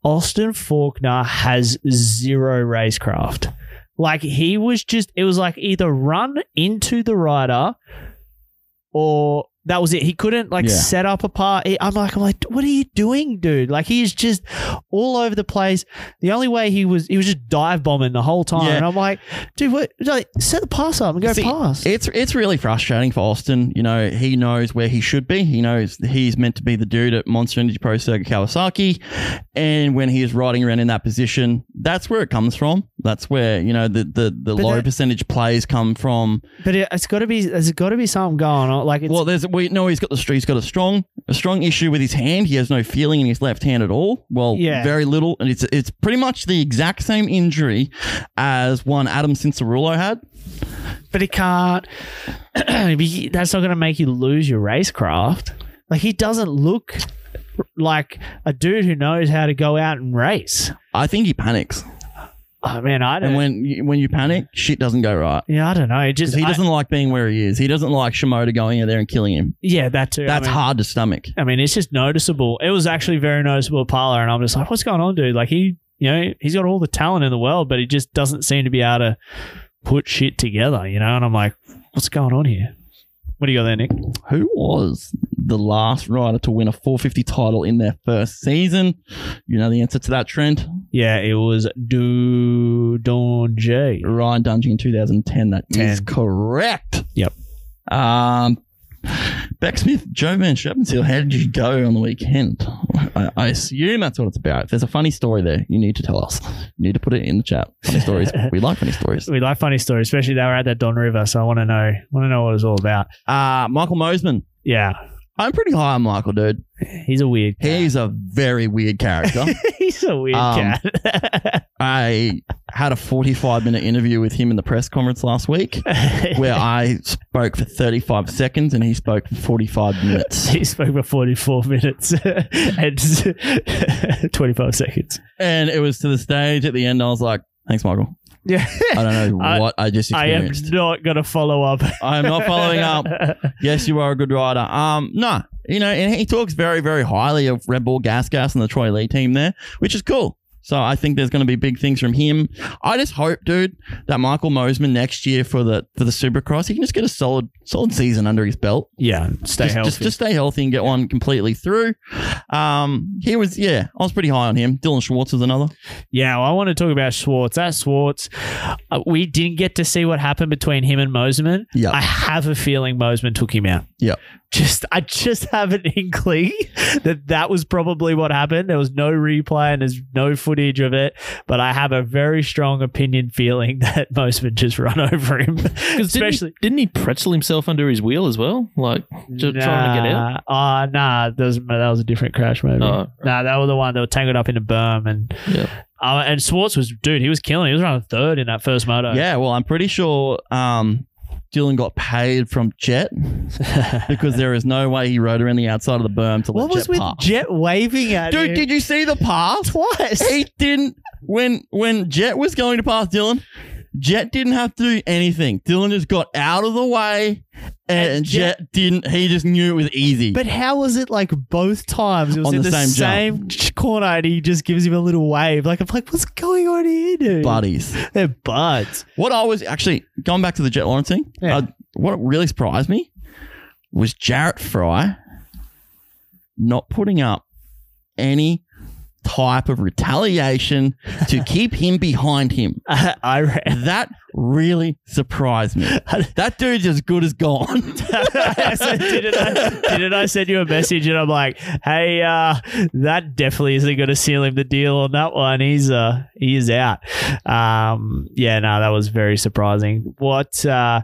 S4: Austin Faulkner has zero racecraft. Like he was just it was like either run into the rider or that was it. He couldn't like
S2: Yeah.
S4: set up a part. I'm like, I'm like, what are you doing, dude? Like he's just all over the place. The only way he was, he was just dive bombing the whole time.
S2: Yeah.
S4: And I'm like, dude, what? Like, set the pass up and go
S2: See,
S4: past.
S2: It's it's really frustrating for Austin. You know, he knows where he should be. He knows he's meant to be the dude at Monster Energy Pro Circuit Kawasaki, and when he is riding around in that position, that's where it comes from. That's where you know the the, the
S4: But
S2: low
S4: that-
S2: percentage plays come from.
S4: But it, it's got to be. There's got to be something going on. Like it's
S2: well, there's we know he's got the he's got a strong a strong issue with his hand. He has no feeling in his left hand at all. Well,
S4: Yeah.
S2: very little, and it's it's pretty much the exact same injury as one Adam Cincerulo had.
S4: but it can't. <clears throat> that's not going to make you lose your racecraft. Like he doesn't look like a dude who knows how to go out and race.
S2: I think he panics,
S4: I mean, I don't.
S2: and when you- when you panic, shit doesn't go right.
S4: yeah, I don't know. It just
S2: Because he
S4: I-
S2: doesn't like being where he is. He doesn't like Shimoda going in there and killing him.
S4: yeah, that too.
S2: That's
S4: I mean,
S2: hard to stomach.
S4: I mean, it's just noticeable. It was actually very noticeable at Parlor, and I'm just like, what's going on, dude? Like he, you know, he's got all the talent in the world, but he just doesn't seem to be able to put shit together, you know. And I'm like, what's going on here? What do you got there, Nick?
S2: who was the last rider to win a 450 title in their first season? You know the answer to that, Trent.
S4: Yeah, it was Do Don J.
S2: Ryan Dungey in 2010. That is
S4: 10.
S2: correct.
S4: Yep.
S2: Um, Beck Smith, Joe Van Shepensiel, how did you go on the weekend? I, I assume that's what it's about. If there's a funny story there, you need to tell us. You need to put it in the chat. Funny
S4: <laughs>
S2: stories. we like funny stories.
S4: We like funny stories, especially they were at that Don River, so I want to know want to know what it was all about.
S2: Uh, Michael Mosman.
S4: Yeah,
S2: I'm pretty high on Michael, dude.
S4: he's a weird <laughs>
S2: He's a very weird character.
S4: he's a weird
S2: Um,
S4: cat. <laughs>
S2: I had a 45 minute interview with him in the press conference last week
S4: <laughs>
S2: where I spoke for 35 seconds and he spoke for 45 minutes.
S4: he spoke for 44 minutes <laughs> and 25 seconds.
S2: And it was to the stage at the end. I was like, thanks, Michael.
S4: Yeah.
S2: I don't know
S4: <laughs> I-
S2: what I just
S4: I am <laughs>
S2: experienced.
S4: not going to follow up.
S2: I am not following
S4: <laughs>
S2: up. Yes, you are a good rider. Um, no, you know, and he talks very, very highly of Red Bull Gas Gas and the Troy Lee team there, which is cool. So I think there's going to be big things from him. I just hope, dude, that Michael Mosman next year for the for the Supercross, he can just get a solid solid season under his belt.
S4: Yeah, stay
S2: just,
S4: healthy.
S2: just just stay healthy and get one completely through. Um, he was yeah, I was pretty high on him. Dylan Schwartz is another.
S4: Yeah, well, I want to talk about Schwartz. That Schwartz, uh, we didn't get to see what happened between him and Moseman.
S2: Yeah.
S4: I have a feeling Moseman took him out.
S2: Yeah.
S4: Just, I just have an <laughs> inkling that that was probably what happened. There was no replay and there's no footage of it, but I have a very strong opinion feeling <laughs> that Moseman just run <laughs> over him. Especially,
S7: didn't he, pretzel himself under his wheel as well? Like just trying to get out.
S4: Ah, nah, that was, that was a different crash maybe.
S7: Oh,
S4: Nah, that was the one that were tangled up in a berm and
S7: Yeah.
S4: uh, and Swartz was dude, he was killing. He was running third in that first moto.
S2: Yeah, well, I'm pretty sure um, Dylan got paid from
S4: <laughs>
S2: Jet because there is no way he rode around the outside of the berm to
S4: What
S2: let
S4: was
S2: Jet
S4: with
S2: pass.
S4: Jet waving at
S2: Dude,
S4: him?
S2: did you see the pass?
S4: twice.
S2: He didn't. When when Jet was going to pass Dylan, Jet didn't have to do anything. Dylan just got out of the way, and,
S4: And Jet-
S2: Jet, didn't. He just knew it was easy.
S4: But how was it like both times? It was
S2: On
S4: in
S2: the
S4: the,
S2: same
S4: same, corner and he just gives him a little wave. Like I'm like, what's going on here, dude?
S2: buddies.
S4: They're buds.
S2: What I was actually going back to the Jet Lawrence thing.
S4: Yeah.
S2: Uh, what really surprised me was Jarrett Fry not putting up any type of retaliation
S4: <laughs>
S2: to keep him behind him.
S4: <laughs> I ran.
S2: That really surprised
S4: <laughs>
S2: me. That dude's as good as gone.
S4: so didn't, I, didn't I send you a message and I'm like, hey, uh, that definitely isn't going to seal him the deal on that one. He's uh, he is out. Um, yeah, no, that was very surprising. What? Uh,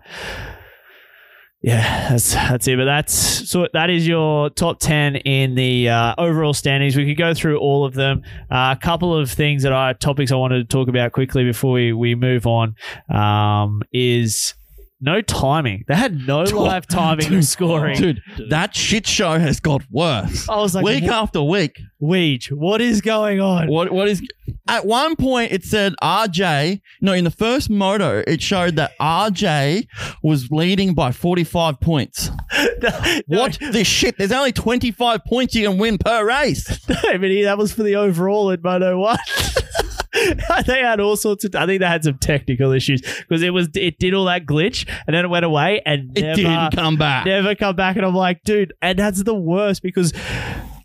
S4: yeah, that's that's it. But that's so that is your top ten in the uh, overall standings. We could go through all of them. Uh, a couple of things that I topics I wanted to talk about quickly before we we move on um, is. No timing. They
S2: <laughs>
S4: had no live timing of scoring.
S2: Dude, that shit show has got worse.
S4: I was Oh, like,
S2: week
S4: "Wha-
S2: after week.
S4: Weej, what is going <laughs> on?
S2: What what is at one point it said RJ no in the first moto it showed that RJ was leading by 45 points.
S4: <laughs>
S2: What this shit? There's only 25 points you can win per race. <laughs>
S4: I mean, that was for the overall in Moto One. <laughs> they had all sorts of. I think they had some technical issues because it was it did all that glitch and then it went away and
S2: It
S4: never
S2: didn't come back.
S4: never come back. And I'm like, dude, and that's the worst because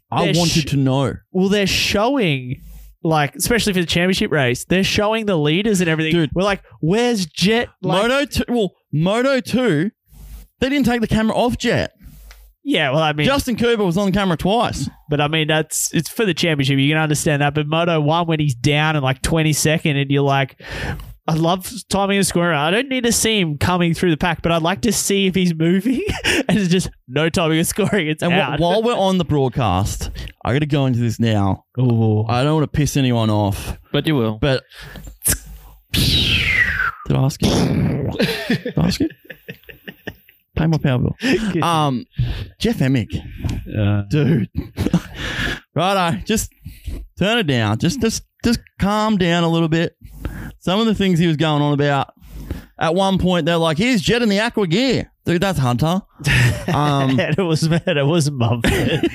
S2: I
S4: they're
S2: wanted
S4: sh-
S2: to know.
S4: well, they're showing. Like especially for the championship race, they're showing the leaders and everything.
S2: Dude.
S4: We're like, "Where's Jet?" Like,
S2: moto 2 well Moto 2 they didn't take the camera off jet.
S4: yeah, well, I mean,
S2: Justin Cooper was on camera twice.
S4: But I mean, that's it's for the championship. You can understand that. But Moto One, when he's down in like twenty second, and you're like, I love timing and scoring. I don't need to see him coming through the pack, but I'd like to see if he's moving. <laughs> and it's just no timing and scoring. It's
S2: And wh-
S4: out.
S2: while we're on the broadcast, I got to go into this now.
S4: Ooh.
S2: I don't want to piss anyone off.
S7: But you will.
S2: But did I ask you? did I ask you? Pay my power bill. Um, Jeff Emick, dude. <laughs> Righto, just turn it down. Just, just, just calm down a little bit. Some of the things he was going on about. At one point, they're like, "Here's Jed in the Aqua gear, dude. That's Hunter." Um, <laughs>
S4: <laughs> and it was man, it was Mumford.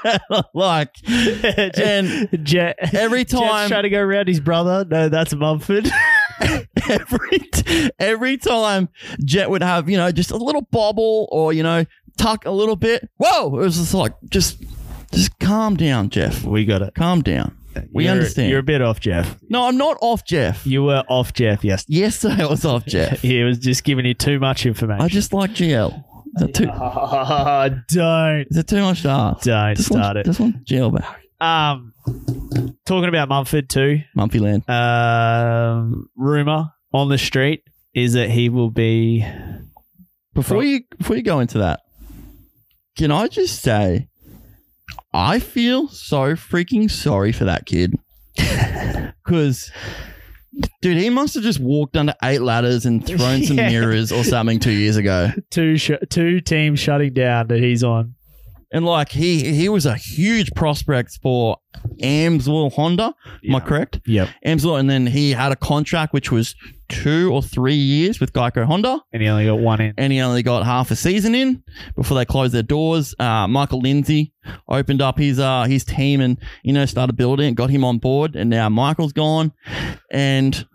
S4: <laughs>
S2: like,
S4: Just-
S2: and
S4: Jet.
S2: every
S4: Jet's
S2: time <laughs>
S4: trying to go around his brother. No, that's Mumford.
S2: every t- every time Jet would have, you know, just a little bobble or you know, tuck a little bit. Whoa! It was just like just just calm down, Jeff.
S4: We got it.
S2: Calm down. We
S4: You're-
S2: understand.
S4: You're a bit off, Jeff.
S2: no, I'm not off, Jeff.
S4: You were off, Jeff. Yes,
S2: Yesterday I was off, Jeff.
S4: he was just giving you too much
S2: I
S4: information.
S2: just like GL. Is that too,
S4: don't,
S2: is that too much to ask?
S4: don't
S2: Just
S4: start
S2: want,
S4: it.
S2: just want GL back.
S4: Um, talking about Mumford too.
S2: Mumpy Land.
S4: Um, rumor on the street is that he will be.
S2: Before you before you go into that, can I just say I feel so freaking sorry for that kid. Cause dude, he must have just walked under eight ladders and thrown some
S4: Yeah.
S2: mirrors or something two years ago.
S4: two sh- two teams shutting down that he's on.
S2: And like he he was a huge prospect for Amsoil Honda. Am I correct?
S4: Yep.
S2: Amsoil, and then he had a contract which was two or three years with Geico Honda.
S4: And he only got one in.
S2: and he only got half a season in before they closed their doors. Uh, Michael Lindsay opened up his uh, his team and you know started building it, got him on board, and now Michael's gone. And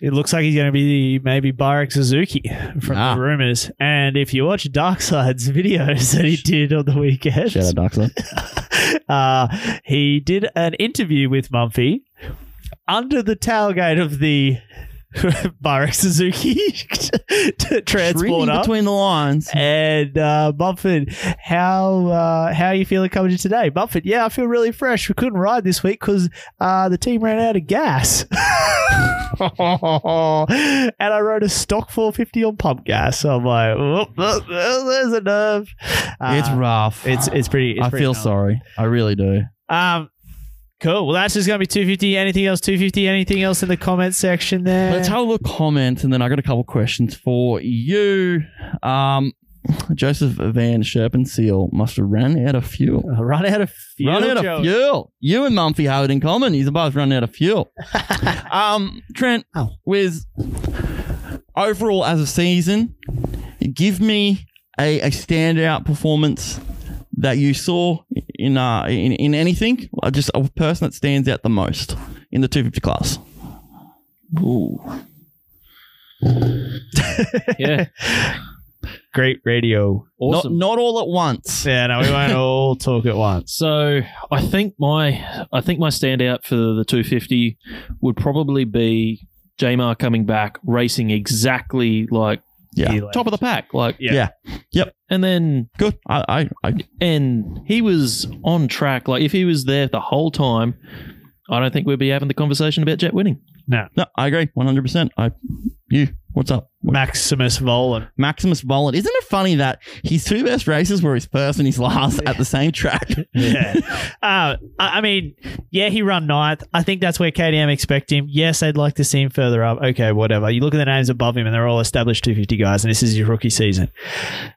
S4: It looks like he's going to be maybe Barak Suzuki from
S2: Ah.
S4: the rumors. And if you watch Darkside's <laughs> videos that he did on the weekend,
S2: Doxler.
S4: <laughs> uh, he did an interview with Mumphy under the tailgate of the <laughs> Barak Suzuki <laughs>
S2: Reading
S4: transporter.
S2: between the lines.
S4: And uh, Mumford, how uh, how are you feeling coming in today? Mumford, yeah, I feel really fresh. We couldn't ride this week because uh, the team ran out of gas. <laughs> and I rode a stock 450 on pump gas. So I'm like, oh, oh, oh, there's a nerve. Uh,
S2: it's rough.
S4: It's it's pretty. It's
S2: I
S4: pretty
S2: feel
S4: gnarly.
S2: sorry. I really do.
S4: Um, cool. Well, that's just gonna be 250. Anything else? 250. Anything else in the comment section there?
S2: Let's have a look comments, and then I got a couple questions for you. Um, Joseph Van Sherpenseal must have ran out of fuel.
S4: Uh, Run out of fuel.
S2: run out
S4: Joey.
S2: of fuel. You and Mumphy have it in common. He's about to run out of fuel. um, Trent, with overall as a season, give me a, a standout performance that you saw in uh in, in anything. Uh, Just a person that stands out the most in the 250 class.
S4: <laughs>
S7: Yeah.
S4: Great radio.
S7: Awesome.
S2: Not not all at once.
S4: Yeah, no,
S2: <laughs>
S4: we won't all talk at once.
S7: So I think my I think my standout for the 250 would probably be Jamar coming back, racing exactly like
S2: Yeah.
S4: He left.
S7: top of the pack, like
S4: Yeah.
S2: Yeah. Yep.
S7: And then
S2: Good. I I, I
S7: and he was on track. Like if he was there the whole time, I don't think we'd be having the conversation about Jet winning.
S2: no, I agree 100%. I you what's up?
S4: Maximus Volan.
S2: Maximus Bolland. Isn't it funny that his two best races were his first and his last at the same
S4: <laughs>
S2: track? <laughs>
S4: Yeah. uh, I I mean, yeah, he run ninth. I think that's where KDM expect him. Yes, they'd like to see him further up. Okay, whatever. You look at the names above him, and they're all established 250 guys, and this is your rookie season.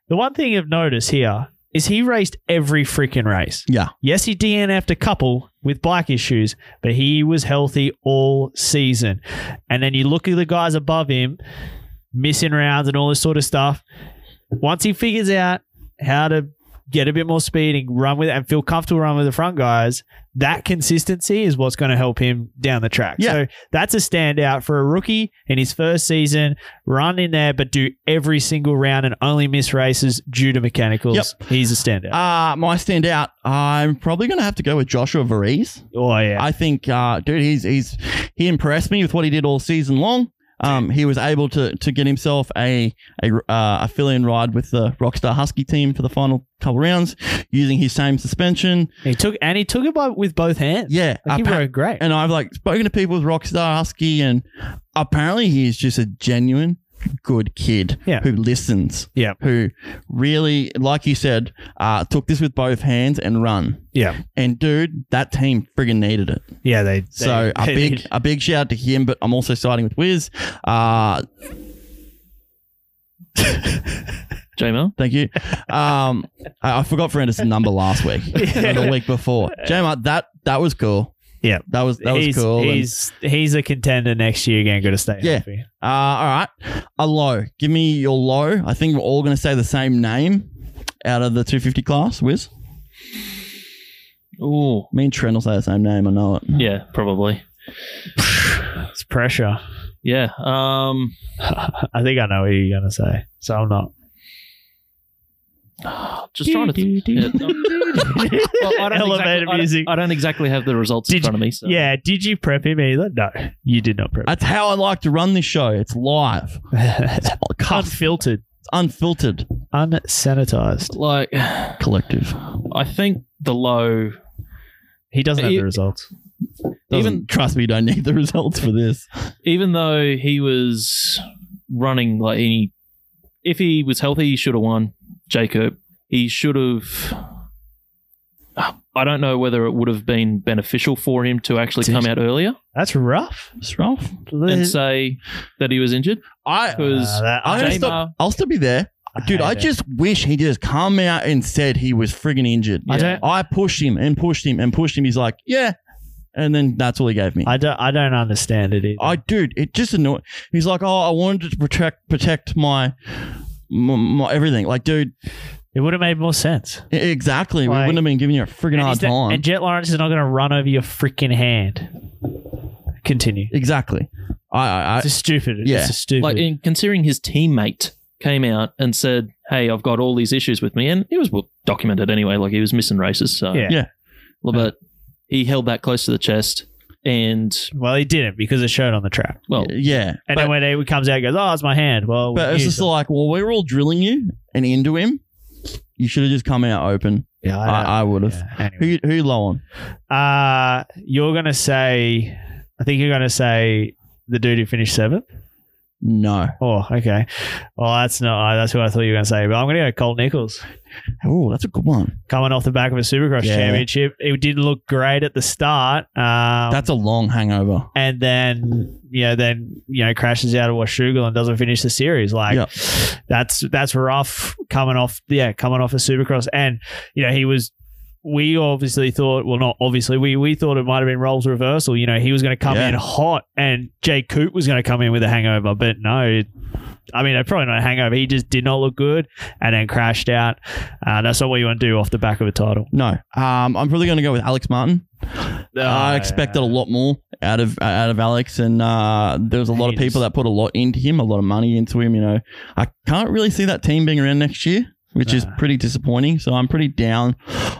S4: The one thing you've noticed here is he raced every freaking race.
S2: Yeah.
S4: Yes, he DNF'd a couple with bike issues, but he was healthy all season. And then you look at the guys above him, missing rounds and all this sort of stuff. Once he figures out how to get a bit more speed and run with and feel comfortable running with the front guys, that consistency is what's going to help him down the track.
S2: Yeah.
S4: So that's a standout for a rookie in his first season. Run in there, but do every single round and only miss races due to mechanicals.
S2: Yep.
S4: He's a standout.
S2: Uh, my standout, I'm probably going to have to go with Joshua Varese.
S4: oh yeah.
S2: I think, uh, dude, he's he's he impressed me with what he did all season long. Um, he was able to to get himself a a uh, a fill-in ride with the Rockstar Husky team for the final couple rounds using his same suspension.
S4: he took and he took it by, with both hands.
S2: Yeah, uh,
S4: Like, he
S2: appa-
S4: rode great.
S2: and I've like spoken to people with Rockstar Husky, and apparently he is just a genuine good kid
S4: Yeah.
S2: who listens.
S4: Yeah.
S2: who really, like you said, uh, took this with both hands and run.
S4: yeah.
S2: And dude, that team friggin' needed it.
S4: Yeah, they, they
S2: so a
S4: <laughs> they
S2: big,
S4: did.
S2: a big shout out to him. But I'm also siding with Wiz. Uh,
S7: Jamar,
S2: thank you.
S4: <laughs>
S2: Um, I, I forgot Fernandez's number last week, or the week before. Jama, that that was cool.
S4: Yeah.
S2: that was that was
S4: he's,
S2: cool. and-
S4: He's he's a contender next year again, gotta stay
S2: Yeah.
S4: healthy. <sighs>
S2: Uh, all right. A low. Give me your low. I think we're all going to say the same name out of the 250 class, Wiz.
S7: oh
S2: Me and Trent will say the same name. I know it.
S7: yeah, probably.
S4: It's pressure.
S7: Yeah. Um,
S4: I think I know who you're gonna say, so I'm not.
S7: just trying to. Th- yeah, um, <laughs> well, I don't
S4: Elevator
S7: exactly, I don't-
S4: music.
S7: I, don't exactly have the results in
S4: Did
S7: front of me. So.
S4: Yeah, did you prep him either? No, you did not prep.
S2: That's how I like to run this show. It's live,
S4: Him. <laughs>
S2: cuff,
S4: Unfiltered,
S2: unfiltered,
S4: unsanitized.
S7: Like,
S2: collective.
S7: I think the low.
S4: He doesn't have
S7: He-
S4: the results.
S2: Doesn't-
S7: Even-
S2: trust me, you don't need the results for this.
S7: even though he was running like any if he was healthy he should have won jacob he should have i don't know whether it would have been beneficial for him to actually
S4: Did- Uh,
S7: come out earlier
S4: That's rough.
S2: It's wrong.
S7: and say that he was injured
S2: I,
S7: because
S4: Uh, that-
S2: I'm gonna
S7: Jamar-
S2: stop- I'll still be there. Dude, I
S4: hate it.
S2: just wish he just come out and said he was friggin' injured.
S4: I don't.
S2: I pushed him and pushed him and pushed him. He's like, yeah. And then that's all he gave me. I,
S4: I don't. I don't understand it either.
S2: dude, it just annoyed. He's like, oh, I wanted to protect protect my, my, my everything. Like, dude,
S4: it would have made more sense.
S2: e- exactly. we
S4: Like-
S2: wouldn't have been giving you a friggin'
S4: And
S2: hard
S4: he's the-
S2: time.
S4: and Jet Lawrence is not going to run over your freaking hand. Continue.
S2: exactly. I, I, I
S4: It's just stupid. It's
S2: yeah.
S4: just stupid.
S7: like in considering his teammate came out and said hey i've got all these issues with me and it was well documented anyway like he was missing races so
S4: Yeah.
S2: Yeah.
S7: Well, but he held that close to the chest and
S4: well, he didn't because it showed on the track.
S7: well
S2: yeah. but
S4: And then when he comes out, and goes, "Oh, it's my hand." Well,
S2: but it's
S4: you-
S2: just like, well, we were all drilling you and into him. You should have just come out open.
S4: yeah,
S2: I, I would have.
S4: yeah, anyway.
S2: Who you- who you low on?
S4: Uh, you're going to say, I think you're going to say the dude who finished seventh.
S2: No.
S4: Oh, okay. Well, that's not, uh, that's who I thought you were going to say, but I'm going to go Colt Nichols
S2: Oh, that's a good one.
S4: coming off the back of a supercross
S2: Yeah.
S4: championship. It did look great at the start. Um,
S2: That's a long hangover.
S4: and then you know, then you know, crashes out of Washugal and doesn't finish the series. Like
S2: Yeah.
S4: that's that's rough coming off, yeah, coming off a Supercross, and you know he was. We obviously thought, well, not obviously, we we thought it might have been roles reversal. You know, he was going to come
S2: Yeah.
S4: in hot, and Jay Coop was going to come in with a hangover, but no. It, I mean, probably not a hangover. He just did not look good, and then crashed out. Uh, that's not what you want to do off the back of a title.
S2: No, um, I'm probably going to go with Alex Martin. I expected a lot more out of uh, out of Alex, and uh, there was a lot of
S4: He just-
S2: people that put a lot into him, a lot of money into him. You know, I can't really see that team being around next year, which is
S4: Nah.
S2: pretty disappointing. So I'm pretty down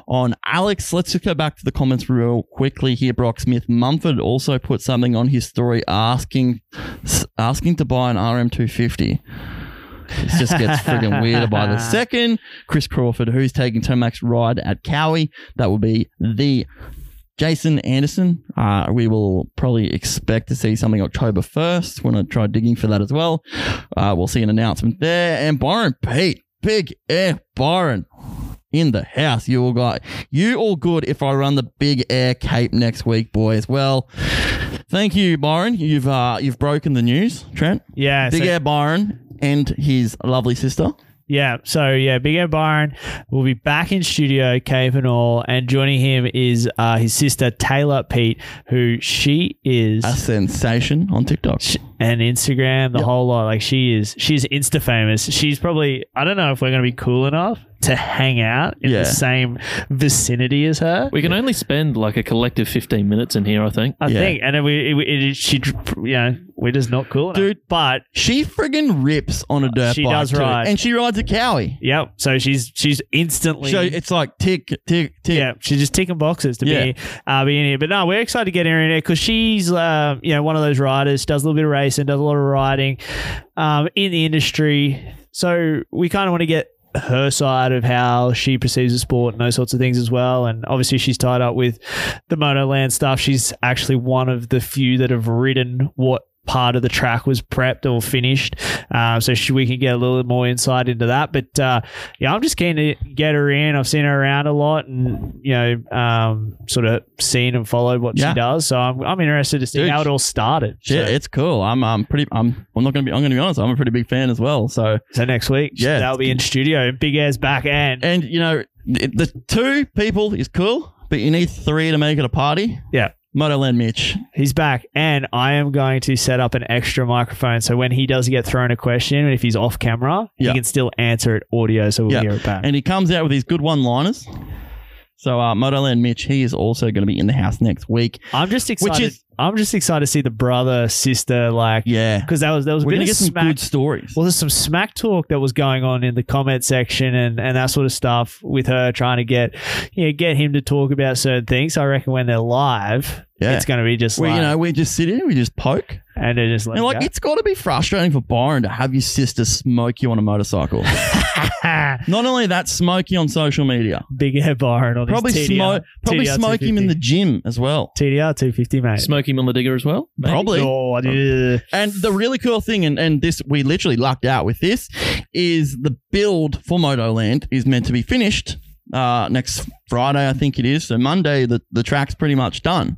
S2: on Alex. Let's just go back to the comments real quickly here. Brock Smith Mumford also put something on his story asking asking to buy an RM250. It just gets friggin' weirder by the second. Chris Crawford, who's taking Tomac's ride at Cowie, that will be the Jason Anderson. Uh, we will probably expect to see something October 1st. We're going to try digging for that as well. Uh, we'll see an announcement there. And Byron Pete, big air Byron in the house. You all got you all good if I run the big air cape next week, boys. Well, thank you, Byron. You've uh, you've broken the news, Trent.
S4: Yeah,
S2: Big
S4: so-
S2: air Byron and his lovely sister.
S4: Yeah. So yeah, Big Air Byron will be back in studio, Cave and all, and joining him is uh, his sister Taylor Pete, who she is
S2: A sensation on TikTok.
S4: and Instagram, the
S2: Yep.
S4: whole lot. Like she is, she's Insta famous. She's probably I don't know if we're gonna be cool enough to hang out in
S2: Yeah.
S4: the same vicinity as her.
S7: we can only spend like a collective 15 minutes in here i think
S4: I
S2: Yeah.
S4: think, and then we, it, it, she, you know, we're just not cool, enough.
S2: Dude.
S4: But
S2: She friggin' rips on a dirt
S4: She
S2: bike.
S4: does
S2: too.
S4: ride.
S2: And she rides a cowie.
S4: yep. So she's she's instantly
S2: So it's like tick, tick, tick.
S4: Yeah, she's just ticking boxes to
S2: Yeah.
S4: be uh, be in here. But no, we're excited to get her in here because she's uh, you know one of those riders. Does a little bit of racing, does a lot of riding um, in the industry. So we kind of want to get her side of how she perceives the sport and those sorts of things as well. And obviously, she's tied up with the Monoland stuff. She's actually one of the few that have ridden what part of the track was prepped or finished. Uh, so she, we can get a little more insight into that. But uh, yeah, I'm just keen to get her in. I've seen her around a lot and, you know, um, sort of seen and followed what
S2: Yeah.
S4: she does. So I'm, I'm interested to see
S2: Dude,
S4: how it all started.
S2: Yeah,
S4: so,
S2: it's cool. I'm I'm pretty I'm I'm not gonna be I'm gonna be honest, I'm a pretty big fan as well. So
S4: so next week,
S2: Yeah.
S4: they'll be in studio. Big Air's back and,
S2: and you know it- the two people is cool, but you need three to make it a party.
S4: Yeah.
S2: Motoland Mitch.
S4: He's back, and I am going to set up an extra microphone so when he does get thrown a question, if he's off camera,
S2: Yeah.
S4: he can still answer it audio, so we'll
S2: Yeah.
S4: hear it back.
S2: And he comes out with his good one liners. So uh, Motoland Mitch, he is also going to be in the house next week.
S4: I'm just excited.
S2: is-
S4: I'm just excited to see the brother sister like
S2: Yeah,
S4: because that was there was a
S2: we're going
S4: bit
S2: to
S4: of
S2: get some
S4: smack.
S2: good stories.
S4: well, there's some smack talk that was going on in the comment section and, and that sort of stuff with her trying to get you know, get him to talk about certain things. I reckon when they're live,
S2: Yeah.
S4: it's going to be just
S2: we,
S4: like
S2: you know, we just sit in, we just poke,
S4: and they're just like,
S2: and like it's got to be frustrating for Byron to have your sister smoke you on a
S4: <laughs>
S2: motorcycle.
S4: "Ah,
S2: Not only that, smoke you on social media.
S4: <laughs> big hair Byron on
S2: Probably
S4: his TDR,
S2: smoke, probably
S4: TDR
S2: smoke him in the gym as well.
S4: TDR 250 mate.
S7: Smoky Miller Digger as well. Maybe.
S2: Probably.
S4: Oh, I did-
S2: And the really cool thing, and, and this we literally lucked out with this, is the build for Motoland is meant to be finished uh, next Friday, I think it is. So Monday, the, the track's pretty much done.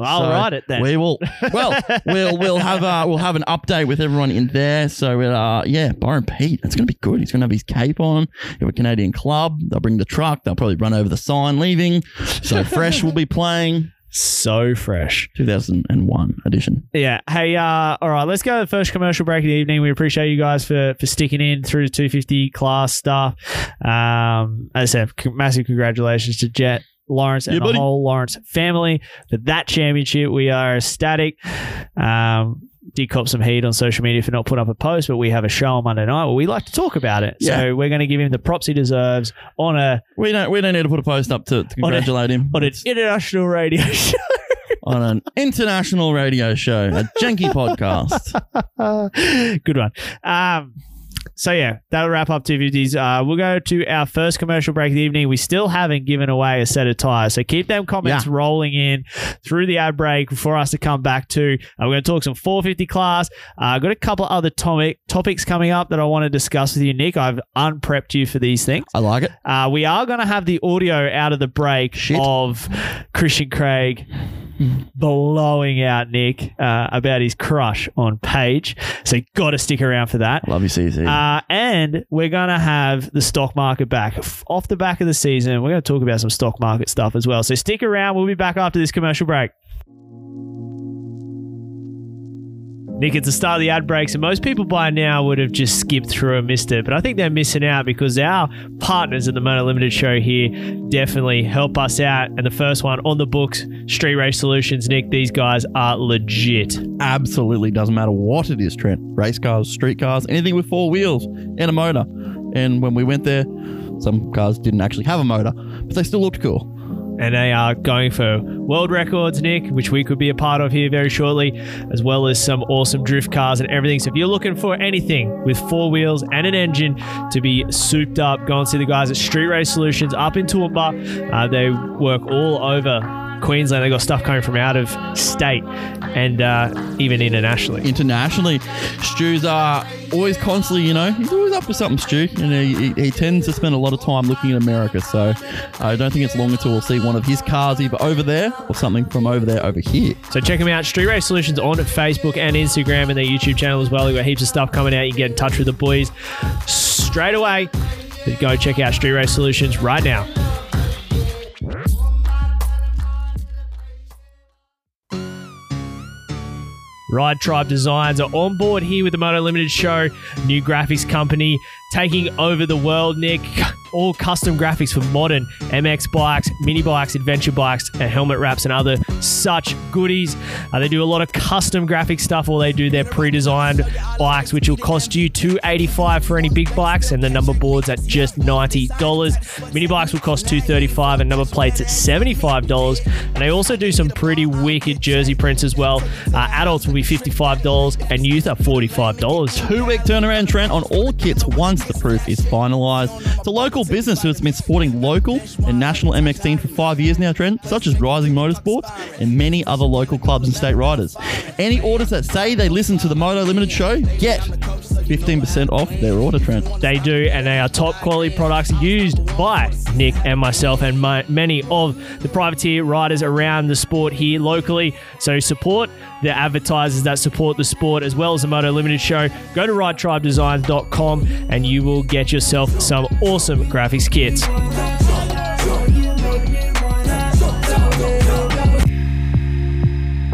S4: I'll
S2: So
S4: write it then.
S2: We will.
S4: <laughs>
S2: Well, we'll we'll have uh, we'll have an update with everyone in there. So we'll, uh, yeah, Byron Pete, it's gonna be good. He's gonna have his cape on. He'll have a Canadian club. They'll bring the truck. They'll probably run over the sign leaving.
S4: <laughs>
S2: So Fresh will be playing
S4: so fresh.
S2: 2001 edition.
S4: Yeah. Hey, uh, all right, let's go to the first commercial break of the evening. We appreciate you guys for for sticking in through the 250 class stuff. Um, as I said, c- massive congratulations to Jet Lawrence and
S2: Yeah,
S4: the
S2: buddy.
S4: whole Lawrence family for that championship. We are ecstatic. Um, did cop some heat on social media for not putting up a post, but we have a show on Monday night where we like to talk about it.
S2: Yeah.
S4: So we're going to give him the props he deserves on a
S2: We don't we don't need to put a post up to, to congratulate him
S4: on an international radio <laughs> show.
S2: on an international radio show, a janky podcast.
S4: Good one. Um, so yeah, that'll wrap up 250s. Uh, we'll go to our first commercial break of the evening. We still haven't given away a set of tires, so keep them comments rolling in through the ad break for us to come back to. Uh, we're going to talk some 450 class. Uh, I've got a couple other topic topics coming up that I want to discuss with you, Nick. I've unprepped you for these things.
S2: I like it.
S4: Uh, we are going to have the audio out of the break
S2: Shit.
S4: of Christian Craig blowing out Nick uh, about his crush on Paige. So got to stick around for that.
S2: I love you, CC.
S4: Uh, and we're going to have the stock market back F- off the back of the season. We're going to talk about some stock market stuff as well. So stick around. We'll be back after this commercial break. Nick, it's the start of the ad breaks, and most people by now would have just skipped through and missed it. But I think they're missing out because our partners at the Motor Limited show here definitely help us out. And the first one on the books, Street Race Solutions, Nick, these guys are legit.
S2: absolutely doesn't matter what it is, Trent. Race cars, street cars, anything with four wheels and a motor. And when we went there, some cars didn't actually have a motor, but they still looked cool.
S4: and they are going for world records, Nick, which we could be a part of here very shortly, as well as some awesome drift cars and everything. So if you're looking for anything with four wheels and an engine to be souped up, go and see the guys at Street Race Solutions up in Toowoomba. Uh, they work all over Queensland. They got stuff coming from out of state and uh, even internationally.
S2: Internationally, Stu's are always constantly, you know, he's always up for something, Stu. You know, he, he tends to spend a lot of time looking at America. So I don't think it's long until we'll see one of his cars either over there or something from over there over here.
S4: So check them out, Street Race Solutions on Facebook and Instagram and their YouTube channel as well. They've got heaps of stuff coming out. You can get in touch with the boys straight away. But go check out Street Race Solutions right now. Ride Tribe Designs are on board here with the Moto Limited show, new graphics company taking over the world, Nick. <laughs> All custom graphics for modern MX bikes, mini bikes, adventure bikes, and helmet wraps and other such goodies. Uh, they do a lot of custom graphic stuff, or they do their pre-designed bikes, which will cost you two eighty-five for any big bikes, and the number boards at just ninety dollars. Mini bikes will cost two thirty-five, and number plates at seventy-five dollars. And they also do some pretty wicked jersey prints as well. Uh, adults will be fifty-five dollars, and youth are forty-five dollars.
S2: Two week turnaround, Trent, on all kits once the proof is finalised. It's a local business who has been supporting local and national MX teams for five years now, Trent, such as Rising Motorsports and many other local clubs and state riders. Any orders that say they listen to the Moto Limited show get 15% off their order, Trent.
S4: They do, and they are top quality products used by Nick and myself and my, many of the privateer riders around the sport here locally. So support the advertisers that support the sport as well as the Moto Limited show. Go to ridetribedesign.com and you will get yourself some awesome graphics kits.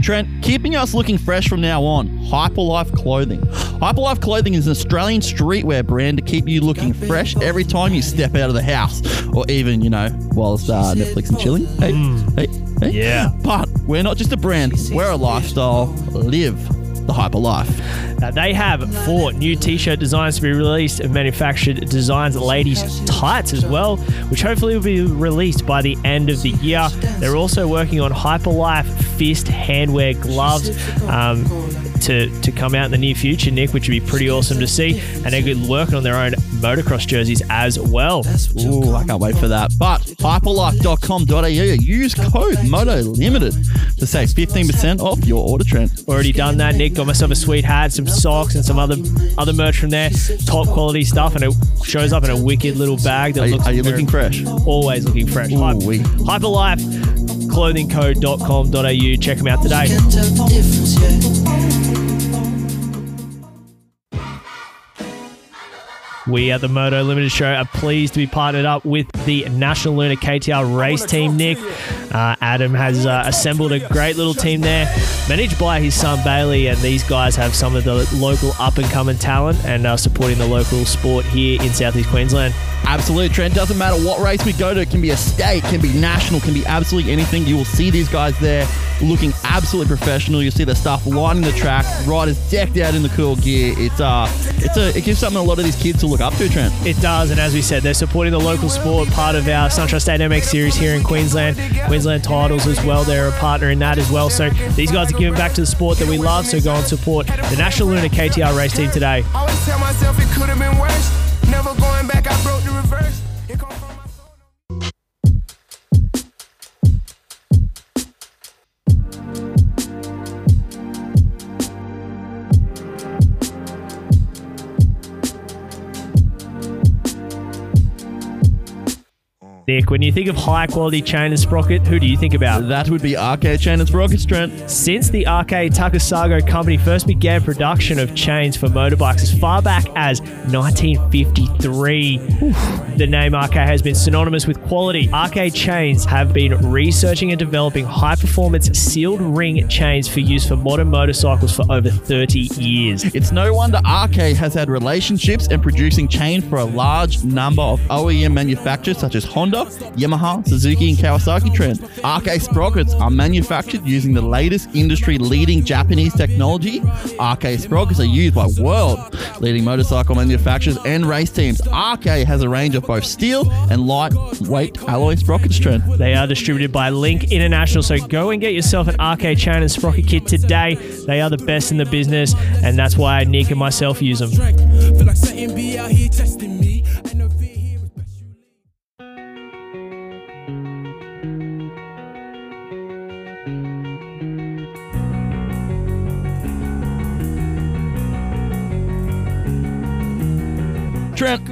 S2: Trent, keeping us looking fresh from now on. Hyperlife Clothing. Hyperlife Clothing is an Australian streetwear brand to keep you looking fresh every time you step out of the house, or even you know whilst uh, Netflix and chilling. Hey, hey, hey.
S4: Yeah.
S2: But we're not just a brand; we're a lifestyle. Live the hyper life.
S4: Now, they have four new t shirt designs to be released and manufactured designs, ladies' tights as well, which hopefully will be released by the end of the year. They're also working on Hyperlife fist handwear gloves. Um, to, to come out in the near future, Nick, which would be pretty awesome to see. And they're good working on their own motocross jerseys as well.
S2: Ooh, I can't wait for that. But hyperlife.com.au, use code MOTO LIMITED to save 15% off your order, Trent.
S4: Already done that, Nick. Got myself a sweet hat, some socks, and some other other merch from there. Top quality stuff, and it shows up in a wicked little bag that
S2: Are you,
S4: looks.
S2: are you
S4: very-
S2: looking fresh?
S4: Always looking fresh. Hype-
S2: Ooh-wee.
S4: Hyperlife clothingco.com.au. Check them out today. We at the Moto Limited Show are pleased to be partnered up with the National Lunar KTR race team, Nick. Uh, Adam has uh, assembled a great little team there, managed by his son Bailey, and these guys have some of the local up and coming talent and are supporting the local sport here in Southeast Queensland.
S2: Absolute, Trent. Doesn't matter what race we go to. It can be a state, can be national, can be absolutely anything. You will see these guys there looking absolutely professional. You'll see their stuff lining the track. Riders decked out in the cool gear. It's uh, it's a, it gives something a lot of these kids to look up to, Trent.
S4: It does, and as we said, they're supporting the local sport, part of our Sunshine State MX series here in Queensland. Queensland titles as well, they're a partner in that as well. So these guys are giving back to the sport that we love, so go and support the National Lunar KTR race team today.
S9: Always tell myself it could have been worse. Never going back, I broke the reverse. Here come from my soul.
S4: Nick, when you think of high quality chain and sprocket, who do you think about?
S2: That would be Arcade Chain and Rockets, Trent.
S4: Since the RK Takasago company first began production of chains for motorbikes as far back as 1953, the name RK has been synonymous with quality. RK Chains have been researching and developing high performance sealed ring chains for use for modern motorcycles for over 30 years.
S2: It's no wonder RK has had relationships and producing chain for a large number of OEM manufacturers such as Honda, Yamaha, Suzuki, and Kawasaki Trend. RK sprockets are manufactured using the latest industry-leading Japanese technology. RK sprockets are used by world-leading motorcycle manufacturers and race teams. RK has a range of both steel and lightweight alloy sprockets. Trend.
S4: They are distributed by Link International, so go and get yourself an RK chain and sprocket kit today. They are the best in the business, and that's why Nick and myself use them.
S9: Feel like Satan be out here testing me. I know V here is best you leave.
S2: Trent,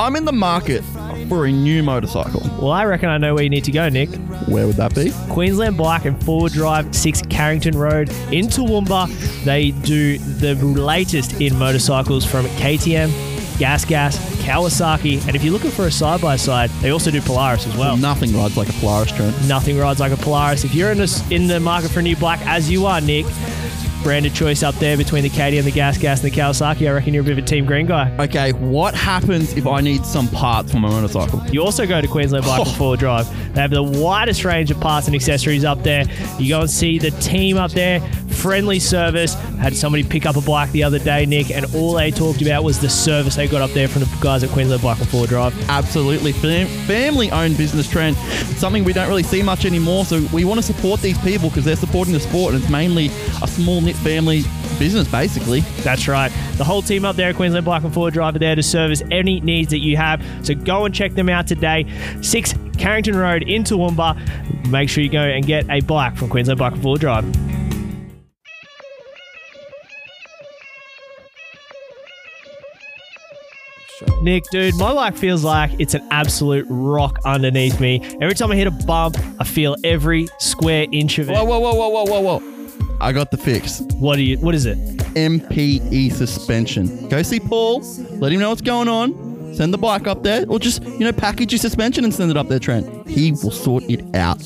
S2: I'm in the market for a new motorcycle.
S4: Well, I reckon I know where you need to go, Nick.
S2: Where would that be?
S4: Queensland Bike and Four Drive 6 Carrington Road in Toowoomba. They do the latest in motorcycles from KTM, Gas Gas, Kawasaki, and if you're looking for a side by side, they also do Polaris as well.
S2: Nothing rides like a Polaris, Trent.
S4: Nothing rides like a Polaris. If you're in, this, in the market for a new bike, as you are, Nick, branded choice up there between the KTM, the Gas Gas, and the Kawasaki, I reckon you're a bit of a Team Green guy.
S2: Okay, what happens if I need some parts for my motorcycle?
S4: You also go to Queensland Bike and Four Drive. They have the widest range of parts and accessories up there. You go and see the team up there. Friendly service. Had somebody pick up a bike the other day, Nick, and all they talked about was the service they got up there from the guys at Queensland Bike and Four Drive.
S2: Absolutely. Fam- family owned business trend. Something we don't really see much anymore. So we want to support these people because they're supporting the sport and it's mainly a small knit family business, basically.
S4: That's right. The whole team up there at Queensland Bike and Four Drive are there to service any needs that you have. So go and check them out today. 6 Carrington Road in Toowoomba. Make sure you go and get a bike from Queensland Bike and Four Drive. Nick, dude, my bike feels like it's an absolute rock underneath me. Every time I hit a bump, I feel every square inch of it.
S2: Whoa, whoa, whoa, whoa, whoa, whoa, whoa. I got the fix. E
S4: What do you? What is it?
S2: MPE suspension. Go see Paul. Let him know what's going on. Send the bike up there, or just you know package your suspension and send it up there, Trent. He will sort it out.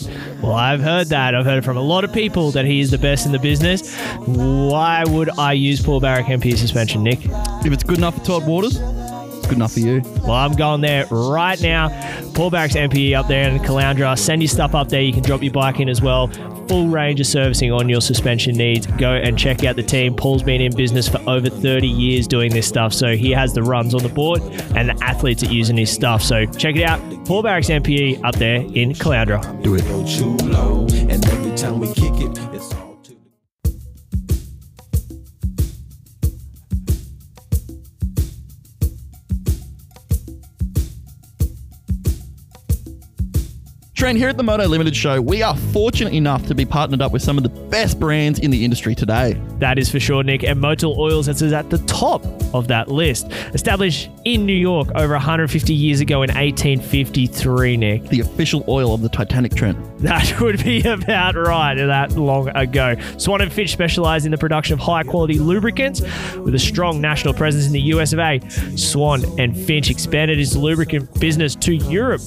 S4: Well, I've heard that. I've heard it from a lot of people that he is the best in the business. Why would I use Paul Barrack MP suspension, Nick?
S2: If it's good enough for Todd Waters, it's good enough for you.
S4: Well, I'm going there right now. Paul Barrack's MPE up there in Caloundra. Send your stuff up there. You can drop your bike in as well. Full range of servicing on your suspension needs. Go and check out the team. Paul's been in business for over 30 years doing this stuff, so he has the runs on the board and the athletes are using his stuff. So check it out. Paul Barrack's MPE up there in Caloundra.
S10: And every time we kick it, it's all to the
S2: Trent, here at the Moto Limited Show, we are fortunate enough to be partnered up with some of the best brands in the industry today.
S4: That is for sure, Nick. And Motul Oils is at the top of that list. Established in New York over 150 years ago in 1853, Nick.
S2: The official oil of the Titanic, Trent.
S4: That <laughs> would be about right that long ago. Swan and Fitch specialize in the production of high quality lubricants with a strong national presence in the US of A. Swan and Finch expanded its lubricant business to Europe,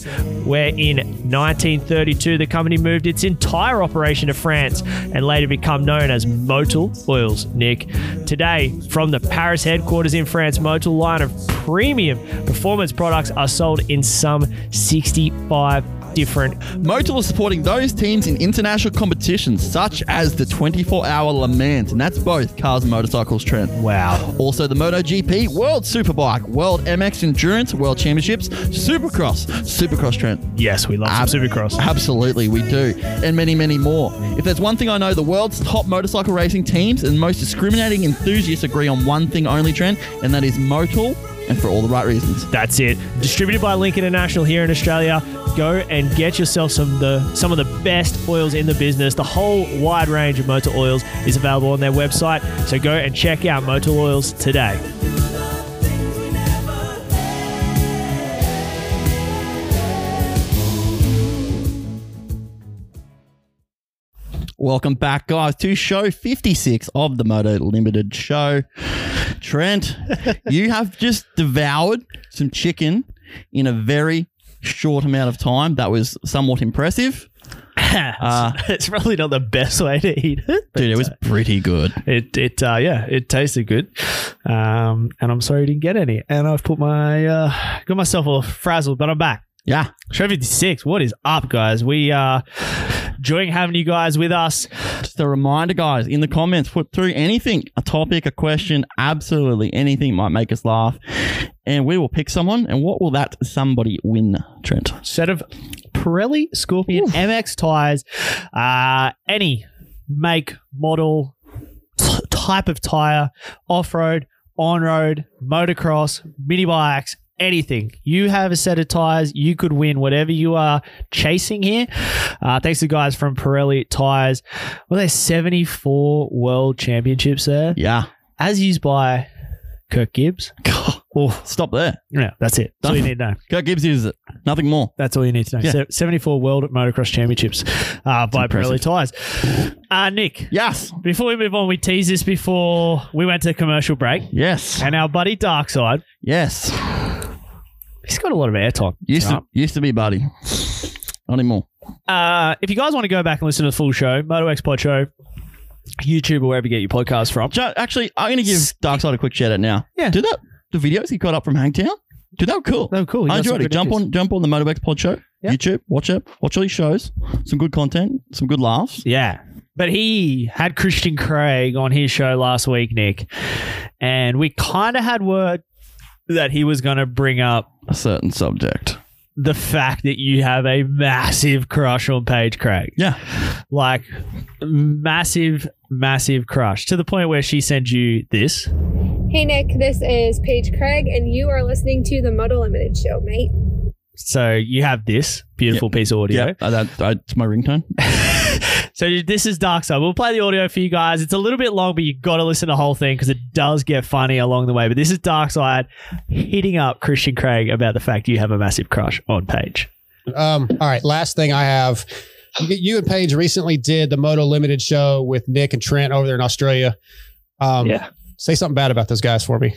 S4: where in 1932 the company moved its entire operation to France and later become known as Motul Oils, Nick. Today, from the Paris headquarters in France, Motul line of premium performance products are sold in some 65 different
S2: Motul is supporting those teams in international competitions such as the 24 hour Le Mans, and that's both cars and motorcycles, Trent.
S4: Wow.
S2: Also, the MotoGP, World Superbike, World MX Endurance, World Championships, Supercross, Supercross, Trent.
S4: Yes, we love
S2: Ab-
S4: some Supercross.
S2: Absolutely, we do. And many, many more. If there's one thing I know, the world's top motorcycle racing teams and most discriminating enthusiasts agree on one thing only, Trent, and that is Motul, and for all the right reasons.
S4: That's it. Distributed by Link International here in Australia. Go and get yourself some of the some of the best oils in the business. The whole wide range of motor oils is available on their website. So go and check out Motor Oils <laughs> today.
S10: things we never
S2: Welcome back, guys, to show 56 of the Moto Limited show. <laughs> Trent, you have just devoured some chicken in a very short amount of time. That was somewhat impressive.
S4: Uh, it's probably not the best way to eat it. but,
S2: Dude, it was
S4: uh,
S2: pretty good.
S4: it it uh, yeah it tasted good, um, and I'm sorry you didn't get any. And I've put my uh, got myself all frazzled, but I'm back.
S2: Yeah.
S4: Show 56, what is up, guys? We are enjoying having you guys with us.
S2: Just a reminder, guys, in the comments, put through anything a topic, a question, absolutely anything might make us laugh. And we will pick someone. And what will that somebody win, Trent?
S4: set of Pirelli Scorpion MX tires, uh, any make, model, t- type of tire, off road, on road, motocross, mini bikes, anything. You have a set of tires, you could win whatever you are chasing here. Uh, thanks to the guys from Pirelli Tires. Were there 74 world championships there?
S2: <laughs> Yeah.
S4: As used by Kirk Gibbs. Oh,
S2: Stop there.
S4: yeah, that's it. That's all you need to know.
S2: Kirk Gibbs uses it. Nothing more.
S4: That's all you need to know.
S2: Yeah.
S4: Se- 74 World Motocross Championships uh, by Pirelli
S2: impressive.
S4: Tires. Uh, Nick,
S2: Yes.
S4: before we move on, we teased this before we went to commercial break.
S2: Yes.
S4: And our buddy Darkside,
S2: Yes.
S4: he's got a lot of airtime.
S2: Used to used to be buddy. Not anymore.
S4: Uh, if you guys want to go back and listen to the full show, Moto X Pod Show, YouTube or wherever you get your podcast from.
S2: Jo- actually, I'm gonna give Darkside a quick shout out now.
S4: Yeah.
S2: Do that the videos he got up from Hangtown. Dude, that was cool.
S4: Oh, cool. You
S2: I
S4: got some
S2: enjoyed it.
S4: good
S2: Jump
S4: interviews.
S2: on jump on the Motorwax Pod Show.
S4: Yeah.
S2: YouTube, watch it, watch all these shows. Some good content, some good laughs.
S4: Yeah. But he had Christian Craig on his show last week, Nick. And we kind of had word that he was going to bring up
S2: A certain subject.
S4: the fact that you have a massive crush on Paige Craig.
S2: Yeah.
S4: Like massive, massive crush to the point where she sent you this.
S11: Hey Nick, this is Paige Craig, and you are listening to the Moto Limited Show, mate.
S4: So you have this beautiful piece of audio.
S2: Yeah. Uh, that, I, it's my ringtone.
S4: So this is Dark Side. We'll play the audio for you guys. It's a little bit long, but you got to listen to the whole thing because it does get funny along the way. But this is Dark Side hitting up Christian Craig about the fact you have a massive crush on Paige.
S12: Um, all right. Last thing I have. You, you and Paige recently did the Moto Limited show with Nick and Trent over there in Australia. Um,
S4: Yeah.
S12: Say something bad about those guys for me.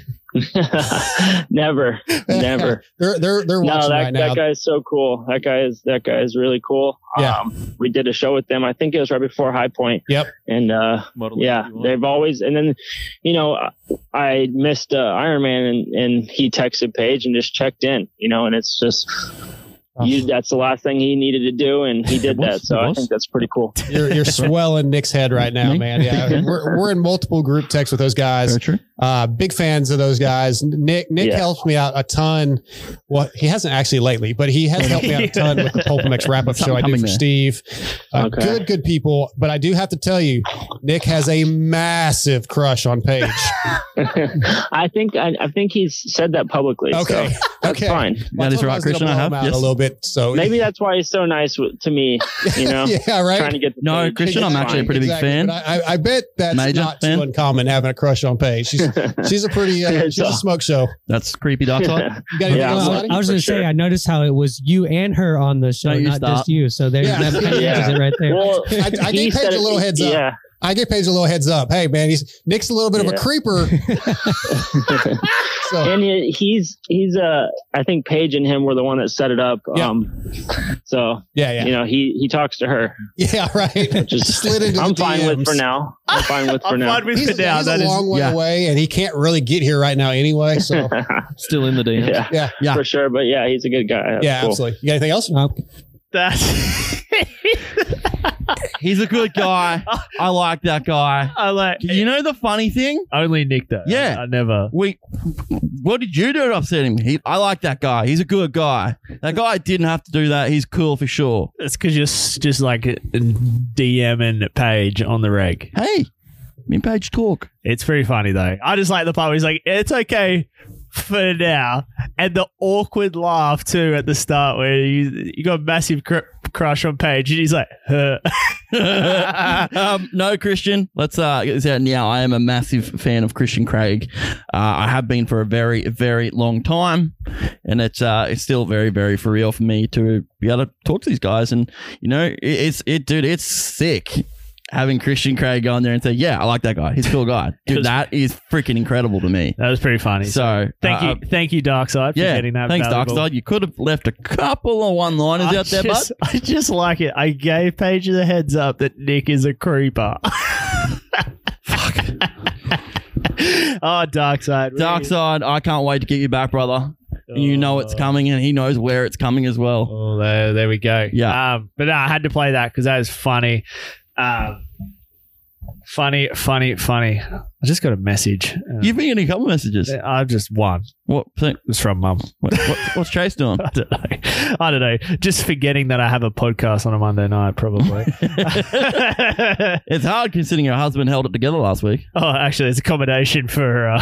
S13: never, never.
S12: They're they're they're
S13: No,
S12: watching
S13: that,
S12: right now.
S13: that guy is so cool. That guy is that guy is really cool.
S12: Yeah.
S13: Um, we did a show with them. I think it was right before High Point.
S12: Yep.
S13: And uh, yeah, they've always and then, you know, I- I missed uh, Iron Man and and he texted Paige and just checked in. You know, and it's just. You, that's the last thing he needed to do, and he
S12: <laughs>
S13: did that. So I think that's pretty cool.
S12: You're, you're swelling Nick's head
S2: <laughs>
S12: right now,
S13: Me?
S12: man. Yeah, we're, we're in multiple group texts with those guys. Uh, big fans of those guys. Nick Nick
S13: Yeah.
S12: helped me out a ton. Well, he hasn't actually lately, but he <laughs> has helped
S13: <laughs>
S12: me out a ton with the Pulpamex wrap up show I do
S2: Something
S12: for
S2: there.
S12: Steve. Uh,
S2: Okay.
S12: Good good people, but I do have to tell you, Nick has a massive crush on <laughs> Paige.
S13: I think I, I think he's said that publicly.
S12: Okay.
S13: so that's fine.
S12: That is right, Christian. I have out a little bit. So
S13: Maybe that's why he's so nice w- to me.
S12: <laughs>
S13: You know,
S12: Yeah, right.
S13: Trying to get the page.
S12: Exactly, but I, I- I bet that's
S2: Major
S12: not
S2: fan?
S12: too uncommon having a crush on Paige. <laughs> She's she's a pretty
S13: <laughs>
S12: uh, she's a smoke show.
S2: That's creepy dark
S12: <laughs>
S2: side.
S12: You got anything else,
S14: I was,
S12: Scotty?
S14: I was going to say, I noticed how it was you and her on the show,
S2: Don't you
S14: not
S2: stop.
S14: just you. So there,
S13: <laughs>
S12: Yeah.
S14: that kind of
S12: Yeah.
S14: is it right there.
S13: Well,
S12: I,
S13: he
S12: I gave Paige
S13: said
S12: a
S13: it-
S12: little heads up.
S13: yeah.
S12: I gave Paige a little heads up. Hey man, he's Nick's a little bit of
S13: Yeah.
S12: a <laughs> creeper.
S13: And he- he's he's uh I think Paige and him were the one that set it up. Um so
S12: yeah, yeah.
S13: you know, he he talks to her.
S12: Yeah, right.
S13: Which is
S12: Slid into the
S13: I'm fine with for
S12: DMs.
S13: now. I'm fine with for now. <laughs>
S12: he's, he's a long way away, and he can't really get here right now anyway. So
S7: Still in the DMs.
S13: Yeah,
S12: yeah,
S13: for sure. But yeah, he's a good guy. That's
S12: yeah,
S13: cool.
S12: absolutely. You got anything else?
S13: <laughs>
S2: He's a good
S12: <laughs>
S2: guy. I like that guy.
S4: I like.
S2: You know the funny thing?
S4: Only Nick though.
S2: Yeah,
S4: I, never.
S2: We. What did you do to upset him? He, I like that guy. He's a good guy. That guy didn't have to do that. He's cool for sure.
S4: It's because you're s- just like uh, DMing Paige on the reg.
S2: Hey, me and Paige talk.
S4: It's pretty funny though. I just like the part where he's like, "It's okay for now," and the awkward laugh too at the start where you you got a massive cr- crush on Paige, and he's like, "Huh."
S2: <laughs>
S4: <laughs>
S2: um, no, Christian. Let's uh, get this out now. I am a massive fan of Christian Craig. Uh, I have been for a very, very long time, and it's uh, it's still very, very for real for me to be able to talk to these guys. And you know, it, it's it, dude. It's sick having Christian Craig go on there and say, "Yeah, I like that guy. He's a cool
S4: <laughs>
S2: guy, dude." that is freaking incredible to me.
S4: That was pretty funny.
S2: So
S4: Thank
S2: uh,
S4: you, thank you, Darkside, for
S2: yeah,
S4: getting that.
S2: thanks,
S4: valuable-
S2: Darkside. You could have left a couple of one-liners
S4: I
S2: out there,
S4: just,
S2: bud.
S4: <laughs> I just like it. I gave Paige the heads up that Nick is a creeper. <laughs> oh, dark side.
S2: Dark side, I can't wait to get you back, brother. You know it's coming, and he knows where it's coming as well.
S4: Oh, there, there we go.
S2: Yeah,
S4: Um, but no, I had to play that because that is funny. Um, funny, funny, funny. I just got a message. Uh,
S2: you've been getting a couple messages.
S4: I've just one.
S2: What? Thing?
S4: It's from mum.
S2: What, what- what's Chase doing?
S4: <laughs> I don't know. I don't know. Just forgetting that I have a podcast on a Monday night, <laughs> probably.
S2: it's hard considering your husband held it together last week.
S4: oh, actually, it's accommodation for uh, <laughs>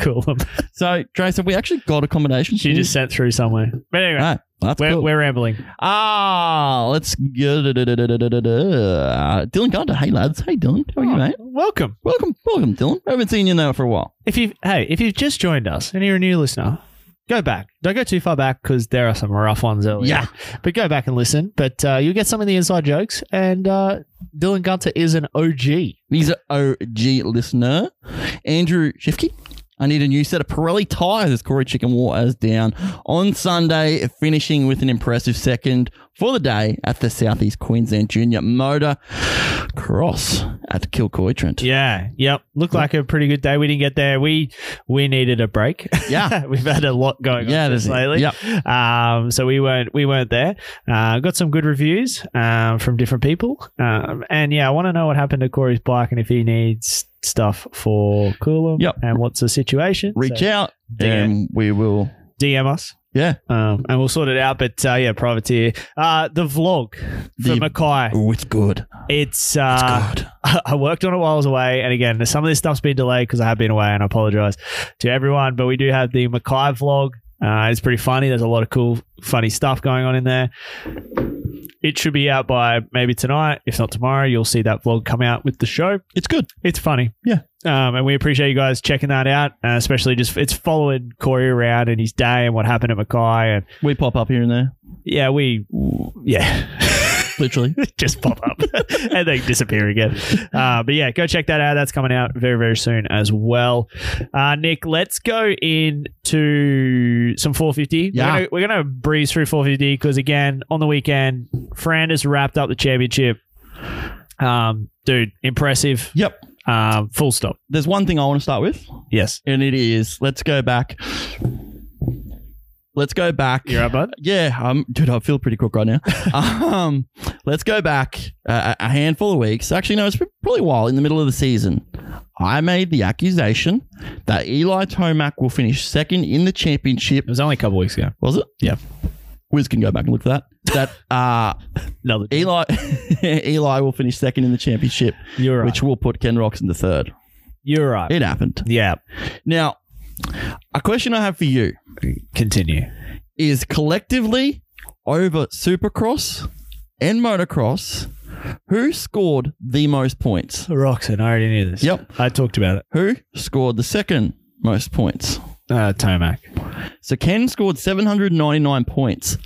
S4: Coolum.
S2: So, Trace, have we actually got accommodation?
S4: She just sent through somewhere. But anyway,
S2: Right. Ah, That's
S4: we're,
S2: cool.
S4: we're rambling.
S2: Ah, let's go. Dylan Carter. Hey, lads. Hey, Dylan. How are
S4: Oh.
S2: you, mate?
S4: Welcome.
S2: Welcome. Welcome, Dylan. I haven't seen you now for a while.
S4: If you have hey, if you've just joined us and you're a new listener, go back. Don't go too far back because there are some rough ones earlier.
S2: Yeah.
S4: but go back and listen. But uh, you'll get some of the inside jokes. And uh, Dylan Gunter is an OG.
S2: He's an OG listener. Andrew Shifke. I need a new set of Pirelli tyres as Corey Chicken Waters down on Sunday, finishing with an impressive second for the day at the Southeast Queensland Junior Motor Cross at Kilcoy Trent.
S4: Yeah. Yep. Looked like a pretty good day. We didn't get there. We we needed a break. <laughs>
S2: Yeah.
S4: We've had a lot going
S2: Yeah,
S4: on
S2: that's
S4: just
S2: it.
S4: lately. Yep. Um, so we weren't we weren't there. Uh, got some good reviews um, from different people. Um, and yeah, I want to know what happened to Corey's bike and if he needs stuff for Coolum.
S2: Yep.
S4: And what's the situation?
S2: Reach
S4: So
S2: out
S4: Damn.
S2: and we will.
S4: DM us.
S2: Yeah.
S4: Um, and we'll sort it out. But uh, yeah, privateer. Uh, the vlog for
S2: The-
S4: Mackay.
S2: Oh, it's good.
S4: It's uh, <laughs> I worked on it while I was away, and again, some of this stuff's been delayed because I have been away, and I apologize to everyone. But we do have the Mackay vlog. Uh, it's pretty funny. There's a lot of cool, funny stuff going on in there. It should be out by maybe tonight, if not tomorrow. You'll see that vlog come out with the show.
S2: It's good.
S4: It's funny.
S2: Yeah.
S4: Um, and we appreciate you guys checking that out, uh, especially just it's following Corey around and his day and what happened at Mackay. And
S2: We pop up here and there.
S4: yeah, we, yeah. <laughs>
S2: literally.
S4: just pop up and they disappear again. Uh, but yeah, go check that out. That's coming out very, very soon as well. Uh, Nick, let's go into some 450.
S2: Yeah.
S4: We're gonna- We're going to breeze through 450 because, again, on the weekend, Fran has wrapped up the championship. Um, dude, impressive.
S2: Yep.
S4: Um, full stop.
S2: There's one thing I want to start with.
S4: Yes.
S2: And it is let's go back. Let's go back. You're
S4: right, bud?
S2: Yeah. Um, dude, I feel pretty quick right
S4: <laughs>
S2: now. um, let's go back uh, a, a handful of weeks. Actually, no, it's been probably a while in the middle of the season. I made the accusation that Eli Tomac will finish second in the championship. It
S4: was only a couple weeks ago.
S2: Was it?
S4: Yeah.
S2: Wiz can go back and look for that.
S4: <laughs>
S2: That uh, Eli <laughs> Eli will finish second in the championship,
S4: You're right.
S2: which will put Ken Rocks in the third.
S4: You're right.
S2: It happened.
S4: Yeah.
S2: Now, a question I have for you.
S4: Continue.
S2: Is collectively over Supercross and Motocross, who scored the most points?
S4: Roxon, I already knew this.
S2: Yep.
S4: I talked about it.
S2: Who scored the second most points?
S4: Uh, Tomac.
S2: So Ken scored 799 points.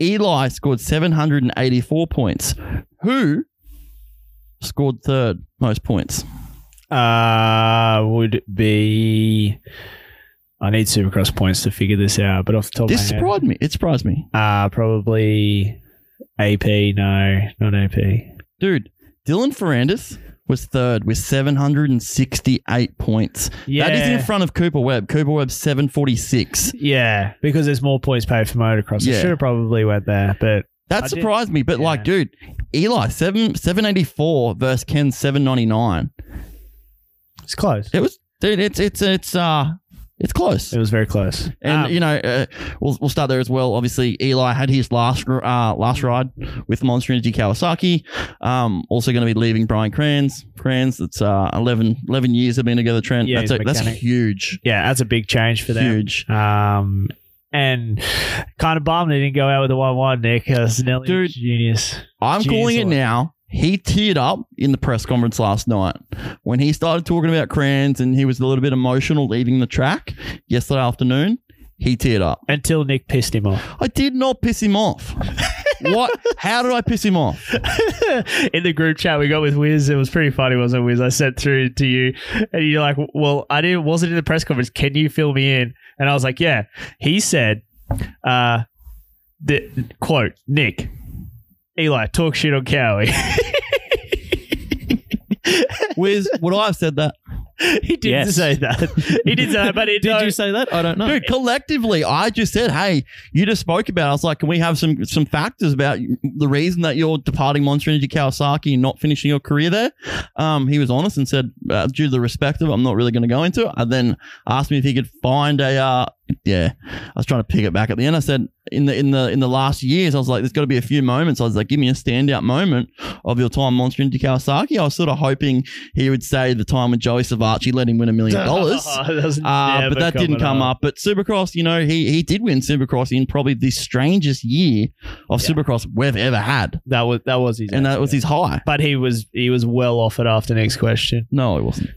S2: Eli scored 784 points. Who scored third most points?
S4: uh, would be. I need Supercross points to figure this out, but off the top
S2: This
S4: of my head,
S2: surprised me. It surprised me.
S4: uh, probably AP. No, not AP.
S2: Dude, Dylan Ferrandis was third with 768 points. That is
S4: Yeah.
S2: in front of Cooper Webb. Cooper Webb 746.
S4: Yeah, because there's more points paid for motocross. I
S2: Yeah.
S4: should have probably went there, but
S2: That
S4: I did-
S2: surprised me, but like, dude, Eli seven seven eighty four versus Ken seven ninety nine.
S4: It's close.
S2: It was, dude. It's it's it's uh, it's close.
S4: It was very close. Um,
S2: And you know, uh, we'll we'll start there as well. Obviously, Eli had his last r- uh last ride with Monster Energy Kawasaki. Um, also going to be leaving Brian Kranz. Kranz, it's uh 11, 11 years they've been together. Trent,
S4: Yeah,
S2: that's
S4: he's
S2: a,
S4: a
S2: that's
S4: mechanic.
S2: huge.
S4: yeah, that's a big change for them.
S2: Huge.
S4: Um, and kind of bummed they didn't go out with a one-one. Nick, that's nearly
S2: Dude,
S4: genius.
S2: I'm
S4: Genius
S2: calling it
S4: award.
S2: now. He teared up in the press conference last night when he started talking about crayons and he was a little bit emotional leaving the track yesterday afternoon. He teared up.
S4: until Nick pissed him off.
S2: I did not piss him off. what? How did I piss him off?
S4: <laughs> in the group chat we got with Wiz, it was pretty funny, wasn't it, Wiz? I sent through to you, and you're like, "Well, I didn't wasn't in the press conference. Can you fill me in?" And I was like, "Yeah." He said, uh, the, "Quote Nick, Eli, talk shit on Cowie." <laughs>
S2: Wiz, would I have said that?
S4: he didn't
S2: Yes.
S4: say that. He didn't say that, but it,
S7: Did
S4: no, <laughs>
S7: you say that? I don't know.
S2: Dude, collectively, I just said, "Hey, you just spoke about." it." I was like, "Can we have some some factors about the reason that you're departing Monster Energy Kawasaki and not finishing your career there?" Um, he was honest and said, uh, "Due to the respect of, it, I'm not really going to go into it." I then asked me if he could find a. Uh, yeah, I was trying to pick it back at the end. I said, "In the in the in the last years, I was like, there's got to be a few moments." I was like, "Give me a standout moment of your time, Monster Energy Kawasaki." I was sort of hoping he would say the time when Joey Savacci let him win a million
S4: <laughs>
S2: dollars.
S4: That was
S2: Uh,
S4: never
S2: but that didn't
S4: coming
S2: come up.
S4: up.
S2: But Supercross, you know, he he did win Supercross in probably the strangest year of Supercross we've ever had,
S4: That was that was his,
S2: and that was his high.
S4: but he was he was well off it after next question. <laughs>
S2: No, it wasn't.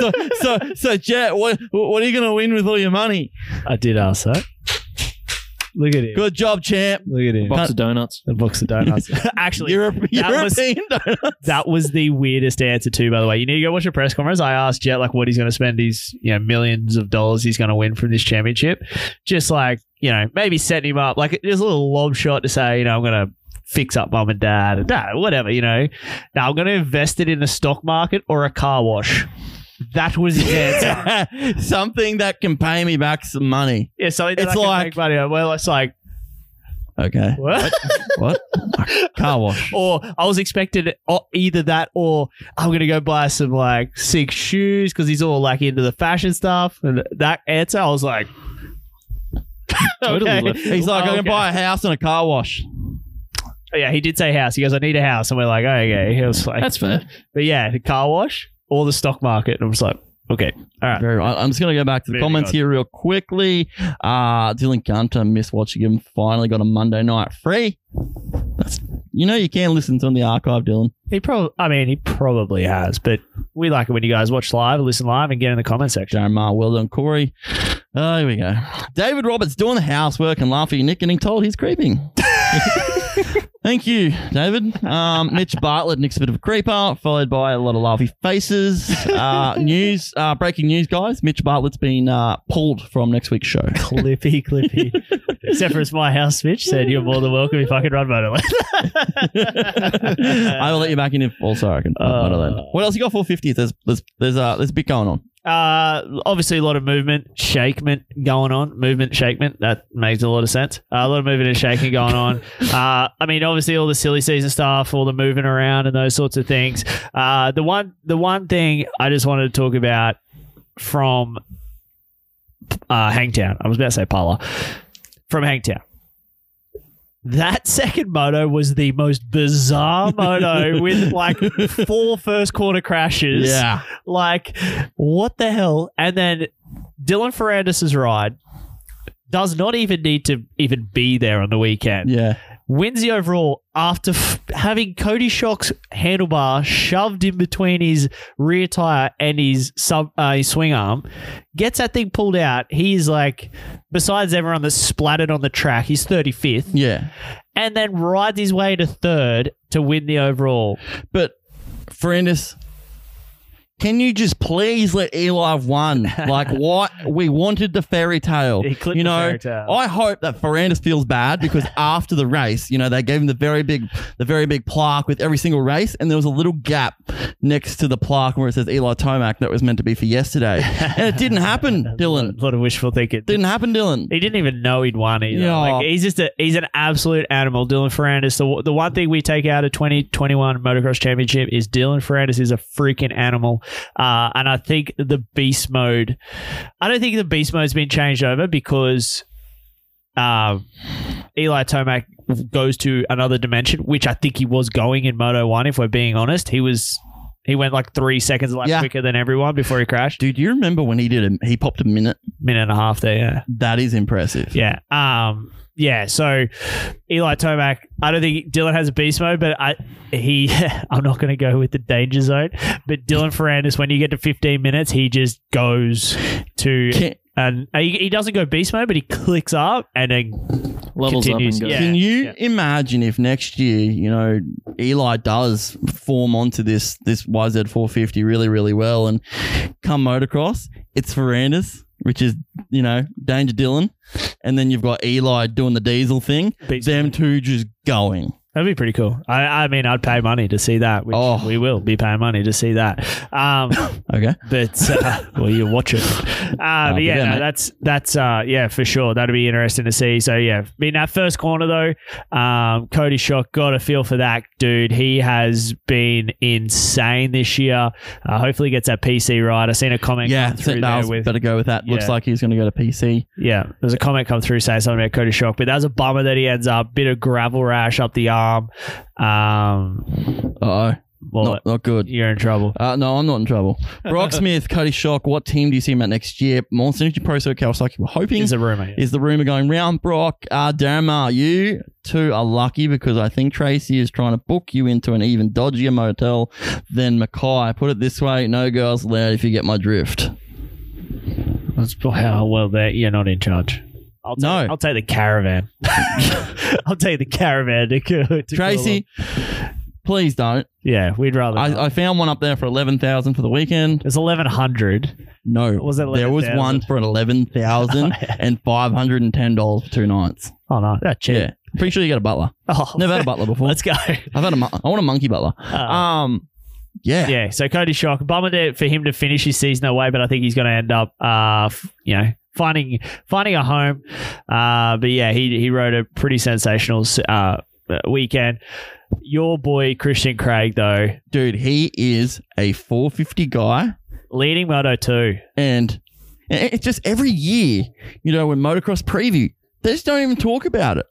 S2: so so so, Jet, what what are you gonna win with all your money?
S4: I did ask that. Look at him.
S2: Good job, champ.
S4: Look at him.
S7: Box of donuts.
S4: The box of donuts. <laughs> Actually,
S2: Europe,
S4: that was- <laughs>
S2: European donut.
S4: That was the weirdest answer too, by the way. You need to go watch a press conference. I asked Jet like what he's going to spend his you know millions of dollars he's going to win from this championship, just like you know maybe setting him up like there's a little lob shot to say you know I'm going to fix up mum and dad and dad whatever you know. Now I'm going to invest it in the stock market or a car wash. That was his answer.
S2: <laughs> Something that can pay me back some money.
S4: <laughs> yeah, so
S2: It's
S4: it's
S2: like-
S4: like make money. on. well, it's like
S2: Okay.
S4: what?
S2: What? Car
S4: <laughs>
S2: wash.
S4: or I was expecting o- either that or I'm gonna go buy some like sick shoes because he's all like into the fashion stuff and that answer I was like <laughs>
S7: Totally
S4: okay.
S7: left.
S2: He's like, I can
S4: Okay.
S2: buy a house and a car wash.
S4: Oh, yeah he did say house he goes I need a house and we're like okay he was like
S7: That's fair.
S4: but yeah the car wash or the stock market and I was like okay all right
S2: Very right. I'm just going to go back to the
S4: Moving
S2: comments
S4: on.
S2: here real quickly. Uh, Dylan Gunter missed watching him. Finally got a Monday night free. That's you know you can listen to on the archive, Dylan.
S4: he probably I mean he probably has but we like it when you guys watch live listen live and get in the comment section
S2: Darren Ma, well done, Corey. Oh, Uh, here we go. David Roberts doing the housework and laughing. Nick getting told he's creeping. <laughs> Thank you, David. Um, Mitch Bartlett, next bit of a creeper, followed by a lot of laughy faces. Uh, news, uh, breaking news, guys. Mitch Bartlett's been uh, pulled from next week's show.
S4: Clippy, Clippy. Except for it's my house, Mitch said you're more than welcome if I could run motorland.
S2: <laughs>
S4: <laughs>
S2: I will let you back in if also I can.
S4: Uh,
S2: Motorland. What else you got for 50th? There's there's there's uh, there's a bit going on.
S4: Uh, obviously, a lot of movement, shakement going on. Movement, shakement. That makes a lot of sense. Uh, a lot of movement and shaking going on. Uh, I mean, obviously, all the silly season stuff, all the moving around, and those sorts of things. Uh, the one, the one thing I just wanted to talk about from uh, Hangtown. I was about to say Pala from Hangtown. That second moto was the most bizarre moto with like four first quarter crashes.
S2: Yeah.
S4: Like, what the hell? And then Dylan Ferrandis' ride does not even need to even be there on the weekend.
S2: Yeah.
S4: Wins the overall after f- having Cody Shock's handlebar shoved in between his rear tire and his sub uh, his swing arm. Gets that thing pulled out. He's like, besides everyone that's splattered on the track, he's 35th.
S2: Yeah.
S4: And then rides his way to third to win the overall.
S2: But Ferrandis, can you just please let Eli have won? Like
S4: <laughs>
S2: what we wanted the fairy tale.
S4: He clipped
S2: you
S4: the
S2: know,
S4: fairy tale.
S2: I hope that Ferrandis feels bad
S4: <laughs>
S2: because after the race, you know, they gave him the very big, the very big plaque with every single race, and there was a little gap next to the plaque where it says Eli Tomac that was meant to be for yesterday, and it didn't happen,
S4: <laughs>
S2: Dylan.
S4: A lot of wishful thinking.
S2: Didn't happen, Dylan.
S4: He didn't even know he'd won either.
S2: Yeah.
S4: Like, he's just a he's an absolute animal. Dylan Ferrandis. The, the one thing we take out of 2021 motocross championship is Dylan Ferrandis is a freaking animal. Uh, and I think the beast mode. I don't think the beast mode's been changed over because. Um, Eli Tomac goes to another dimension, which I think he was going in Moto One. If we're being honest, he was he went like three seconds a lap
S2: Yeah.
S4: quicker than everyone before he crashed.
S2: Dude, you remember when he did a he popped a minute?
S4: Minute and a half there, yeah.
S2: That is impressive.
S4: Yeah. Um. Yeah. So Eli Tomac, I don't think Dylan has a beast mode, but I he <laughs> I'm not going to go with the danger zone. But Dylan Ferrandis, when you get to 15 minutes, he just goes to
S2: Can-
S4: and he, he doesn't go beast mode, but he clicks up and then
S7: Levels up
S4: continues.
S7: and goes.
S4: yeah.
S2: Can you imagine if next year, you know, Eli does form onto this this YZ450 really, really well, and come motocross, it's Ferrandis, which is you know Danger Dylan, and then you've got Eli doing the diesel thing.
S4: Beats
S2: Them two just going.
S4: That'd be pretty cool. I, I mean, I'd pay money to see that. Which
S2: Oh.
S4: We will be paying money to see that. Um,
S2: Okay.
S4: but uh, <laughs> well, you watch it. Uh, but
S2: but
S4: yeah,
S2: yeah,
S4: no,
S2: mate.
S4: that's that's uh, yeah for sure. That'd be interesting to see. So yeah, in that first corner though, um, Cody Shock got a feel for that dude. He has been insane this year. Uh, hopefully, gets that PC right. I seen a comment.
S2: Yeah,
S4: come
S2: so that
S4: through there
S2: was-
S4: with
S2: better go with that. Looks
S4: Yeah.
S2: like he's going to go to PC.
S4: yeah, there's a comment come through saying something about Cody Shock, but that was a bummer that he ends up bit of gravel rash up the arm. Um,
S2: Uh oh,
S4: well,
S2: not, not good.
S4: you're in trouble.
S2: Uh, no, I'm not in trouble.
S4: <laughs>
S2: Brock Smith, Cody Shock, what team do you see him at next year? Monster Energy Pro Circle Kawasaki, we're hoping.
S4: Is a rumor.
S2: is the rumor going round. Brock, uh, Darama, you two are lucky because I think Tracy is trying to book you into an even dodgier motel than Mackay. Put it this way no girls allowed if you get my drift.
S4: That's <laughs> how well that you're not in charge. I'll take,
S2: No.
S4: I'll take the caravan. <laughs> I'll take the caravan to, go- to go along.
S2: Tracy, please don't.
S4: Yeah, we'd rather. not.
S2: I, I found one up there for 11000 for the weekend.
S4: it's eleven hundred.
S2: No.
S4: Was it
S2: there was
S4: 11,000?
S2: one for
S4: <laughs>
S2: $11,510 for two nights.
S4: Oh no, that's cheap.
S2: Yeah. Pretty sure you got a butler.
S4: <laughs> Oh,
S2: Never had a butler before. <laughs>
S4: let's go. Uh,
S2: I've had a mon- I want a monkey butler. Um, yeah.
S4: Ah. Yeah, so Cody Shock, bummer to, for him to finish his season away, but I think he's going to end up, uh, f- you know, finding finding a home. Uh, but yeah, he he rode a pretty sensational uh, weekend. Your boy Christian Craig though,
S2: Dude, he is a 450 guy.
S4: leading Moto two.
S2: and it- it's just every year, you know, when motocross preview, they just don't even talk about it.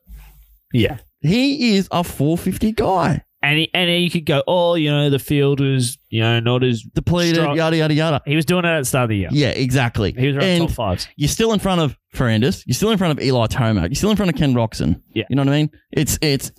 S4: Yeah,
S2: He is a 450 guy,
S4: and he, and you could go, oh, you know, the field was you know not as
S2: depleted,
S4: Strong.
S2: yada yada yada.
S4: he was doing it at the start of the year.
S2: Yeah, exactly.
S4: He was around
S2: and
S4: top fives.
S2: you're still in front of Ferrandis. You're still in front of Eli Tomac. You're still in front of Ken Roxon.
S4: Yeah.
S2: you know what I mean. It's it's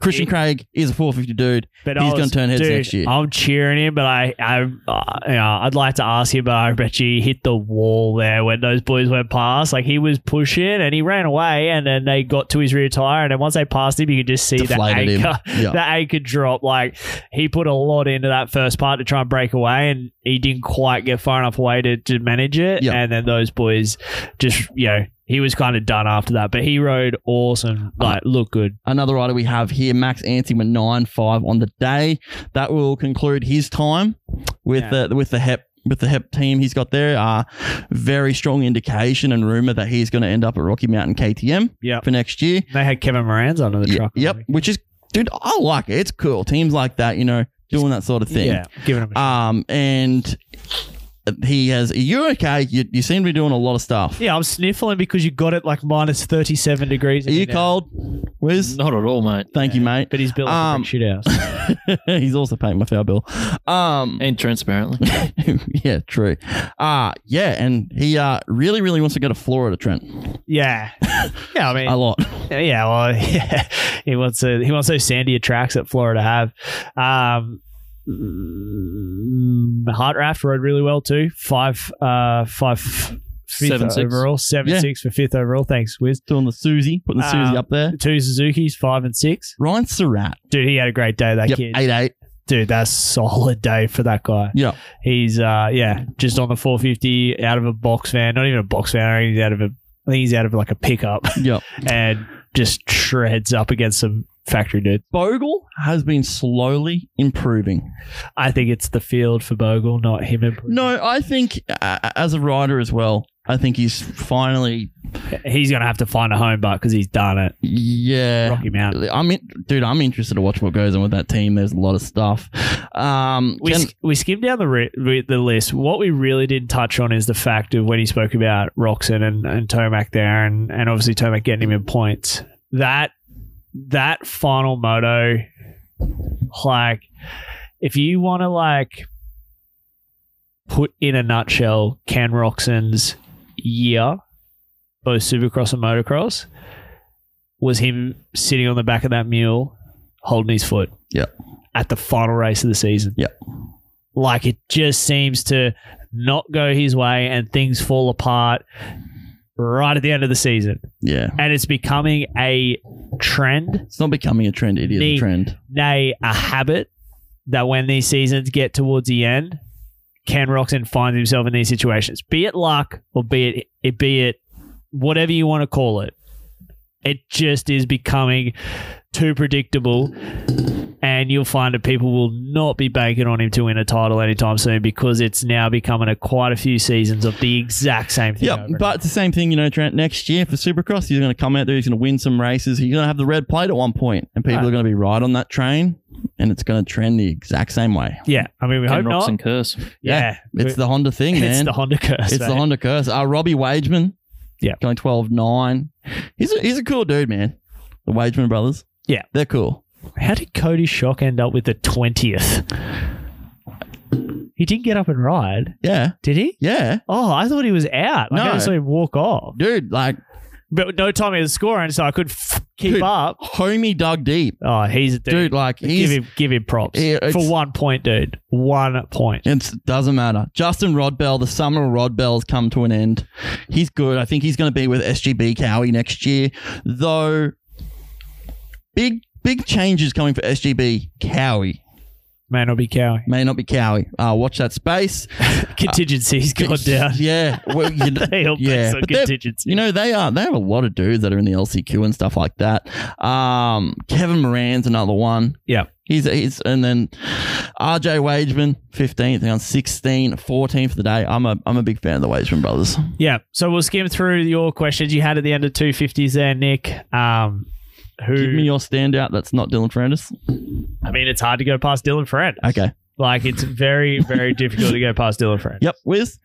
S2: Christian Craig is a 450 dude.
S4: But I
S2: He's
S4: was-
S2: going to turn heads
S4: dude,
S2: next year.
S4: I'm cheering him, but I, I, uh, you know, I'd like to ask you, but I bet you he hit the wall there when those boys went past. Like he was pushing and he ran away, and then they got to his rear tire, and then once they passed him, you could just see the
S2: Deflated him.
S4: anchor,
S2: Yeah.
S4: the anchor drop. Like he put a lot into that first part to try and break away, and he didn't quite get far enough away to, to manage it. And then those boys just, you know. He was kind of done after that, but he rode awesome.
S2: Uh,
S4: Like, look good.
S2: Another rider we have here, Max Anting, with nine five on the day. That will conclude his time with the with the HEP with the HEP team he's got there. Uh, very strong indication and rumor that he's going to end up at Rocky Mountain KTM
S4: Yep.
S2: for next year.
S4: They had Kevin Moran's under the truck.
S2: Yep, which is dude, I like it. It's cool. Teams like that, you know, doing that sort of thing.
S4: yeah, giving them
S2: um and he has. You're okay. You, you seem to be doing a lot of stuff.
S4: Yeah, I'm sniffling because you got it like minus 37 degrees. Are
S2: you cold? Where's
S7: not at all, mate.
S2: Thank you, mate.
S4: But he's built like
S2: um,
S4: a brick shit
S2: house. <laughs> he's also paying my foul bill. Um,
S7: and transparently.
S2: <laughs> yeah, true. Uh yeah, and he uh really, really wants to go to Florida, Trent. <laughs>
S4: Yeah. Yeah, I mean
S2: A lot. <laughs>
S4: Yeah, well, <laughs> yeah. he wants to, he wants those sandier tracks that Florida have. Um mm, Hart Raft rode really well too. Five uh five fifth
S2: Seven, six.
S4: overall, seven
S2: Yeah.
S4: six for fifth overall. Thanks, Wiz.
S2: Doing the Susie, putting the
S4: Uh,
S2: Susie up there.
S4: Two Suzuki's, five and six.
S2: Ryan Surratt.
S4: Dude, he had a great day, that
S2: Yep,
S4: kid.
S2: Eight eight.
S4: Dude, that's solid day for that guy.
S2: Yeah.
S4: He's uh yeah, just on the 450 out of a box van, not even a box van. I think he's out of a I think he's out of like a pickup. <laughs>
S2: Yep.
S4: and just shreds up against some factory dude.
S2: Bogle has been slowly improving.
S4: I think it's the field for Bogle, not him improving.
S2: No, I think uh, as a rider as well, I think he's finally
S4: He's gonna have to find a home, but because he's done it.
S2: Yeah,
S4: Rocky Mountain.
S2: I'm in, dude. I'm interested to watch what goes on with that team. There's a lot of stuff. Um,
S4: We,
S2: Ken-
S4: sk- we skimmed down the re- re- the list. What we really didn't touch on is the fact of when he spoke about Roxon and, and Tomac there, and, and obviously Tomac getting him in points. That that final moto, like, if you want to like put in a nutshell, Ken Roxon's year, both Supercross and Motocross, was him sitting on the back of that mule, holding his foot.
S2: Yep.
S4: At the final race of the season.
S2: Yep.
S4: Like it just seems to not go his way and things fall apart right at the end of the season.
S2: yeah,
S4: And it's becoming a trend
S2: it's not becoming a trend. It is
S4: Need-
S2: a trend.
S4: nay, a habit that when these seasons get towards the end, Ken Roxon finds himself in these situations. Be it luck or be it it be it whatever you want to call it. It just is becoming too predictable. And you'll find that people will not be banking on him to win a title anytime soon because it's now becoming a quite a few seasons of the exact same thing.
S2: Yep,
S4: over.
S2: but it's the same thing, you know, Trent. Next year for Supercross, he's going to come out there. He's going to win some races. He's going to have the red plate at one point, and people
S4: Right.
S2: are going to be right on that train, and it's going to trend the exact same way.
S4: Yeah, I mean, we hope
S7: Ken
S4: not.
S7: Roxon curse.
S4: Yeah.
S2: it's the Honda thing,
S4: <laughs> It's
S2: man.
S4: the Honda curse,
S2: It's the
S4: mate.
S2: Honda curse. Uh, Robbie Wageman,
S4: Yeah.
S2: going 12-9. He's a, he's a cool dude, man. The Wageman brothers.
S4: Yeah.
S2: They're cool.
S4: How did Cody Shock end up with the twentieth? He didn't get up and ride,
S2: Yeah.
S4: did he?
S2: Yeah.
S4: Oh, I thought he was out. Like, I
S2: No.
S4: just saw him walk off.
S2: Dude, like,
S4: But no time he was scoring, so I could f- keep
S2: Dude.
S4: up.
S2: homie dug deep.
S4: Oh, he's a dude.
S2: Dude, like,
S4: give
S2: he's...
S4: him give him props
S2: Yeah, it's-
S4: for one point, dude. One point.
S2: It doesn't matter. Justin Rodbell, the summer of Rodbell's come to an end. He's good. I think he's going to be with SGB Cowie next year, though. Big big changes coming for SGB Cowie.
S4: Man, it'll be cow.
S2: May not be Cowie. Uh, watch that space. <laughs>
S4: Contingency's gone down. <laughs>
S2: Yeah, well, you know,
S4: They'll
S2: Uh, yeah,
S4: yeah, some
S2: but they're-
S4: contingency.
S2: you know they are. They have a lot of dudes that are in the LCQ and stuff like that. Um, Kevin Moran's another one.
S4: Yeah.
S2: He's, he's and then RJ Wageman, 15th down, 16, 14th of the day. I'm a I'm a big fan of the Wageman brothers.
S4: Yeah. So we'll skim through your questions you had at the end of two fifties there, Nick. Um who
S2: Give me your standout that's not Dylan Ferrandis.
S4: I mean it's hard to go past Dylan Friend.
S2: Okay.
S4: Like it's very, very difficult to go past Dylan Friend.
S2: Yep, Wiz.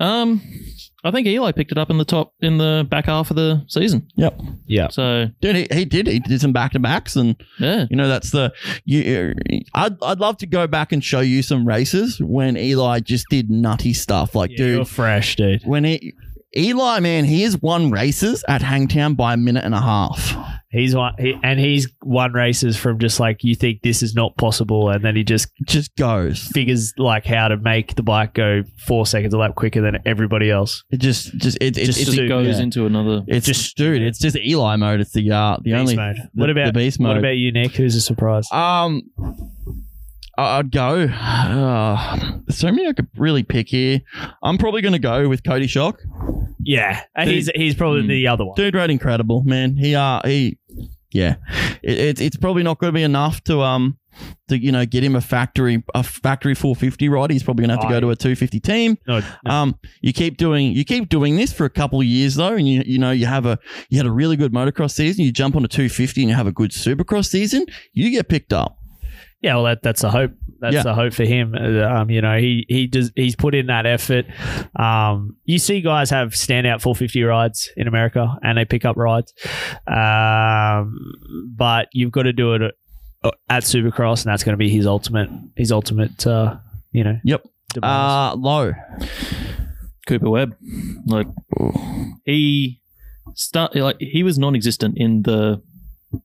S7: Um, I think Eli picked it up in the top in the back half of the season.
S2: Yep.
S4: Yeah.
S7: So
S2: Dude, he, he did. He did some back to backs, and
S7: yeah,
S2: you know that's the. You, I'd I'd love to go back and show you some races when Eli just did nutty stuff. Like,
S4: Yeah,
S2: dude,
S4: You're fresh, dude.
S2: when he Eli man, he has won races at Hangtown by a minute and a half.
S4: He's one, he, and he's won races from just like you think this is not possible, and then he just
S2: just goes
S4: figures like how to make the bike go four seconds a lap quicker than everybody else.
S2: It just just it it,
S4: Just
S2: it's-
S4: just goes
S7: into another.
S2: It's just dude. It's just Eli mode. It's the uh, the only
S4: mode.
S2: the-
S4: What about
S2: the beast mode?
S4: What about you, Nick? Who's a surprise?
S2: Um, I- I'd go. Uh, so many I could really pick here. I'm probably going to go with Cody Shock.
S4: Yeah, and he's he's probably the other one.
S2: Mm. Dude rode incredible, man. He uh he yeah. It, it's it's probably not going to be enough to um to you know get him a factory a factory 450 ride. He's probably going to have to go to a 250 team. Um you keep doing you keep doing this for a couple of years though and you you know you have a you had a really good motocross season, you jump on a 250 and you have a good supercross season, you get picked up.
S4: Yeah, well, that, that's the hope. That's
S2: Yeah.
S4: the hope for him. Uh, Um, you know, he he does he's put in that effort. Um, you see, guys have standout 450 rides in America, and they pick up rides. Um, but you've got to do it at, at Supercross, and that's going to be his ultimate his ultimate. Uh, you know.
S2: Yep. Uh low.
S7: Cooper Webb. Like he start like he was non-existent in the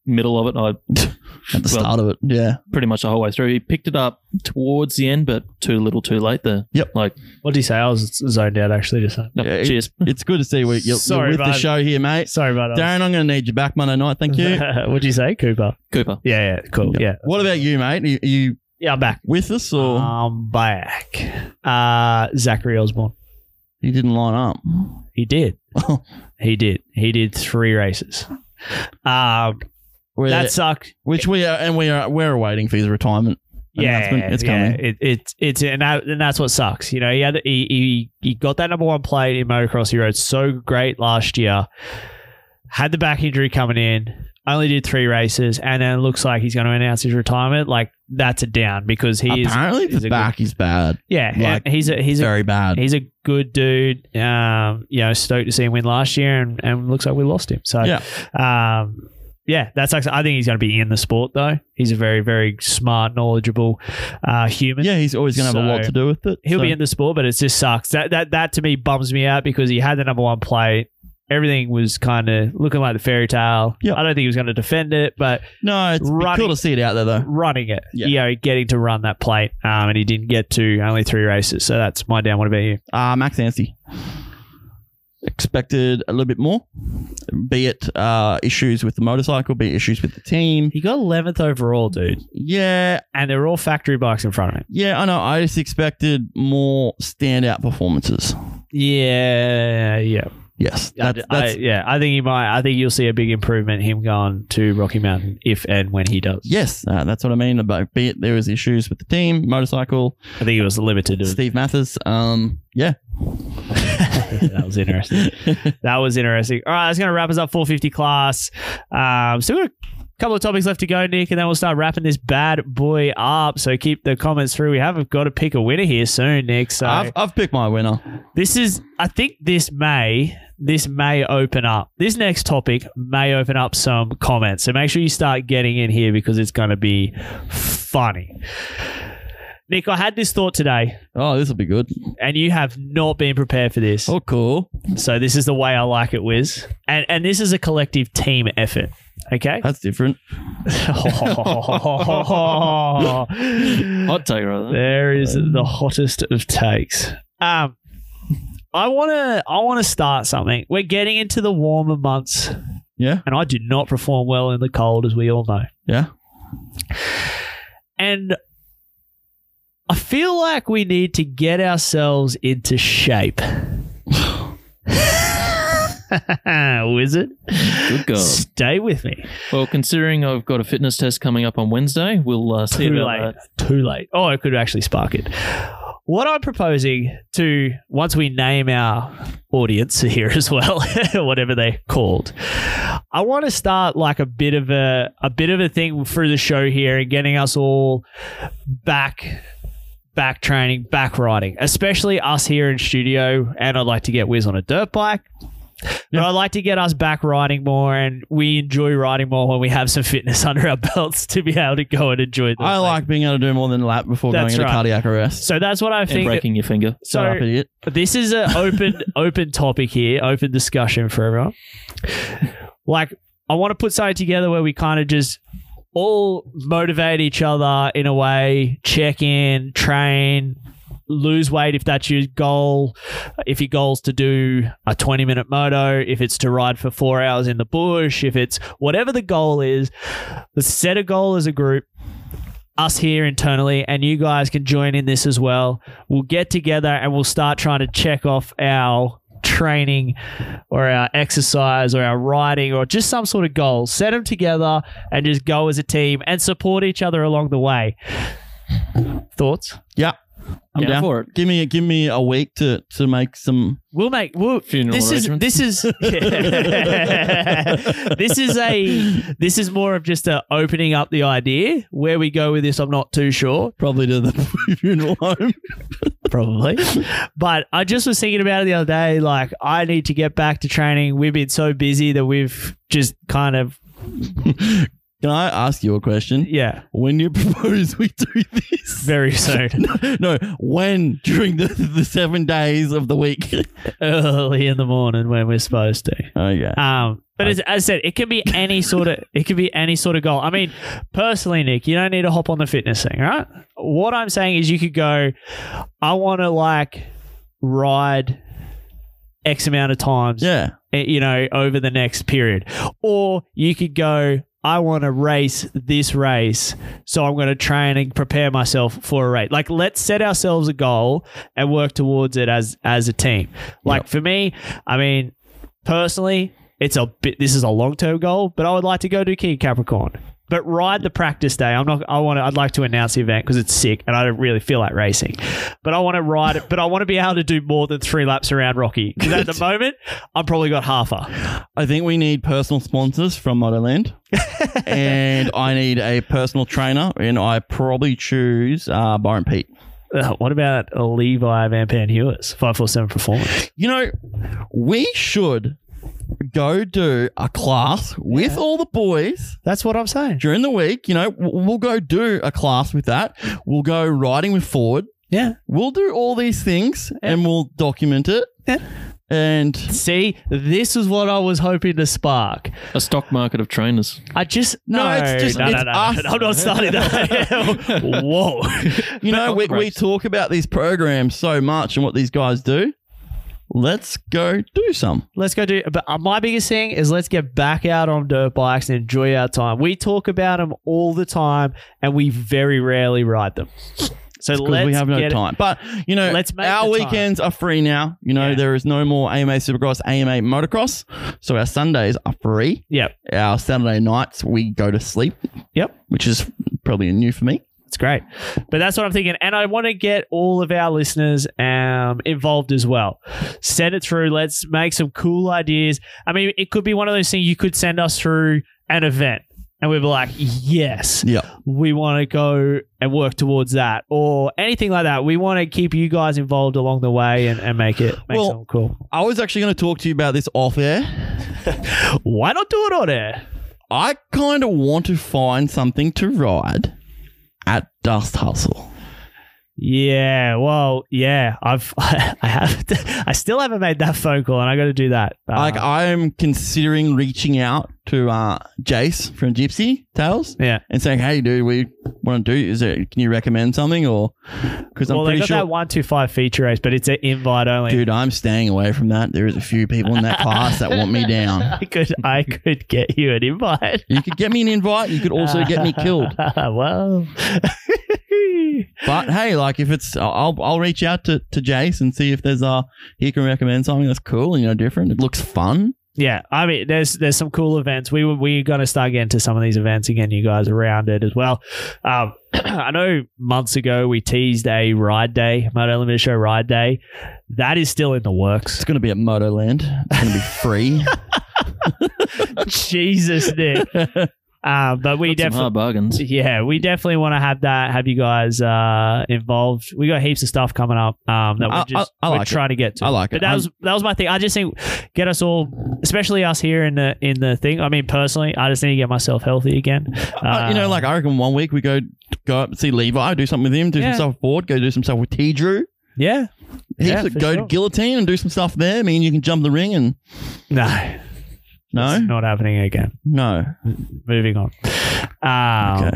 S7: middle of it. I
S2: at the start of it,
S4: <laughs>
S2: yeah,
S7: pretty much the whole way through. He picked it up towards the end, but too little, too late there.
S2: Yep.
S7: Like
S4: what did he say? I was zoned out actually. Just
S7: no,
S2: Yeah, it-
S7: cheers.
S2: It's good to see we, you're, you're
S7: Sorry,
S2: with the
S7: bud.
S2: show here, mate.
S4: Sorry, about
S2: Darren, I'm going to need you back Monday night. Thank you.
S4: <laughs> What'd you say, Cooper?
S7: Cooper.
S4: Yeah, yeah, cool. Oh, Yeah.
S2: What about you, mate? Are you
S4: yeah, I'm back
S2: with us or
S4: I'm back? Uh, Zachary Osborne.
S2: He didn't line up.
S4: He did.
S2: Oh.
S4: he did. He did three races. Um, that sucked.
S2: Which we are, and we are, we're awaiting for his retirement announcement. It's coming.
S4: Yeah, it, it, it's and, that, and that's what sucks. You know, he had he, he he got that number one plate in motocross. He rode so great last year. Had the back injury coming in. Only did three races, and then it looks like he's going to announce his retirement. Like that's a down because he
S2: Apparently,
S4: is, he's a
S2: the
S4: good-
S2: back is bad.
S4: Yeah, and he's a he's
S2: very
S4: a,
S2: bad.
S4: He's a good dude. Um, you know, stoked to see him win last year, and, and looks like we lost him. So,
S2: Yeah.
S4: um, yeah, that's actually, I think he's going to be in the sport though. He's a very very smart, knowledgeable uh, human.
S2: Yeah, he's always going to have a lot to do with it.
S4: He'll
S2: So-
S4: be in the sport, but it just sucks. That that that to me bums me out because he had the number one plate. Everything was kind of looking like the fairy tale. I don't think he was going to defend it, but
S2: no, it's cool to see it out there though.
S4: Running it, yeah, getting to run that plate, um, and he didn't get to only three races. So that's my down. What about you?
S2: Uh, Max Anstey. Expected a little bit more, be it uh, issues with the motorcycle, be it issues with the team.
S4: He got 11th overall, dude.
S2: Yeah.
S4: And they're all factory bikes in front of him.
S2: Yeah, I know. I just expected more standout performances.
S4: Yeah, yeah.
S2: Yes,
S4: I-
S2: that's-
S4: I-
S2: that's-
S4: yeah, I think he might. I think you'll see a big improvement him going to Rocky Mountain if and when he does.
S2: Yes, uh, that's what I mean about be it there was issues with the team, motorcycle.
S4: I think it was limited.
S2: Steve Mathers. Um, yeah,
S4: <laughs>
S2: <laughs>
S4: that was interesting. that was interesting. All right, that's going to wrap us up 450 class. Um, so we've got a couple of topics left to go, Nick, and then we'll start wrapping this bad boy up. So keep the comments through. We have got to pick a winner here soon, Nick. So
S2: I've, I've picked my winner.
S4: This is, I think this may, this may open up, this next topic may open up some comments. So make sure you start getting in here because it's going to be funny. Nick, I had this thought today.
S2: Oh, this will be good.
S4: And you have not been prepared for this. Oh,
S2: cool.
S4: So this is the way I like it, Wiz. And and this is a collective team effort.
S2: <laughs>
S4: Okay. <laughs>
S2: That's different.
S7: Hot take, rather.
S4: There is the hottest of takes. Um, I wanna I wanna start something. We're getting into the warmer months.
S2: Yeah.
S4: And I do not perform well in the cold, as we all know.
S2: Yeah.
S4: And I feel like we need to get ourselves into shape. <laughs> Wizard.
S7: Good God.
S4: Stay with me.
S7: Well, considering I've got a fitness test coming up on Wednesday, we'll uh, see
S4: Too
S7: about
S4: late.
S7: that.
S4: Too late. Oh, it could actually spark it. What I'm proposing to once we name our audience here as well, <laughs> whatever they're called, I want to start like a bit of a a bit of a thing through the show here and getting us all back back training, back riding, especially us here in studio. And I'd like to get Wiz on a dirt bike. But I'd like to get us back riding more, and we enjoy riding more when we have some fitness <laughs> under our belts to be able to go and enjoy. The
S2: I like being able to do more than a lap before
S4: That's
S2: going into
S4: right.
S2: cardiac arrest.
S4: So that's what I think.
S7: your finger.
S4: so this is an open open topic here, open discussion for everyone. Like I want to put something together where we kind of just all motivate each other in a way, check in, train, lose weight if that's your goal. If your goal's to do a 20 minute moto, if it's to ride for four hours in the bush, if it's whatever the goal is, let's set a goal as a group us here internally, and you guys can join in this as well. We'll get together and we'll start trying to check off our training or our exercise or our riding or just some sort of goal. Set them together and just go as a team and support each other along the way. Thoughts?
S2: Yeah. I'm
S4: Yeah.
S2: down for it. Give me a, give me a week to to make some.
S4: We'll make we'll,
S2: funeral
S4: this is
S2: arrangements.
S4: this is <laughs> this is a this is more of just a opening up the idea where we go with this. I'm not too sure.
S2: Probably to the <laughs> funeral home.
S4: Probably, but I just was thinking about it the other day. Like I need to get back to training. We've been so busy that we've just kind of
S2: Can I ask you a question?
S4: Yeah.
S2: When you <laughs> propose, we do this
S4: very soon.
S2: <laughs> no, when during the, the seven days of the week? <laughs>
S4: early in the morning when we're supposed to.
S2: Okay.
S4: Um, but as, as I said, it can be any sort of it can be any sort of goal. I mean, personally, Nick, you don't need to hop on the fitness thing, right? What I'm saying is, you could go. I want to like ride X amount of times.
S2: Yeah.
S4: eh, You know, over the next period, or you could go. I want to race this race, so I'm going to train and prepare myself for a race. Like, let's set ourselves a goal and work towards it as as a team. Like for me, I mean, personally, it's a bit. This is a long term goal, but I would like to go do King Capricorn. But ride the practice day. I'm not. I want. to. I'd like to announce the event because it's sick, and I don't really feel like racing. But I want to ride it. But I want to be able to do more than three laps around Rocky. 'Cause at the moment, I've probably got half a.
S2: I think we need personal sponsors from
S4: <laughs>
S2: Motoland, and I need a personal trainer, and I probably choose uh, Byron Pete.
S4: Uh, What about a Levi Van Pan Hewis five four seven performance?
S2: You know, we should go do a class with all the boys.
S4: That's what I'm saying.
S2: During the week, you know, w- we'll go do a class with that. We'll go riding with Ford.
S4: Yeah.
S2: We'll do all these things and we'll document it. And
S4: see, this is what I was hoping to spark
S7: a stock market of trainers.
S4: I just
S2: No,
S4: no.
S2: it's just-
S4: no, no,
S2: it's
S4: no,
S2: us.
S4: no, no, I'm not starting that. <laughs> Whoa.
S2: You know, we, we talk about these programs so much and what these guys do. Let's go do some.
S4: Let's go do. But uh, my biggest thing is let's get back out on dirt bikes and enjoy our time. We talk about them all the time, and we very rarely ride them. So
S2: because
S4: let's
S2: we have no
S4: get it-
S2: time. But you know,
S4: Let's make
S2: our
S4: the time.
S2: weekends are free now. You know, there is no more AMA Supercross, AMA Motocross. So our Sundays are free.
S4: Yep.
S2: Our Saturday nights we go to sleep.
S4: Yep.
S2: Which is probably new for me.
S4: It's great. But that's what I'm thinking. And I want to get all of our listeners um, involved as well. Send it through. Let's make some cool ideas. I mean, it could be one of those things you could send us through an event. And we'd be like, yes,
S2: Yeah.
S4: we want to go and work towards that or anything like that. We want to keep you guys involved along the way and, and make it make
S2: Well-
S4: something cool.
S2: I was actually going to talk to you about this off air.
S4: Why not do it on air?
S2: I kind of want to find something to ride at Dust Hustle.
S4: Yeah, well, yeah, I've, <laughs> I have, I still haven't made that phone call, and I got to do that. Uh,
S2: like I'm considering reaching out to uh, Jace from Gypsy Tales,
S4: Yeah.
S2: and saying, "Hey, dude, we want to do. Is it? Can you recommend something?" Or because I'm
S4: well, they
S2: pretty
S4: got
S2: sure,
S4: that one two five feature race, but it's an invite only.
S2: dude, I'm staying away from that. There is a few people in that class that want me down.
S4: <laughs> I could I could get you an invite.
S2: You could get me an invite. You could also get me killed.
S4: <laughs> well,
S2: But hey, like if it's, I'll I'll reach out to to Jace and see if there's uh he can recommend something that's cool and you know different. It looks fun.
S4: yeah. I mean, there's there's some cool events. We were we're gonna start getting to some of these events again. You guys around it as well. Um, <clears throat> I know months ago we teased a ride day, Moto Limited Show ride day. That is still in the works. <laughs>
S2: It's gonna be at Motoland. It's gonna be free.
S4: Jesus, Nick.
S2: Uh,
S4: Um, but we
S7: Some
S4: definitely
S7: hard bargains.
S4: Yeah, we definitely want to have that. Have you guys uh, involved? We got heaps of stuff coming up um, that
S2: I-
S4: we're just
S2: I- I
S4: we're
S2: like it.
S4: trying to get to.
S2: I like it.
S4: But that
S2: I'm-
S4: was that was my thing. I just think get us all, especially us here in the in the thing. I mean, personally, I just need to get myself healthy again. Um,
S2: Uh, you know, like I reckon one week we go go up and see Levi, do something with him, do
S4: Yeah.
S2: some stuff with Ford, go do some stuff with T Drew.
S4: yeah,
S2: Heaps
S4: Yeah,
S2: of-
S4: for
S2: go
S4: sure.
S2: guillotine and do some stuff there. I mean, you can jump the ring and
S4: no,
S2: No,
S4: not happening again.
S2: No,
S4: moving on. Um,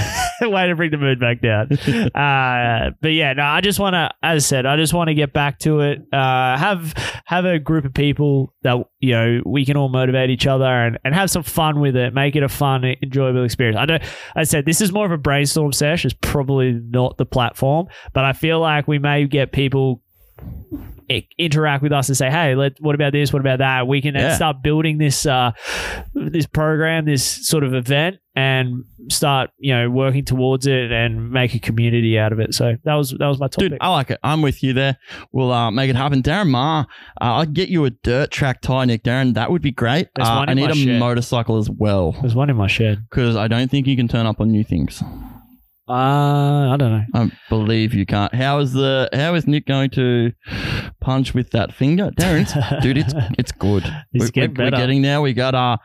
S4: <laughs> way to bring the mood back down. uh, but yeah, no, I just want to, as I said, I just want to get back to it. Uh, have have a group of people that you know we can all motivate each other and, and have some fun with it. Make it a fun, enjoyable experience. I know, as I said, this is more of a brainstorm sesh. It's probably not the platform, but I feel like we may get people i- interact with us and say, "Hey, let what about this? What about that?" We can then
S2: Yeah.
S4: start building this uh, this program, this sort of event, and start you know working towards it and make a community out of it. So that was that was my topic.
S2: Dude, I like it. I'm with you there. We'll uh, make it happen. Darren Ma, uh, I'll get you a dirt track tie, Nick. Darren, that would be great.
S4: There's
S2: Uh,
S4: one
S2: I
S4: in
S2: need
S4: my
S2: a
S4: shed.
S2: motorcycle as well.
S4: There's one in my shed.
S2: Because I don't think you can turn up on new things.
S4: Uh, I don't know.
S2: I believe you can't. How is the how is Nick going to punch with that finger, Darren? it's-
S4: <laughs>
S2: dude, it's it's good.
S4: It's getting
S2: we're
S4: better.
S2: getting there. We got uh,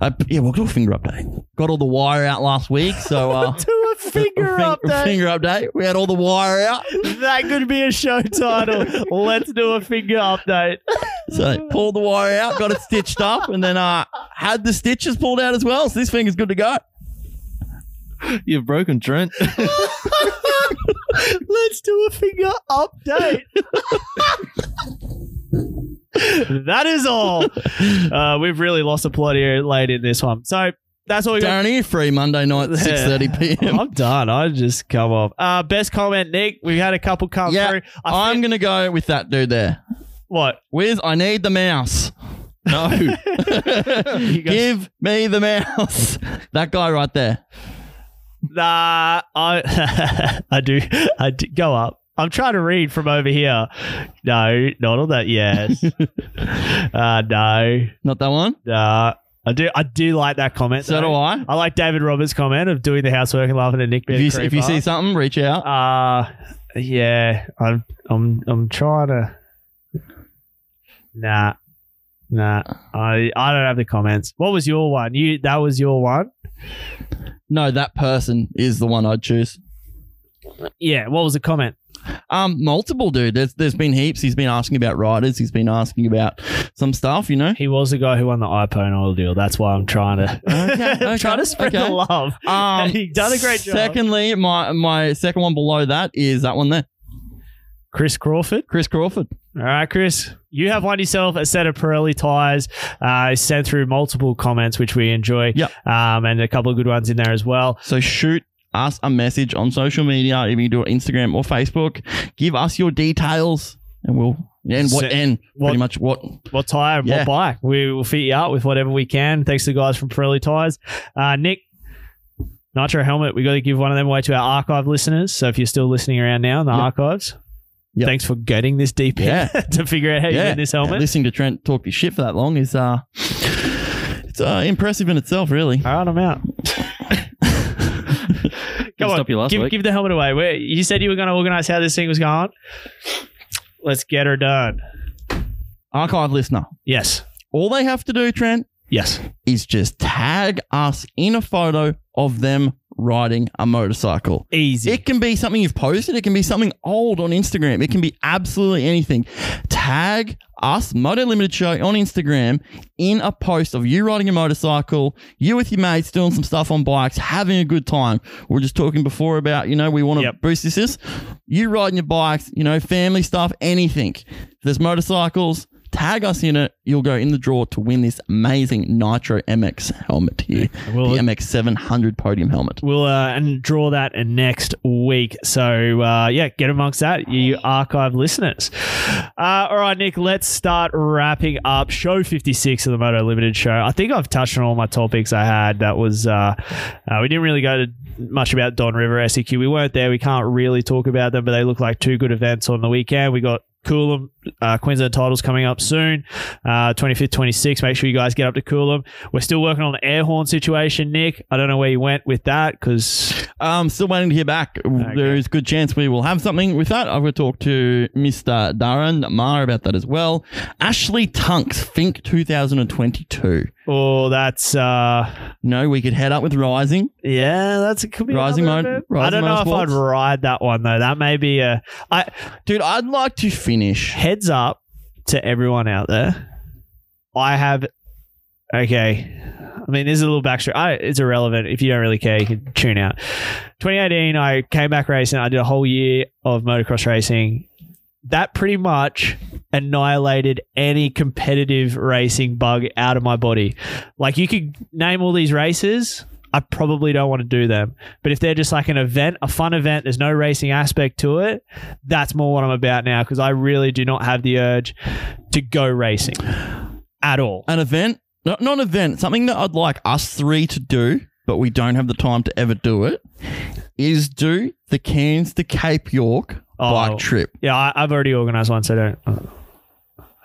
S2: uh yeah, we'll do a finger update. Got all the wire out last week, so
S4: <laughs>
S2: uh,
S4: Do <laughs> a finger
S2: Fing-
S4: update.
S2: Finger update. We had all the wire out.
S4: That could be a show title. <laughs> Let's do a finger update. <laughs>
S2: So pulled the wire out, got it stitched up, and then uh had the stitches pulled out as well. So this thing is good to go.
S7: You've broken Trent.
S4: Let's do a finger update. <laughs> that is all. Uh, we've really lost a plot here late in this one. So that's all we
S2: <laughs>
S4: got.
S2: Darren, are you free Monday night,
S4: Yeah.
S2: six thirty p.m.
S4: I'm done. <laughs> I just come off. Uh, best comment, Nick. We've had a couple come
S2: Yeah,
S4: through. I
S2: I'm gonna go with that dude there.
S4: What?
S2: Wiz, I need the mouse. No. Give me the mouse. <laughs> That guy right there.
S4: Nah, I <laughs> I do I do, go up. I'm trying to read from over here. No, not all that. Yes. uh, no,
S2: not that one.
S4: Nah, I do I do like that comment.
S2: So do
S4: though.
S2: I.
S4: I like David Roberts' comment of doing the housework and laughing at Nick.
S2: If
S4: being
S2: you,
S4: a
S2: if you
S4: creeper.
S2: see something, reach out.
S4: uh yeah, I'm I'm I'm trying to. Nah, nah. I I don't have the comments. What was your one? You that was your one.
S2: No, that person is the one I'd choose.
S4: Yeah. What was the comment?
S2: Um, multiple dude. There's there's been heaps. He's been asking about riders. He's been asking about some stuff.
S4: <laughs>
S2: You know.
S4: He was the guy who won the iPhone oil deal. That's why I'm trying to <laughs> trying to spread
S2: okay.
S4: the love.
S2: Um,
S4: He done a great job.
S2: Secondly, my my second one below that is that one there.
S4: Chris Crawford.
S2: Chris Crawford.
S4: All right, Chris, you have won yourself a set of Pirelli tires. Uh, sent through multiple comments, which we enjoy.
S2: Yep.
S4: Um, and a couple of good ones in there as well.
S2: So shoot us a message on social media. If you do it Instagram or Facebook, give us your details, and we'll and what
S4: So-
S2: and
S4: what-
S2: pretty much what
S4: What tire? and
S2: Yeah.
S4: What bike? We will fit you up with whatever we can. Thanks to the guys from Pirelli tires. Uh, Nick. Nitro helmet. We got to give one of them away to our archive listeners. So if you're still listening around now in the archives,
S2: Yep.
S4: thanks for getting this deep in
S2: Yeah.
S4: <laughs> to figure out how you get this helmet.
S2: Yeah, listening to Trent talk this shit for that long is uh, it's uh, impressive in itself, really. <laughs>
S4: All right, I'm out. Come on,
S7: stop you last
S4: give,
S7: week.
S4: give the helmet away. Where you said you were going to organize how this thing was going. Let's get her done.
S2: Archive listener.
S4: Yes.
S2: All they have to do, Trent,
S4: yes,
S2: is just tag us in a photo of them riding a motorcycle.
S4: Easy.
S2: It can be something you've posted. It can be something old on Instagram. It can be absolutely anything. Tag us, Moto Limited Show, on Instagram in a post of you riding a motorcycle, you with your mates doing some stuff on bikes, having a good time. We are just talking before about, you know, we want to boost this, this. You riding your bikes, you know, family stuff, anything. If there's motorcycles, tag us in it. You'll go in the draw to win this amazing Nitro MX helmet here. the MX 700 podium helmet.
S4: We'll uh, and draw that next week. So uh, yeah, get amongst that, you archive listeners. Uh, all right, Nick, let's start wrapping up show fifty six of the Moto Limited show. I think I've touched on all my topics I had. That was uh, uh, we didn't really go to much about Don River SEQ. We weren't there. We can't really talk about them, but they look like two good events on the weekend. We got Coolum, uh, Queensland titles coming up soon, uh, 25th, 26th. Make sure you guys get up to Coolum. We're still working on the air horn situation, Nick. I don't know where you went with that because
S2: I'm still waiting to hear back. There is good chance we will have something with that. I've got to talk to Mr. Darren Maher about that as well. Ashley Tunks, Fink 2022.
S4: oh, that's uh,
S2: You know, we could head up with Rising.
S4: yeah, that's it could be
S2: Rising
S4: another
S2: Mo-
S4: event. I
S2: Rising
S4: don't know if I'd
S2: Motorsports.
S4: ride that one though. That may be a I
S2: dude. I'd like to finish.
S4: Heads up to everyone out there. I have Okay. I mean, this is a little backstory. I, it's irrelevant. If you don't really care, you can tune out. 2018, I came back racing. I did a whole year of motocross racing. That pretty much annihilated any competitive racing bug out of my body. Like, you could name all these races. I probably don't want to do them. But if they're just like an event, a fun event, there's no racing aspect to it, that's more what I'm about now because I really do not have the urge to go racing at all.
S2: An event? Not, not an event. Something that I'd like us three to do, but we don't have the time to ever do it, is do the Cairns to Cape York
S4: Oh.
S2: bike trip.
S4: Yeah, I, I've already organised one, so don't.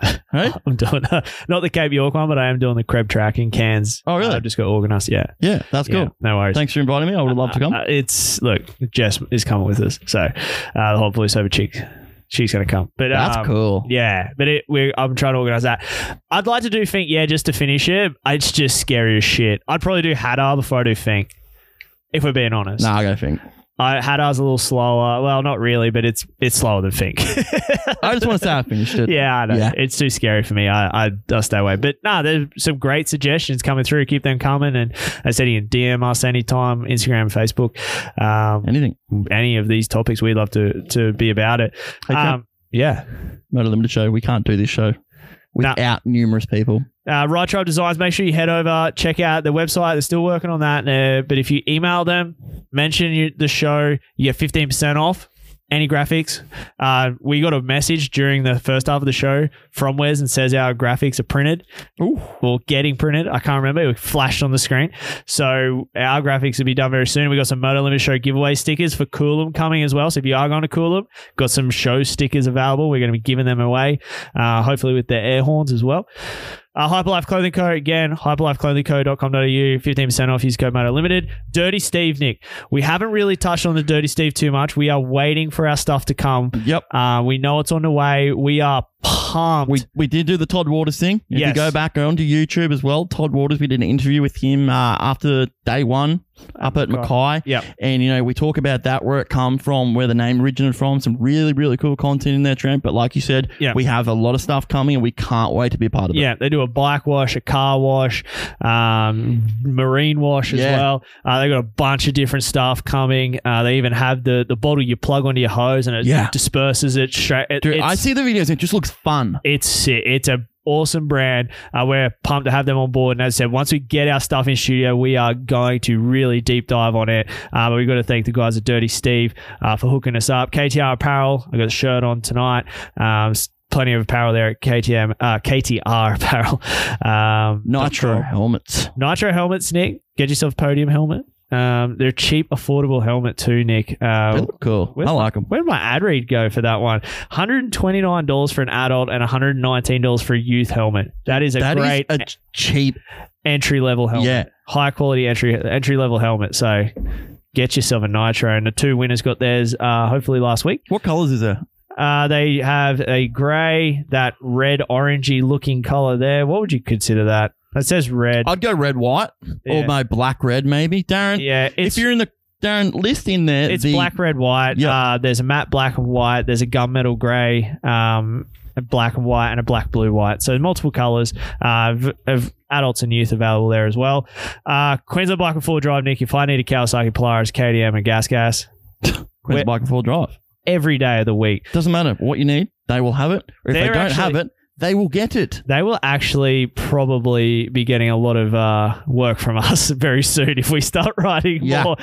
S4: <laughs> I'm doing not the Cape York one, but I am doing the Creb track in Cairns. Oh, really? I've just got organised. Yeah,
S2: Yeah, that's
S4: Yeah,
S2: cool.
S4: No worries.
S2: Thanks for inviting me. I would have loved to come.
S4: Uh, it's look, Jess is coming with us, so uh, the whole blue sober chick, she's gonna come. But
S2: That's
S4: um,
S2: cool.
S4: Yeah, but it, we I'm trying to organize that. I'd like to do Fink, yeah, just to finish it. It's just scary as shit. I'd probably do Hadar before I do Fink, if we're being honest.
S2: Nah, I go Fink.
S4: I, Hadar's a little slower. Well, not really, but it's it's slower than Fink. <laughs>
S2: I just want to say I finished it.
S4: Yeah, I know.
S2: Yeah.
S4: It's too scary for me. I, I I'll stay away. But nah, there's some great suggestions coming through. Keep them coming. And as I said you can DM us anytime, Instagram, Facebook, um,
S2: anything,
S4: any of these topics. We'd love to to be about it. Um, yeah.
S2: Motor Limited Show. We can't do this show without numerous people.
S4: uh, Right Tribe Designs, make sure you head over, check out the website. They're still working on that. Uh, but if you email them, mention you, the show, you get 15% off any graphics. Uh, we got a message during the first half of the show from Wes and says our graphics are printed or getting printed. I can't remember. It flashed on the screen. So our graphics will be done very soon. We got some Motor Limit Show giveaway stickers for Coolum coming as well. So if you are going to Coolum, got some show stickers available. We're going to be giving them away, uh, hopefully with the air horns as well. Uh, Hyperlife Clothing Co. Again, hyperlifeclothingco.com.au, 15% off. Use code Moto Limited. Dirty Steve Nick. We haven't really touched on the Dirty Steve too much. We are waiting for our stuff to come.
S2: Yep.
S4: Uh, we know it's on the way. We are pumped.
S2: We, we did do the Todd Waters thing. If you
S4: Yes.
S2: go back onto YouTube as well, Todd Waters, we did an interview with him uh, after day one
S4: Oh
S2: up at Mackay.
S4: Yep.
S2: And, you know, we talk about that, where it come from, where the name originated from, some really, really cool content in there, Trent. But like you said,
S4: Yep.
S2: we have a lot of stuff coming and we can't wait to be a part of it.
S4: Yeah, they do a bike wash, a car wash, um, marine wash as
S2: Yeah.
S4: well. Uh, they got a bunch of different stuff coming. Uh, they even have the the bottle you plug onto your hose and it
S2: Yeah.
S4: disperses it straight. It,
S2: Dude,
S4: it's-
S2: I see the videos. It just looks fun.
S4: It's sick. It's a awesome brand. Uh, we're pumped to have them on board. And as I said, once we get our stuff in studio, we are going to really deep dive on it. Uh, but we've got to thank the guys at Dirty Steve uh, for hooking us up. KTR Apparel. I got a shirt on tonight. Um, s- plenty of apparel there at KTM uh, KTR <laughs> Apparel. Um,
S2: Nitro helmets.
S4: Nitro helmets, Nick. Get yourself a podium helmet. Um, they're cheap, affordable helmet too, Nick. Uh,
S2: cool. I like them.
S4: Where did my ad read go for that one? $129 for an adult and $119 for a youth helmet. That is a
S2: That is
S4: great,
S2: a cheap
S4: entry level helmet.
S2: Yeah.
S4: High quality entry entry level helmet. So get yourself a Nitro. And the two winners got theirs uh, hopefully last week.
S2: What colors is there?
S4: Uh, they have a grey, that red orangey looking color there. What would you consider that? That says red.
S2: I'd go red white
S4: Yeah.
S2: or oh, my black red, maybe. Darren,
S4: Yeah,
S2: if you're in the Darren list in there,
S4: it's
S2: Uh, the-
S4: black, red, white. Uh, there's a matte black and white. There's a gunmetal grey, um, a black and white, and a black, blue, white. So multiple colours uh, v- of adults and youth available there as well. Uh, Queensland Bike and Four Drive, Nick. If I need a Kawasaki Polaris, KDM, and Gas Gas
S2: Queens Bike and Four Drive.
S4: every day of the week.
S2: Doesn't matter what you need, they will have it. Or if they
S4: They're
S2: don't have
S4: actually-
S2: it, they will get it.
S4: They will actually probably be getting a lot of uh, work from <laughs> us very soon if we start writing
S2: Yeah.
S4: more.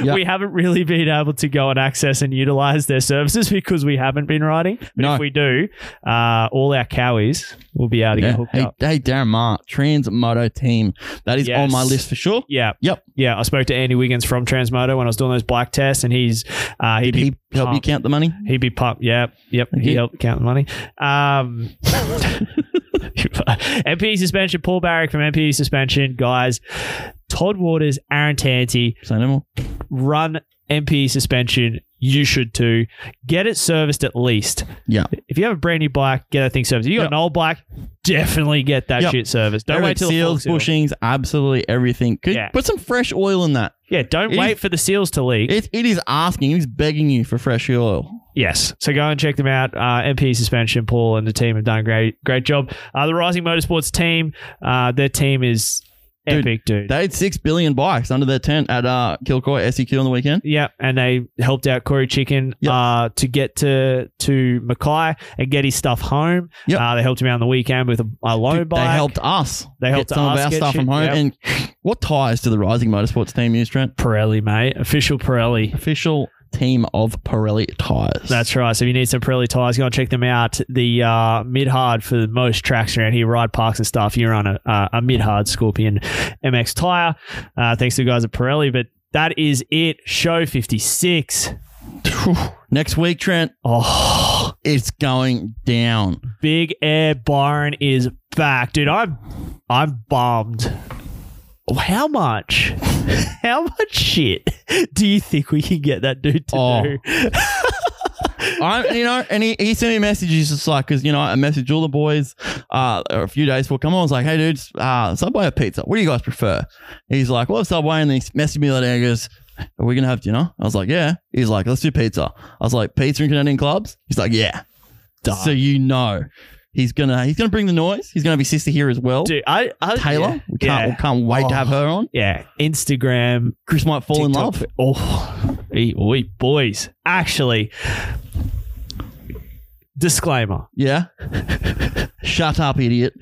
S2: Yeah.
S4: we haven't really been able to go and access and utilize their services <laughs> because we haven't been writing. But if we do, uh, all our cowies will be able to
S2: Yeah.
S4: get hooked
S2: Hey,
S4: up.
S2: hey, Darren Ma, Trans Moto Team. That is on my
S4: Yes.
S2: list for sure.
S4: Yeah.
S2: Yep.
S4: Yeah. I spoke to Andy Wiggins from Transmoto when I was doing those black tests, and he's uh, he'd
S2: he
S4: be
S2: help you
S4: pumped.
S2: count the money?
S4: He'd be pumped. Yep. Yep. He
S2: you.
S4: helped count the money. Um, <laughs> MPE suspension, Paul Barrick from MPE suspension, guys. Todd Waters, Aaron Tanti.
S2: Say no more.
S4: Run MPE suspension. You should too. Get it serviced at least.
S2: Yeah.
S4: If you have a brand new bike, get that thing serviced. If you got an old bike, definitely get that
S2: Yep.
S4: shit serviced. Don't wait
S2: Everything
S4: till it
S2: seals,
S4: falls out.
S2: bushings, absolutely everything. Could
S4: Yeah.
S2: Put some fresh oil in that.
S4: Yeah, don't
S2: It
S4: wait
S2: is-
S4: for the seals to leak.
S2: It, it is asking, it is begging you for fresh oil.
S4: Yes. So go and check them out. Uh, MP Suspension, Paul and the team have done a great, great job. Uh, the Rising Motorsports team, uh, their team is epic, dude.
S2: They had six billion bikes under their tent at uh, Kilcoy SEQ on the weekend.
S4: Yeah, and they helped out Corey Chicken uh, to get to to Mackay and get his stuff home. Uh, they helped him out on the weekend with a, a loan
S2: Dude,
S4: bike.
S2: They helped us.
S4: They helped
S2: get some
S4: us
S2: of our
S4: get
S2: stuff
S4: shit-
S2: from home.
S4: yep.
S2: And <laughs> what tires do the Rising Motorsports team use, Trent?
S4: Pirelli, mate. Official Pirelli.
S2: Official team of Pirelli tires.
S4: That's right. So if you need some Pirelli tires, go and check them out. The uh, mid hard for most tracks around here, ride parks and stuff. You're on a, uh, a mid hard Scorpion MX tire. Uh, thanks to the guys at Pirelli. But that is it. Show 56.
S2: <laughs> Next week, Trent.
S4: Oh,
S2: it's going down.
S4: Big Air Byron is back, dude. I'm I'm bummed. How much? <laughs> How much shit do you think we can get that dude to
S2: Oh.
S4: do? <laughs>
S2: I, you know, and he, he sent me a message. He's just like, because, you know, I messaged all the boys uh, a few days before. Come on. I was like, hey, dudes, uh, Subway or pizza? What do you guys prefer? He's like, well, Subway. And then he messaged me later and he goes, are we going to have dinner? I was like, yeah. He's like, let's do pizza. I was like, pizza in Canadian clubs? He's like, yeah. So you know. He's gonna he's gonna bring the noise. He's gonna have his sister here as well.
S4: Dude, I, I
S2: Taylor,
S4: yeah.
S2: we can't
S4: Yeah.
S2: we can't wait to have her on.
S4: Yeah, Instagram.
S2: Chris might fall in love.
S4: Oh, hey, oi, boys. Actually,
S2: <laughs>
S4: disclaimer.
S2: Yeah.
S4: <laughs>
S2: Shut up, idiot.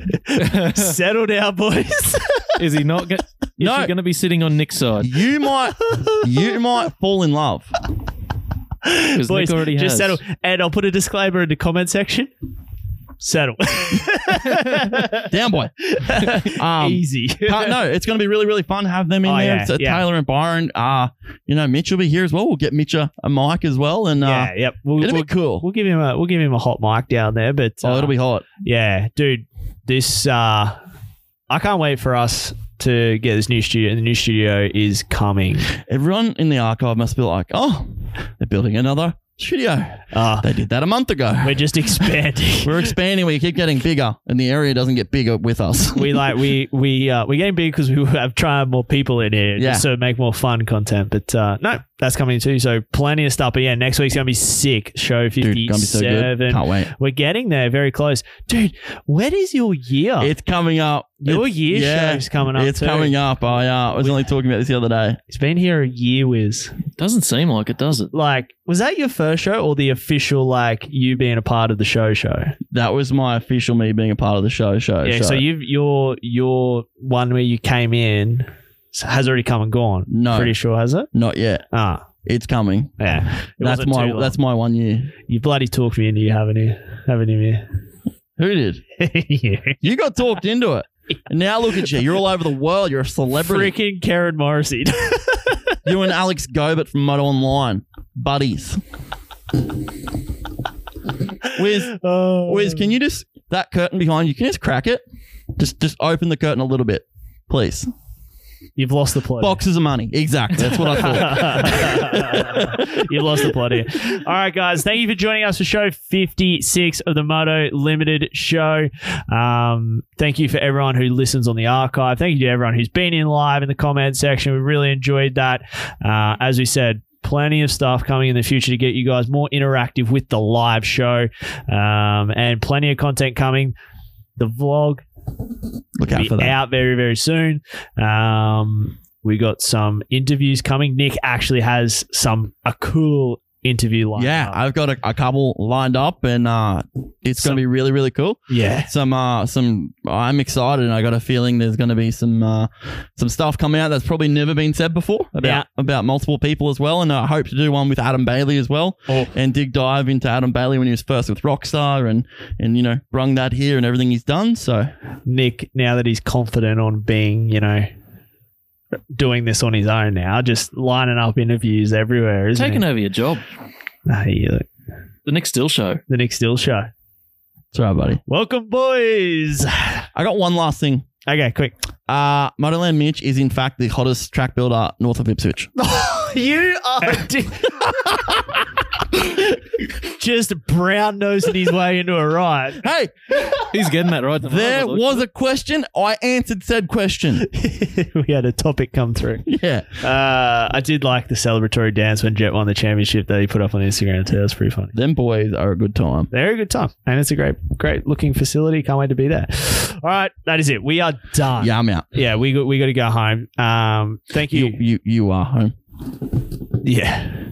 S4: Settle down, boys.
S7: <laughs> Is he not going?
S2: No.
S7: Is he going to be sitting on Nick's side?
S2: You might you might fall in love.
S4: <laughs>
S7: Because
S4: Boys,
S7: Nick already
S4: just
S7: has.
S4: settle. And I'll put a disclaimer in the comment section. Settle. <laughs>
S2: Down boy. Um,
S4: Easy.
S2: pa- no, it's going to be really, really fun to have them in
S4: Oh,
S2: there.
S4: yeah,
S2: so
S4: yeah.
S2: Taylor and Byron, uh, you know, Mitch will be here as well. We'll get Mitch a, a mic as well. And uh,
S4: <laughs> yeah, yep. We'll,
S2: it'll
S4: we'll-
S2: be cool.
S4: We'll give him a we'll give him a hot mic down there, but uh,
S2: oh, it'll be hot.
S4: Yeah, dude, this uh I can't wait for us to get this new studio. The new studio is coming.
S2: Everyone in the archive must be like, oh, they're building another studio.
S4: Uh,
S2: they did that a month ago.
S4: We're
S2: <laughs>
S4: just expanding.
S2: We're expanding. We keep getting bigger, and the area doesn't get bigger with us.
S4: <laughs> we like we we uh, we're getting big because we <laughs> have tried more people in here
S2: Yeah.
S4: just to make more fun content. But uh, no, that's coming too. So plenty of stuff. But yeah, next week's gonna be sick. Show
S2: gonna
S4: fifty
S2: be so good.
S4: seven.
S2: Can't wait.
S4: We're getting there, very close, dude. When is your year?
S2: It's coming up.
S4: Oh. Your
S2: It's-
S4: year show's coming up
S2: It's
S4: too.
S2: coming up. I uh, was only talking about this the other day.
S4: it's been here a year, Wiz.
S7: Doesn't seem like it, does it?
S4: Like, was that your first show or the official like you being a part of the show show?
S2: That was my official me being a part of the show. Show.
S4: yeah.
S2: show.
S4: So you've your your one where you came in has already come and gone.
S2: No.
S4: pretty sure has it?
S2: Not yet.
S4: Ah.
S2: It's coming.
S4: Yeah. It
S2: That's
S4: wasn't too
S2: my
S4: long.
S2: that's my one year.
S4: You bloody talked me into you having you <laughs> having him
S2: Who did?
S4: here.
S2: You got talked into
S4: <laughs>
S2: it. And now look at you. You're all over the world. You're a celebrity.
S4: Freaking Karen Morrissey. <laughs>
S2: You and Alex Gobert from Moto Online. Buddies. Wiz, Wiz, can you just that curtain behind you, can you just crack it? Just just open the curtain a little bit, please.
S4: You've lost the plot.
S2: Boxes of money. Exactly. That's what I thought.
S4: <laughs> You've lost the plot here. All right, guys. Thank you for joining us for show 56 of the Moto Limited show. Um, thank you for everyone who listens on the archive. Thank you to everyone who's been in live in the comment section. We really enjoyed that. Uh, as we said, plenty of stuff coming in the future to get you guys more interactive with the live show um, and plenty of content coming. The vlog,
S2: Look out
S4: be
S2: for that.
S4: out very very soon. Um, we got some interviews coming. Nick actually has some a cool interview lined
S2: Yeah,
S4: up.
S2: I've got a, a couple lined up, and uh, it's going to be really, really cool.
S4: Yeah.
S2: some, uh, some. I'm excited, and I got a feeling there's going to be some, uh, some stuff coming out that's probably never been said before about
S4: Yeah.
S2: about multiple people as well. And I hope to do one with Adam Bailey as well, and dig dive into Adam Bailey when he was first with Rockstar, and and you know, brung that here and everything he's done. So
S4: Nick, now that he's confident on being, you know, doing this on his own now, just lining up interviews everywhere, isn't
S7: Taking
S4: he?
S7: over your job.
S4: Ah, he, uh,
S7: The Nick Still show.
S4: the Nick Steele show.
S2: sorry, buddy.
S4: Welcome, boys.
S2: I got one last thing.
S4: Okay,
S2: <laughs>
S4: quick.
S2: Uh, Motorland Mitch is in fact the hottest track builder north of Ipswich.
S4: you are. Just brown nosing his way into a ride.
S2: Hey,
S7: he's getting that right.
S2: There was a question. I answered said question.
S4: <laughs> we had a topic come through.
S2: <laughs> Yeah.
S4: Uh, I did like the celebratory dance when Jet won the championship that he put up on Instagram too. That was pretty funny.
S2: Them boys are a good time.
S4: They're a good time. And it's a great, great looking facility. Can't wait to be there. All right. That is it. We are done.
S2: Yeah, I'm out.
S4: Yeah, we got, we got to go home. Um, thank you.
S2: You, you, you are home.
S4: Yeah.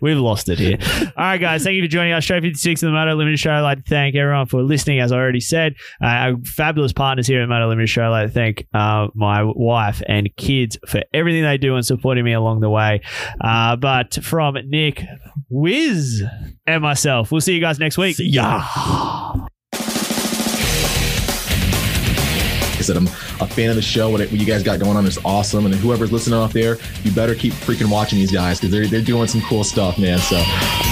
S4: We've lost
S2: <laughs>
S4: it here. All right, guys. Thank you for joining us. Show 56 of the Moto Limited Show. I'd like to thank everyone for listening, as I already said. Uh, our fabulous partners here at Moto Limited Show. I'd like to thank uh, my wife and kids for everything they do and supporting me along the way. Uh, but from Nick, Wiz, and myself, we'll see you guys next week.
S2: See ya.
S15: I said, I'm a fan of the show. What, it- what you guys got going on is awesome. And whoever's listening out there, you better keep freaking watching these guys because they're, they're doing some cool stuff, man. So